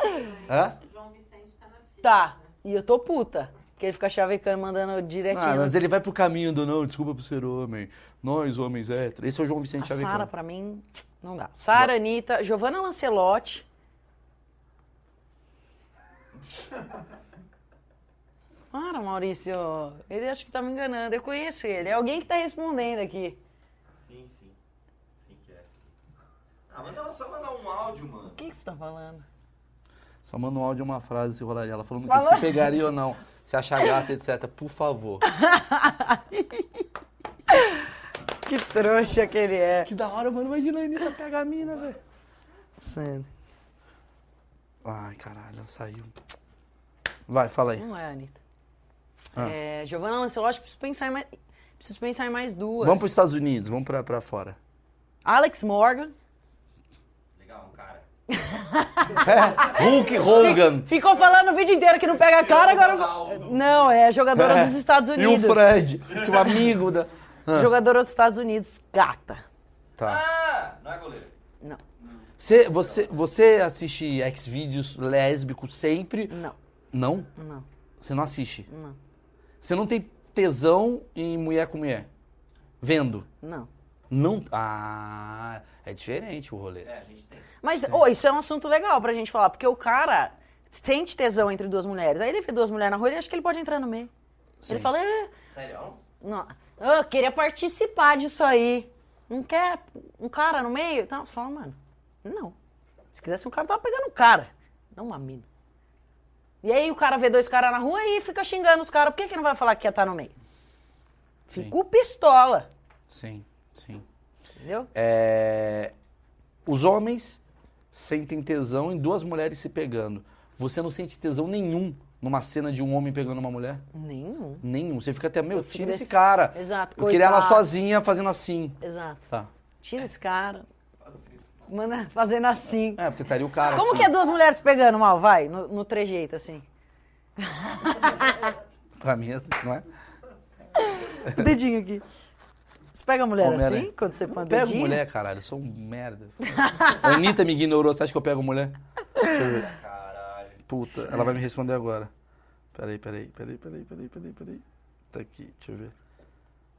[SPEAKER 1] Hã?
[SPEAKER 3] João Vicente tá na fila.
[SPEAKER 2] Tá. E eu tô puta. Que ele fica chavecando, mandando
[SPEAKER 1] Ah,
[SPEAKER 2] direitinho.
[SPEAKER 1] mas ele vai pro caminho do não, desculpa por ser homem. Nós, homens héteros. Esse é o João Vicente
[SPEAKER 2] a Sara, tá-
[SPEAKER 1] Chavecão.
[SPEAKER 2] pra mim, não dá. Sara, Anitta, Giovanna Lancelotti. Para, Maurício. Ele acha que tá me enganando. Eu conheço ele. É alguém que tá respondendo aqui.
[SPEAKER 5] Sim, sim. Sim que é. Ah, manda só mandar um áudio, mano.
[SPEAKER 2] O que, que você tá falando?
[SPEAKER 1] Só manda um áudio, uma frase se rolaria. Ela falando
[SPEAKER 2] Falou.
[SPEAKER 1] que se pegaria ou não. Se achar gata, etc. Por favor.
[SPEAKER 2] Que trouxa que ele é.
[SPEAKER 1] Que da hora, mano. Imagina a Anitta pegar a mina, velho.
[SPEAKER 2] Sério.
[SPEAKER 1] Ai, caralho, ela saiu. Vai, fala aí.
[SPEAKER 2] Não é, Anitta.
[SPEAKER 1] Ah.
[SPEAKER 2] É, Giovanna Lancelotti, preciso pensar em mais, preciso pensar em mais duas.
[SPEAKER 1] Vamos pros Estados Unidos, vamos pra, pra fora.
[SPEAKER 2] Alex Morgan.
[SPEAKER 5] Legal, um cara.
[SPEAKER 1] É, Hulk Hogan.
[SPEAKER 2] Ficou falando o vídeo inteiro que não pega a É, cara, agora... Não, é jogadora
[SPEAKER 1] É.
[SPEAKER 2] dos Estados Unidos.
[SPEAKER 1] E o Fred, tipo, amigo da... Ah.
[SPEAKER 2] Jogadora dos Estados Unidos, gata.
[SPEAKER 1] Tá.
[SPEAKER 5] Ah! Não é goleiro.
[SPEAKER 2] Não,
[SPEAKER 1] Você, você, você assiste X-Vídeos lésbico sempre?
[SPEAKER 2] não,
[SPEAKER 1] Não?
[SPEAKER 2] não,
[SPEAKER 1] Você não assiste?
[SPEAKER 2] Não.
[SPEAKER 1] Você não tem tesão em mulher com mulher? Vendo?
[SPEAKER 2] não.
[SPEAKER 1] Não... Ah, é diferente o rolê.
[SPEAKER 5] É, a gente tem.
[SPEAKER 2] Mas, ô, isso é um assunto legal pra gente falar, porque o cara sente tesão entre duas mulheres. Aí ele vê duas mulheres na rua, ele acha que ele pode entrar no meio.
[SPEAKER 1] Sim.
[SPEAKER 2] Ele fala, é,
[SPEAKER 5] Sério?
[SPEAKER 2] não, eu queria participar disso aí. Não quer um cara no meio? Então, você fala, mano, não. Se quisesse um cara, tava pegando um cara, não uma mina. E aí o cara vê dois caras na rua e fica xingando os caras. Por que, que não vai falar que quer estar no meio?
[SPEAKER 1] Sim.
[SPEAKER 2] Ficou pistola,
[SPEAKER 1] Sim, sim.
[SPEAKER 2] entendeu?
[SPEAKER 1] É, Os homens sentem tesão em duas mulheres se pegando. Você não sente tesão nenhum numa cena de um homem pegando uma mulher?
[SPEAKER 2] Nenhum. Nenhum.
[SPEAKER 1] Nenhum. Você fica até, meu,
[SPEAKER 2] Eu fico
[SPEAKER 1] tira esse
[SPEAKER 2] desse-
[SPEAKER 1] cara.
[SPEAKER 2] Exato.
[SPEAKER 1] Eu queria ela
[SPEAKER 2] coitado.
[SPEAKER 1] sozinha fazendo assim.
[SPEAKER 2] Exato.
[SPEAKER 1] Tá.
[SPEAKER 2] Tira esse cara. Manda fazendo assim.
[SPEAKER 1] É, porque estaria o cara.
[SPEAKER 2] Como
[SPEAKER 1] aqui.
[SPEAKER 2] que é duas mulheres se pegando mal? Vai, no, no trejeito, assim.
[SPEAKER 1] Pra mim, é assim, não é?
[SPEAKER 2] O dedinho aqui. Você pega a mulher
[SPEAKER 1] Homem-Aranha.
[SPEAKER 2] assim, quando você põe o
[SPEAKER 1] Eu pego
[SPEAKER 2] dedinho?
[SPEAKER 1] mulher, caralho. Eu sou um merda. A Anitta me ignorou. Você acha que eu pego mulher? Deixa eu ver.
[SPEAKER 7] Caralho.
[SPEAKER 1] Puta, ela vai me responder agora. Peraí, peraí, peraí, peraí, peraí, peraí, peraí. Tá aqui, deixa eu ver.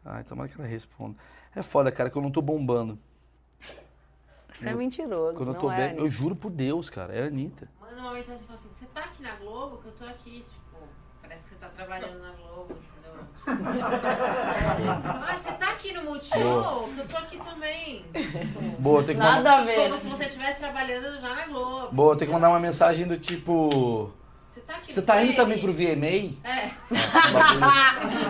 [SPEAKER 1] Ai, tomara que ela responda. É foda, cara, que eu não tô bombando.
[SPEAKER 2] Você é mentiroso.
[SPEAKER 1] Quando
[SPEAKER 2] não
[SPEAKER 1] eu tô
[SPEAKER 2] é,
[SPEAKER 1] bem,
[SPEAKER 2] Anitta.
[SPEAKER 1] eu juro por Deus, cara, é a Anitta.
[SPEAKER 3] Manda uma mensagem e fala assim, você tá aqui na Globo? Que eu tô aqui, tipo, parece que você tá trabalhando na Globo, entendeu? ah, você tá aqui no Multishow? Que eu tô aqui também. Tipo,
[SPEAKER 1] Boa, tem que mandar,
[SPEAKER 2] Nada a ver.
[SPEAKER 3] como se você estivesse trabalhando já na Globo.
[SPEAKER 1] boa, tem que mandar uma mensagem do tipo.
[SPEAKER 3] Você tá aqui
[SPEAKER 1] Você
[SPEAKER 3] no
[SPEAKER 1] tá indo
[SPEAKER 3] Grammy?
[SPEAKER 1] também pro VMA?
[SPEAKER 3] É.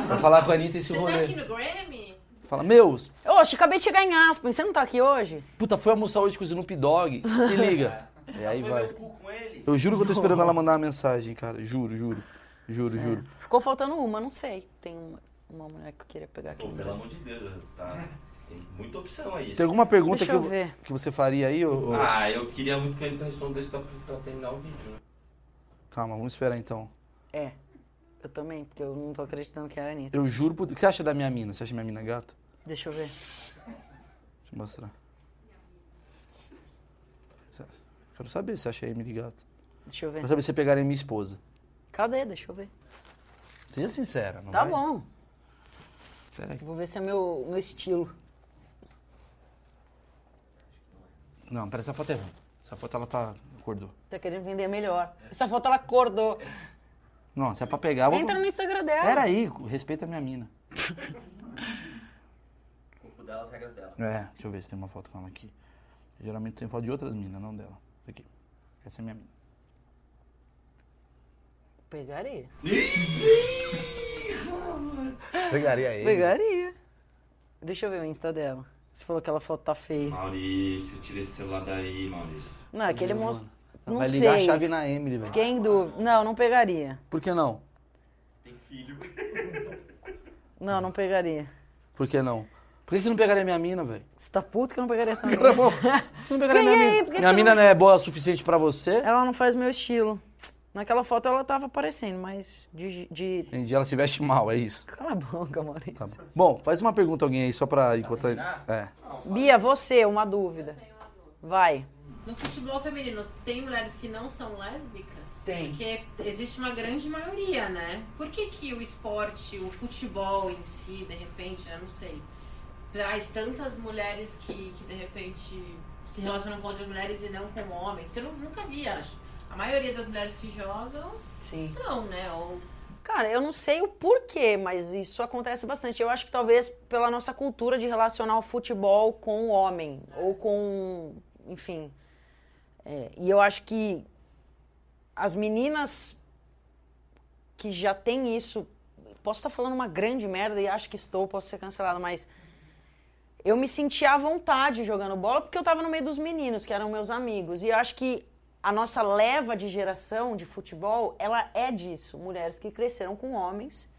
[SPEAKER 1] Pra falar com a Anitta esse
[SPEAKER 3] Você tá aqui
[SPEAKER 1] rolê.
[SPEAKER 3] no Grammy?
[SPEAKER 1] Fala, meus,
[SPEAKER 2] Oxe, acabei de chegar em Aspen. Você não tá aqui hoje?
[SPEAKER 1] puta, foi almoçar hoje com o Snoop Dogg. Se liga. E É, aí
[SPEAKER 4] Foi meu
[SPEAKER 1] vai.
[SPEAKER 4] cu com ele.
[SPEAKER 1] Eu juro que eu tô esperando ela mandar uma mensagem, cara. Juro, juro. Juro, juro.
[SPEAKER 2] Ficou faltando uma, não sei. Tem uma, uma mulher que eu queria pegar aqui.
[SPEAKER 5] Pô, pelo amor de Deus, tá? Tem muita opção aí.
[SPEAKER 1] Tem alguma pergunta
[SPEAKER 2] Deixa
[SPEAKER 1] que,
[SPEAKER 2] eu ver.
[SPEAKER 1] que você faria aí? ô- ô-
[SPEAKER 5] Ah, eu queria muito que a gente respondesse pra, pra terminar o vídeo. né?
[SPEAKER 1] Calma, vamos esperar então.
[SPEAKER 2] É. Eu também, porque eu não tô acreditando que é a Anitta.
[SPEAKER 1] Eu juro por. O que você acha da minha mina? Você acha minha mina gata?
[SPEAKER 2] Deixa eu ver.
[SPEAKER 1] Deixa eu mostrar. Você- Quero saber se você acha a Emily gata.
[SPEAKER 2] Deixa eu ver.
[SPEAKER 1] Quero saber se você pegaria minha esposa.
[SPEAKER 2] Cadê? Deixa eu ver.
[SPEAKER 1] Seja sincera, não
[SPEAKER 2] Tá
[SPEAKER 1] vai?
[SPEAKER 2] bom.
[SPEAKER 1] Pera aí.
[SPEAKER 2] Vou ver se é meu, meu estilo.
[SPEAKER 1] Não, pera, essa foto é ruim. Essa foto ela tá. acordou.
[SPEAKER 2] Tá querendo vender melhor. Essa foto ela acordou.
[SPEAKER 1] Não, se é pra pegar, eu vou.
[SPEAKER 2] Entra no Instagram dela.
[SPEAKER 1] Tá Pera aí, respeita a minha mina.
[SPEAKER 4] O cu dela, as regras dela.
[SPEAKER 1] É, deixa eu ver se tem uma foto com ela aqui. Geralmente tem foto de outras minas, não dela. Isso Aqui. Essa é minha mina.
[SPEAKER 2] Pegaria.
[SPEAKER 1] Pegaria aí.
[SPEAKER 2] Pegaria. Deixa eu ver o Insta dela. Você falou que aquela foto tá feia.
[SPEAKER 5] Maurício, tira esse celular daí, Maurício.
[SPEAKER 2] Não, é aquele monstro. Não
[SPEAKER 1] Vai
[SPEAKER 2] sei.
[SPEAKER 1] ligar a chave na Emily, velho.
[SPEAKER 2] Fiquei em dúvida. Não, não pegaria.
[SPEAKER 1] Por que não?
[SPEAKER 7] Tem filho.
[SPEAKER 2] Não, não pegaria.
[SPEAKER 1] Por que não? Por que você não pegaria minha mina, velho?
[SPEAKER 2] Você tá puto que eu não pegaria essa
[SPEAKER 1] Cara,
[SPEAKER 2] mulher.
[SPEAKER 1] bom, Você não pegaria
[SPEAKER 2] Quem
[SPEAKER 1] minha
[SPEAKER 2] é aí?
[SPEAKER 1] mina.
[SPEAKER 2] Por que
[SPEAKER 1] minha
[SPEAKER 2] você
[SPEAKER 1] mina
[SPEAKER 2] não-
[SPEAKER 1] não é boa o suficiente pra você.
[SPEAKER 2] Ela não faz meu estilo. Naquela foto ela tava aparecendo, mas de. de-
[SPEAKER 1] Entendi, ela se veste mal, é isso.
[SPEAKER 2] Cala a boca, Maurício.
[SPEAKER 1] Tá bom. Bom, faz uma pergunta a alguém aí só pra encontrar.
[SPEAKER 4] terminar?
[SPEAKER 1] É.
[SPEAKER 2] Bia, você, uma dúvida. Vai.
[SPEAKER 3] No futebol feminino, tem mulheres que não são lésbicas?
[SPEAKER 2] Tem.
[SPEAKER 3] Porque existe uma grande maioria, né? Por que, que o esporte, o futebol em si, de repente, eu não sei, traz tantas mulheres que, que de repente se relacionam com outras mulheres e não com homens? Porque eu nu- nunca vi, acho. A maioria das mulheres que jogam
[SPEAKER 2] Sim.
[SPEAKER 3] são, né? Ou
[SPEAKER 2] Cara, eu não sei o porquê, mas isso acontece bastante. Eu acho que talvez pela nossa cultura de relacionar o futebol com o homem, ou com. Enfim. É, e eu acho que as meninas que já têm isso. Posso estar falando uma grande merda e acho que estou, posso ser cancelada, mas. Eu me sentia à vontade jogando bola porque eu tava no meio dos meninos, que eram meus amigos. E eu acho que a nossa leva de geração de futebol, ela é disso. Mulheres que cresceram com homens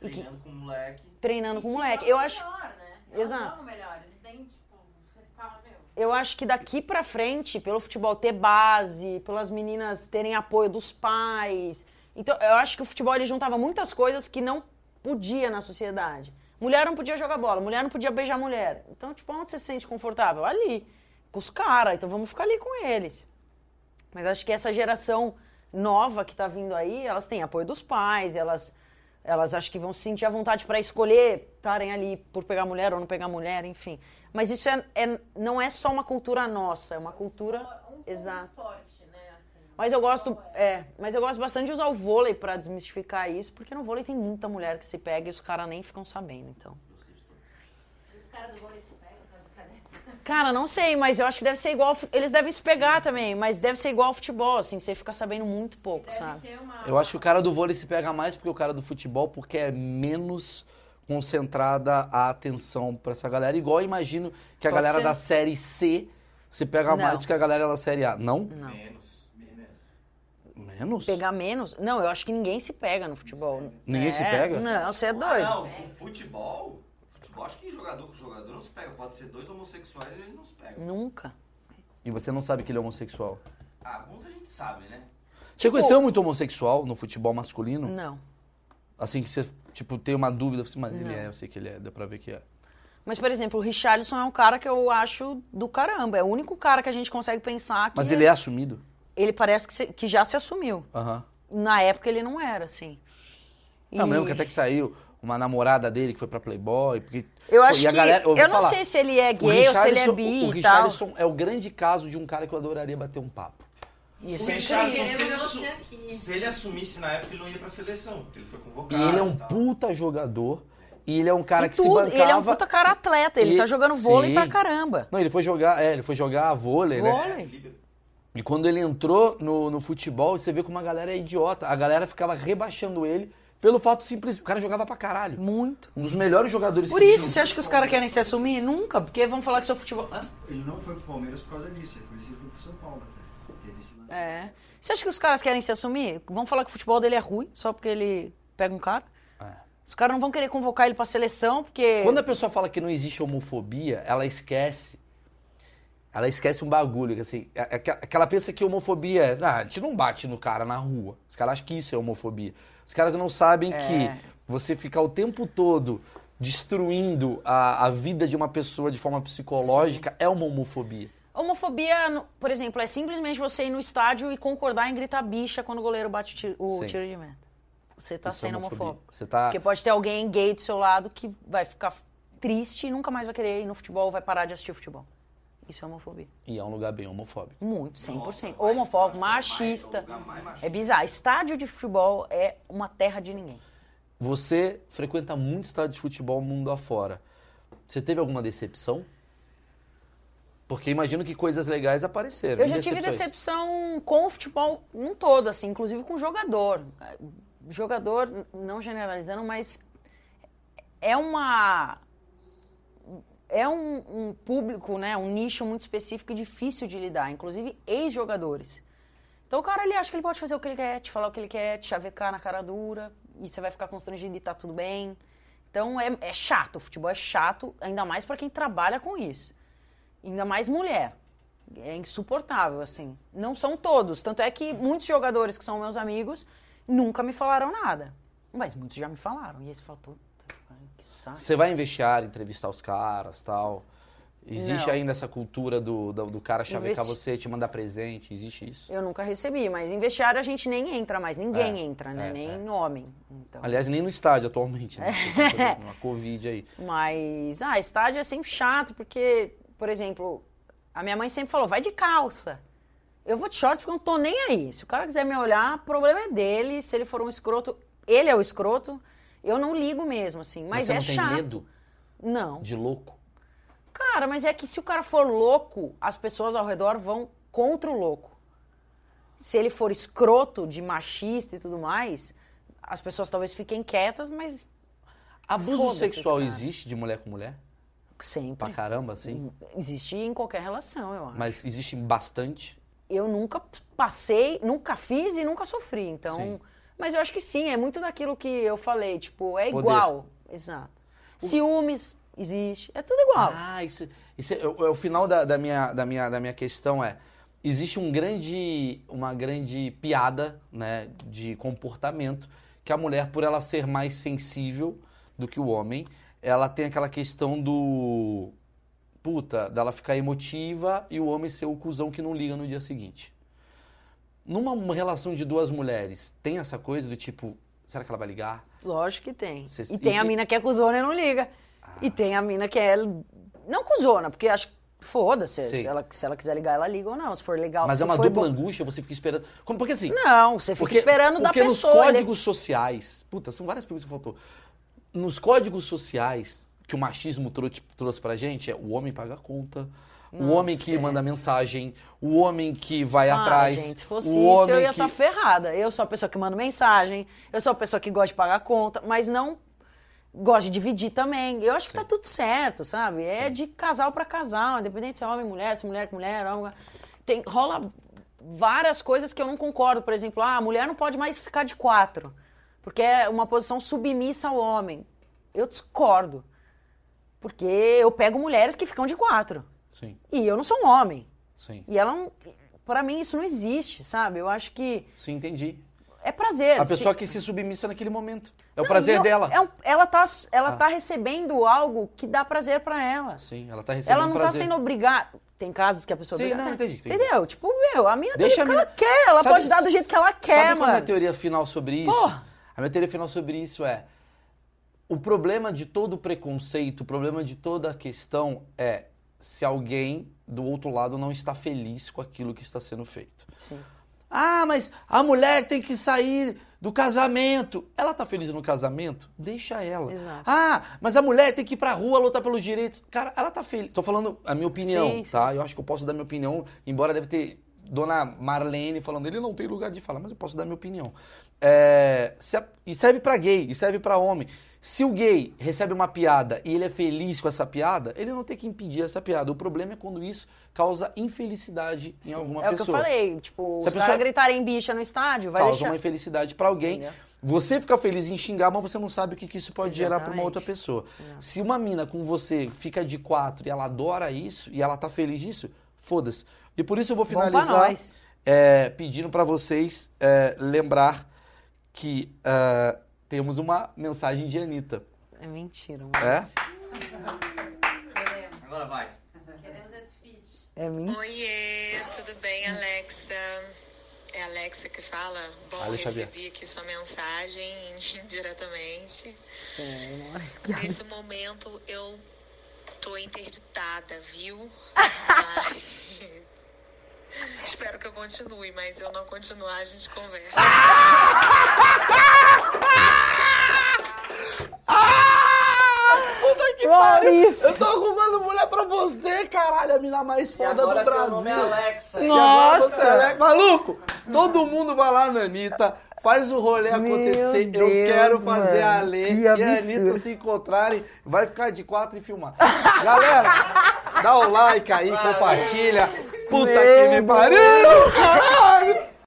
[SPEAKER 2] e que
[SPEAKER 4] Treinando com
[SPEAKER 5] um
[SPEAKER 4] o moleque.
[SPEAKER 2] treinando com
[SPEAKER 3] e que
[SPEAKER 2] moleque.
[SPEAKER 3] jogam
[SPEAKER 2] Eu acho,
[SPEAKER 3] Melhor, né? Elas
[SPEAKER 2] Exato.
[SPEAKER 3] jogam melhor. Não tem, tipo, você fala, meu.
[SPEAKER 2] eu acho que daqui pra frente, pelo futebol ter base, pelas meninas terem apoio dos pais. Então, eu acho que o futebol ele juntava muitas coisas que não podia na sociedade. Mulher não podia jogar bola, mulher não podia beijar mulher. Então, tipo, onde você se sente confortável? Ali, com os caras. Então, vamos ficar ali com eles. Mas acho que essa geração nova que tá vindo aí, elas têm apoio dos pais, elas elas acho que vão se sentir à vontade para escolher estarem ali por pegar mulher ou não pegar mulher, enfim. Mas isso é, é- não é só uma cultura nossa, é uma cultura.
[SPEAKER 3] Um pouco de
[SPEAKER 2] Exato.
[SPEAKER 3] esporte, né? Assim.
[SPEAKER 2] Mas eu gosto, é, mas eu gosto bastante de usar o vôlei para desmistificar isso, porque no vôlei tem muita mulher que se pega e os caras nem ficam sabendo, então.
[SPEAKER 3] Os caras do vôlei se pegam, fazem brincadeira.
[SPEAKER 2] Cara, não sei, mas eu acho que deve ser igual, ao fu- eles devem se pegar também, mas deve ser igual ao futebol, assim, você fica sabendo muito pouco,
[SPEAKER 3] Deve
[SPEAKER 2] sabe?
[SPEAKER 3] ter uma-
[SPEAKER 1] Tá. Eu acho que o cara do vôlei se pega mais porque o cara do futebol, porque é menos concentrada a atenção pra essa galera. Igual eu imagino que a
[SPEAKER 2] Pode
[SPEAKER 1] galera
[SPEAKER 2] ser.
[SPEAKER 1] da série C se pega
[SPEAKER 2] Não.
[SPEAKER 1] mais do que a galera da série A. Não?
[SPEAKER 2] Não.
[SPEAKER 5] Menos. Menos.
[SPEAKER 2] Hum.
[SPEAKER 1] Menos?
[SPEAKER 2] Pegar menos? Não, eu acho que ninguém se pega no futebol.
[SPEAKER 1] Ninguém
[SPEAKER 2] É,
[SPEAKER 1] se pega?
[SPEAKER 2] Não, você é
[SPEAKER 5] Ah,
[SPEAKER 2] doido.
[SPEAKER 5] não, com futebol. Futebol, acho que jogador com jogador não se pega. Pode ser dois homossexuais e eles não se pegam.
[SPEAKER 2] Nunca.
[SPEAKER 1] E você não sabe que ele é homossexual.
[SPEAKER 5] Ah, alguns a gente sabe, né?
[SPEAKER 1] Você
[SPEAKER 2] Tipo-
[SPEAKER 1] conheceu muito homossexual no futebol masculino?
[SPEAKER 2] Não.
[SPEAKER 1] Assim que você, tipo, tem uma dúvida, você, mas ele é, eu sei que ele é, deu pra ver que é.
[SPEAKER 2] Mas, por exemplo, o Richarlison é um cara que eu acho do caramba. É o único cara que a gente consegue pensar que.
[SPEAKER 1] Mas ele é assumido?
[SPEAKER 2] ele parece que, se- que já se assumiu.
[SPEAKER 1] Aham.
[SPEAKER 2] Na época ele não era, assim.
[SPEAKER 1] Não,
[SPEAKER 2] E-
[SPEAKER 1] mesmo que até que saiu uma namorada dele que foi pra Playboy. Porque,
[SPEAKER 2] Eu
[SPEAKER 1] Pô,
[SPEAKER 2] acho
[SPEAKER 1] e a
[SPEAKER 2] que.
[SPEAKER 1] galera- eu
[SPEAKER 2] eu
[SPEAKER 1] ouvi
[SPEAKER 2] não
[SPEAKER 1] falar,
[SPEAKER 2] sei se ele é
[SPEAKER 1] o
[SPEAKER 2] gay ou se ele é
[SPEAKER 1] Richarlison-
[SPEAKER 2] bi
[SPEAKER 1] o
[SPEAKER 2] e tal.
[SPEAKER 1] Richarlison é o grande caso de um cara que eu adoraria bater um papo.
[SPEAKER 2] Ia
[SPEAKER 5] O
[SPEAKER 1] é
[SPEAKER 2] ser
[SPEAKER 5] Richarlison, é um
[SPEAKER 2] incrível.
[SPEAKER 5] se ele,
[SPEAKER 3] Queremos
[SPEAKER 5] assu-
[SPEAKER 3] você aqui.
[SPEAKER 5] se ele assumisse na época, ele não ia pra seleção, porque ele foi
[SPEAKER 1] E
[SPEAKER 5] convocado.
[SPEAKER 1] ele é um
[SPEAKER 5] tal.
[SPEAKER 1] puta jogador. E ele é um cara
[SPEAKER 2] Ah, tá. E
[SPEAKER 1] que se
[SPEAKER 2] tudo,
[SPEAKER 1] bancava.
[SPEAKER 2] Ele é um puta cara atleta, ele
[SPEAKER 1] E-
[SPEAKER 2] tá jogando vôlei
[SPEAKER 1] Sim.
[SPEAKER 2] pra caramba.
[SPEAKER 1] Não, ele foi jogar, é, ele foi jogar vôlei,
[SPEAKER 5] É,
[SPEAKER 1] né?
[SPEAKER 2] Vôlei.
[SPEAKER 5] Líbero.
[SPEAKER 1] E quando ele entrou no, no futebol, você vê como a galera é idiota. A galera ficava rebaixando ele pelo fato simples. O cara jogava pra caralho.
[SPEAKER 2] Muito.
[SPEAKER 1] Um dos melhores jogadores
[SPEAKER 2] Por
[SPEAKER 1] que
[SPEAKER 2] isso,
[SPEAKER 1] tinha.
[SPEAKER 2] você acha que os caras querem se assumir? Nunca, porque vão falar que seu futebol. Hã?
[SPEAKER 6] Ele não foi pro Palmeiras por causa disso, é por isso que ele foi pro São Paulo até. Teve esse lance.
[SPEAKER 2] É. Você acha que os caras querem se assumir? Vão falar que o futebol dele é ruim só porque ele pega um cara? Os caras não vão querer convocar ele pra seleção porque.
[SPEAKER 1] É. Quando é- a pessoa fala que não existe homofobia, ela esquece. Ela esquece um bagulho, que assim, é- é que- é que ela pensa que homofobia é, ah, a gente não bate no cara na rua. Os caras acham que isso é homofobia. Os caras não sabem
[SPEAKER 2] É.
[SPEAKER 1] que você ficar o tempo todo destruindo a, a vida de uma pessoa de forma psicológica é uma homofobia.
[SPEAKER 2] Homofobia, no- por exemplo, é simplesmente você ir no estádio e concordar em gritar bicha quando o goleiro bate o ti- o
[SPEAKER 1] Sim.
[SPEAKER 2] tiro, de meta. Você tá
[SPEAKER 1] Isso é
[SPEAKER 2] sendo
[SPEAKER 1] homofobia.
[SPEAKER 2] homofóbico.
[SPEAKER 1] Você tá
[SPEAKER 2] Porque pode ter alguém gay do seu lado que vai ficar triste e nunca mais vai querer ir no futebol, vai parar de assistir futebol. Isso é homofobia.
[SPEAKER 1] e é um lugar bem homofóbico.
[SPEAKER 2] Muito, 100%.
[SPEAKER 5] Nossa,
[SPEAKER 2] Homofóbico,
[SPEAKER 5] mais- é o
[SPEAKER 2] machista.
[SPEAKER 5] lugar mais machista.
[SPEAKER 2] É bizarro. Estádio de futebol é uma terra de ninguém.
[SPEAKER 1] Você frequenta muito estádio de futebol mundo afora. Você teve alguma decepção? Porque imagino que coisas legais apareceram.
[SPEAKER 2] Eu
[SPEAKER 1] E
[SPEAKER 2] já tive
[SPEAKER 1] decepções?
[SPEAKER 2] decepção com o futebol num todo, assim, inclusive com o jogador. Jogador, n- não generalizando, mas é uma. É um, um público, né, um nicho muito específico e difícil de lidar, inclusive ex-jogadores. Então o cara ele acha que ele pode fazer o que ele quer, te falar o que ele quer, te chavecar na cara dura, e você vai ficar constrangido e tá tudo bem. Então é, é chato, o futebol é chato, ainda mais pra quem trabalha com isso. Ainda mais mulher. É insuportável, assim. Não são todos. Tanto é que muitos jogadores que são meus amigos nunca me falaram nada. Mas muitos já me falaram. E aí você fala, puta, cara, que saco.
[SPEAKER 1] Você vai em vestiário, entrevistar os caras tal. Existe
[SPEAKER 2] Não.
[SPEAKER 1] ainda essa cultura do, do, do cara chavecar
[SPEAKER 2] Investi-
[SPEAKER 1] você, te mandar presente? Existe isso?
[SPEAKER 2] Eu nunca recebi, mas em vestiário a gente nem entra mais.
[SPEAKER 1] É,
[SPEAKER 2] Ninguém entra, né?
[SPEAKER 1] é,
[SPEAKER 2] nem homem. Então.
[SPEAKER 1] Aliás, nem no estádio atualmente, né? Tem Uma Covid aí.
[SPEAKER 2] Mas, ah, estádio é sempre chato, porque, por exemplo, a minha mãe sempre falou, vai de calça. Eu vou de shorts porque eu não tô nem aí. Se o cara quiser me olhar, o problema é dele. Se ele for um escroto, ele é o escroto. Eu não ligo mesmo, assim. Mas,
[SPEAKER 1] você
[SPEAKER 2] é
[SPEAKER 1] não tem
[SPEAKER 2] chato.
[SPEAKER 1] medo
[SPEAKER 2] Não.
[SPEAKER 1] de louco?
[SPEAKER 2] Cara, mas é que se o cara for louco, as pessoas ao redor vão contra o louco. Se ele for escroto, de machista e tudo mais, as pessoas talvez fiquem quietas, mas
[SPEAKER 1] Abuso
[SPEAKER 2] Foda-se
[SPEAKER 1] sexual
[SPEAKER 2] esse cara. É.
[SPEAKER 1] existe de mulher com mulher? Pra
[SPEAKER 2] sempre.
[SPEAKER 1] caramba, assim.
[SPEAKER 2] Existe em qualquer relação, eu acho.
[SPEAKER 1] Mas existe bastante.
[SPEAKER 2] eu nunca passei, nunca fiz e nunca sofri. Então,
[SPEAKER 1] Sim.
[SPEAKER 2] mas eu acho que sim, é muito daquilo que eu falei, tipo, é
[SPEAKER 1] Poder.
[SPEAKER 2] igual. Exato. Ciúmes existe, é tudo igual.
[SPEAKER 1] Ah, isso, isso é, é o final da, da minha, da, minha, da minha questão é existe um grande, uma grande piada, né, de comportamento que a mulher, por ela ser mais sensível do que o homem, ela tem aquela questão do puta, dela ficar emotiva e o homem ser o cuzão que não liga no dia seguinte. Numa relação de duas mulheres, tem essa coisa do tipo, será que ela vai ligar?
[SPEAKER 2] Lógico que tem.
[SPEAKER 1] Cês-
[SPEAKER 2] E tem
[SPEAKER 1] e- Ah.
[SPEAKER 2] a mina que é cuzona e não liga. E tem a mina que é não cuzona, porque acho que foda-se,
[SPEAKER 1] Sim.
[SPEAKER 2] se ela, se ela quiser ligar, ela liga ou não, se for legal.
[SPEAKER 1] Mas
[SPEAKER 2] se
[SPEAKER 1] é uma
[SPEAKER 2] foi
[SPEAKER 1] dupla
[SPEAKER 2] bom-
[SPEAKER 1] angústia, você fica esperando. Como, porque assim,
[SPEAKER 2] Não, você fica esperando da
[SPEAKER 1] porque
[SPEAKER 2] pessoa.
[SPEAKER 1] nos
[SPEAKER 2] ele- é
[SPEAKER 1] códigos sociais, puta, são várias perguntas que faltou. Nos códigos sociais que o machismo trou- trouxe pra gente é o homem paga a conta, o
[SPEAKER 2] Não,
[SPEAKER 1] homem que
[SPEAKER 2] esquece.
[SPEAKER 1] manda mensagem, o homem que vai
[SPEAKER 2] Ah,
[SPEAKER 1] atrás,
[SPEAKER 2] Gente, se fosse
[SPEAKER 1] o
[SPEAKER 2] isso,
[SPEAKER 1] homem
[SPEAKER 2] eu ia tá
[SPEAKER 1] que
[SPEAKER 2] estar ferrada. Eu sou a pessoa que manda mensagem, eu sou a pessoa que gosta de pagar conta, mas não gosta de dividir também. Eu acho que tá tudo certo, sabe? É de casal pra casal, independente se é homem e mulher, se mulher com mulher, homem. Tem, rola várias coisas que eu não concordo. Por exemplo, ah, a mulher não pode mais ficar de quatro, porque é uma posição submissa ao homem. Eu discordo. Porque eu pego mulheres que ficam de quatro.
[SPEAKER 1] Sim,
[SPEAKER 2] E eu não sou um homem.
[SPEAKER 1] sim.
[SPEAKER 2] E ela não. Pra mim, isso não existe, sabe? Eu acho que
[SPEAKER 1] Sim, entendi.
[SPEAKER 2] é prazer.
[SPEAKER 1] A
[SPEAKER 2] Se-
[SPEAKER 1] pessoa que se submissa naquele momento. É o
[SPEAKER 2] Não,
[SPEAKER 1] prazer
[SPEAKER 2] e eu-
[SPEAKER 1] dela.
[SPEAKER 2] é um- ela tá, ela
[SPEAKER 1] Ah.
[SPEAKER 2] tá recebendo algo que dá prazer pra ela.
[SPEAKER 1] Sim, ela tá recebendo
[SPEAKER 2] Ela não tá
[SPEAKER 1] prazer.
[SPEAKER 2] sendo obrigada. Tem casos que a pessoa.
[SPEAKER 1] Sim,
[SPEAKER 2] obriga-
[SPEAKER 1] não, entendi, entendi.
[SPEAKER 2] Entendeu? Tipo, meu, a mina
[SPEAKER 1] Deixa
[SPEAKER 2] Deixa
[SPEAKER 1] a
[SPEAKER 2] tem o que
[SPEAKER 1] mina-
[SPEAKER 2] ela quer. Ela
[SPEAKER 1] Sabe-
[SPEAKER 2] pode dar do jeito que ela quer,
[SPEAKER 1] Sabe qual é a
[SPEAKER 2] mano.
[SPEAKER 1] minha teoria final sobre isso?
[SPEAKER 2] Porra.
[SPEAKER 1] A minha teoria final sobre isso é... O problema de todo preconceito, o problema de toda questão é se alguém do outro lado não está feliz com aquilo que está sendo feito.
[SPEAKER 2] Sim.
[SPEAKER 1] Ah, mas a mulher tem que sair do casamento. Ela tá feliz no casamento? Deixa ela.
[SPEAKER 2] Exato.
[SPEAKER 1] Ah, mas a mulher tem que ir pra rua lutar pelos direitos. Cara, ela tá feliz. Tô falando a minha opinião,
[SPEAKER 2] Sim, sim.
[SPEAKER 1] tá? Eu acho que eu posso dar minha opinião, embora deve ter dona Marlene falando, ele não tem lugar de falar, mas eu posso dar minha opinião. É, se a- e serve pra gay, e serve pra homem. Se o gay recebe uma piada e ele é feliz com essa piada, ele não tem que impedir essa piada. O problema é quando isso causa infelicidade em alguma
[SPEAKER 2] é
[SPEAKER 1] pessoa.
[SPEAKER 2] o que eu falei. Tipo,
[SPEAKER 1] Se a
[SPEAKER 2] os
[SPEAKER 1] pessoa-
[SPEAKER 2] caras gritarem bicha no estádio, vai
[SPEAKER 1] causa
[SPEAKER 2] deixar.
[SPEAKER 1] uma infelicidade pra alguém.
[SPEAKER 2] Entendeu?
[SPEAKER 1] Você fica feliz em xingar, mas você não sabe o que, que isso pode gerar pra uma
[SPEAKER 2] Exatamente.
[SPEAKER 1] outra pessoa. Se uma mina com você fica de quatro e ela adora isso e ela tá feliz disso, foda-se. E por isso eu vou
[SPEAKER 2] Bom pra
[SPEAKER 1] finalizar
[SPEAKER 2] nós.
[SPEAKER 1] é, pedindo pra vocês é, lembrar que é, temos uma mensagem de Anitta.
[SPEAKER 2] É mentira, mano.
[SPEAKER 1] É?
[SPEAKER 3] Queremos,
[SPEAKER 4] Agora vai.
[SPEAKER 3] queremos esse feat.
[SPEAKER 2] É mentira.
[SPEAKER 8] Oiê, tudo bem, Alexa? É a Alexa que fala? Bom,
[SPEAKER 1] Alex Xavier.
[SPEAKER 8] recebi aqui sua mensagem indiretamente. Nesse momento eu tô interditada, viu? Mas... Espero que eu continue, mas se eu não continuar, a gente conversa.
[SPEAKER 1] Ah!
[SPEAKER 2] Maurício.
[SPEAKER 1] Eu tô arrumando mulher pra você, caralho, a mina mais
[SPEAKER 4] E
[SPEAKER 1] foda
[SPEAKER 4] agora
[SPEAKER 1] do
[SPEAKER 4] teu nome é
[SPEAKER 1] Brasil.
[SPEAKER 4] Alexa.
[SPEAKER 1] E agora
[SPEAKER 2] Nossa!
[SPEAKER 1] você é Maluco! Todo mundo vai lá na Anitta, faz o rolê
[SPEAKER 2] Meu
[SPEAKER 1] acontecer. eu
[SPEAKER 2] Deus,
[SPEAKER 1] quero fazer a
[SPEAKER 2] mano,
[SPEAKER 1] Lê
[SPEAKER 2] que
[SPEAKER 1] e a
[SPEAKER 2] absurdo.
[SPEAKER 1] Anitta se encontrarem, vai ficar de quatro e filmar. Galera, dá o like aí, compartilha. Puta que me
[SPEAKER 2] Deus.
[SPEAKER 1] pariu!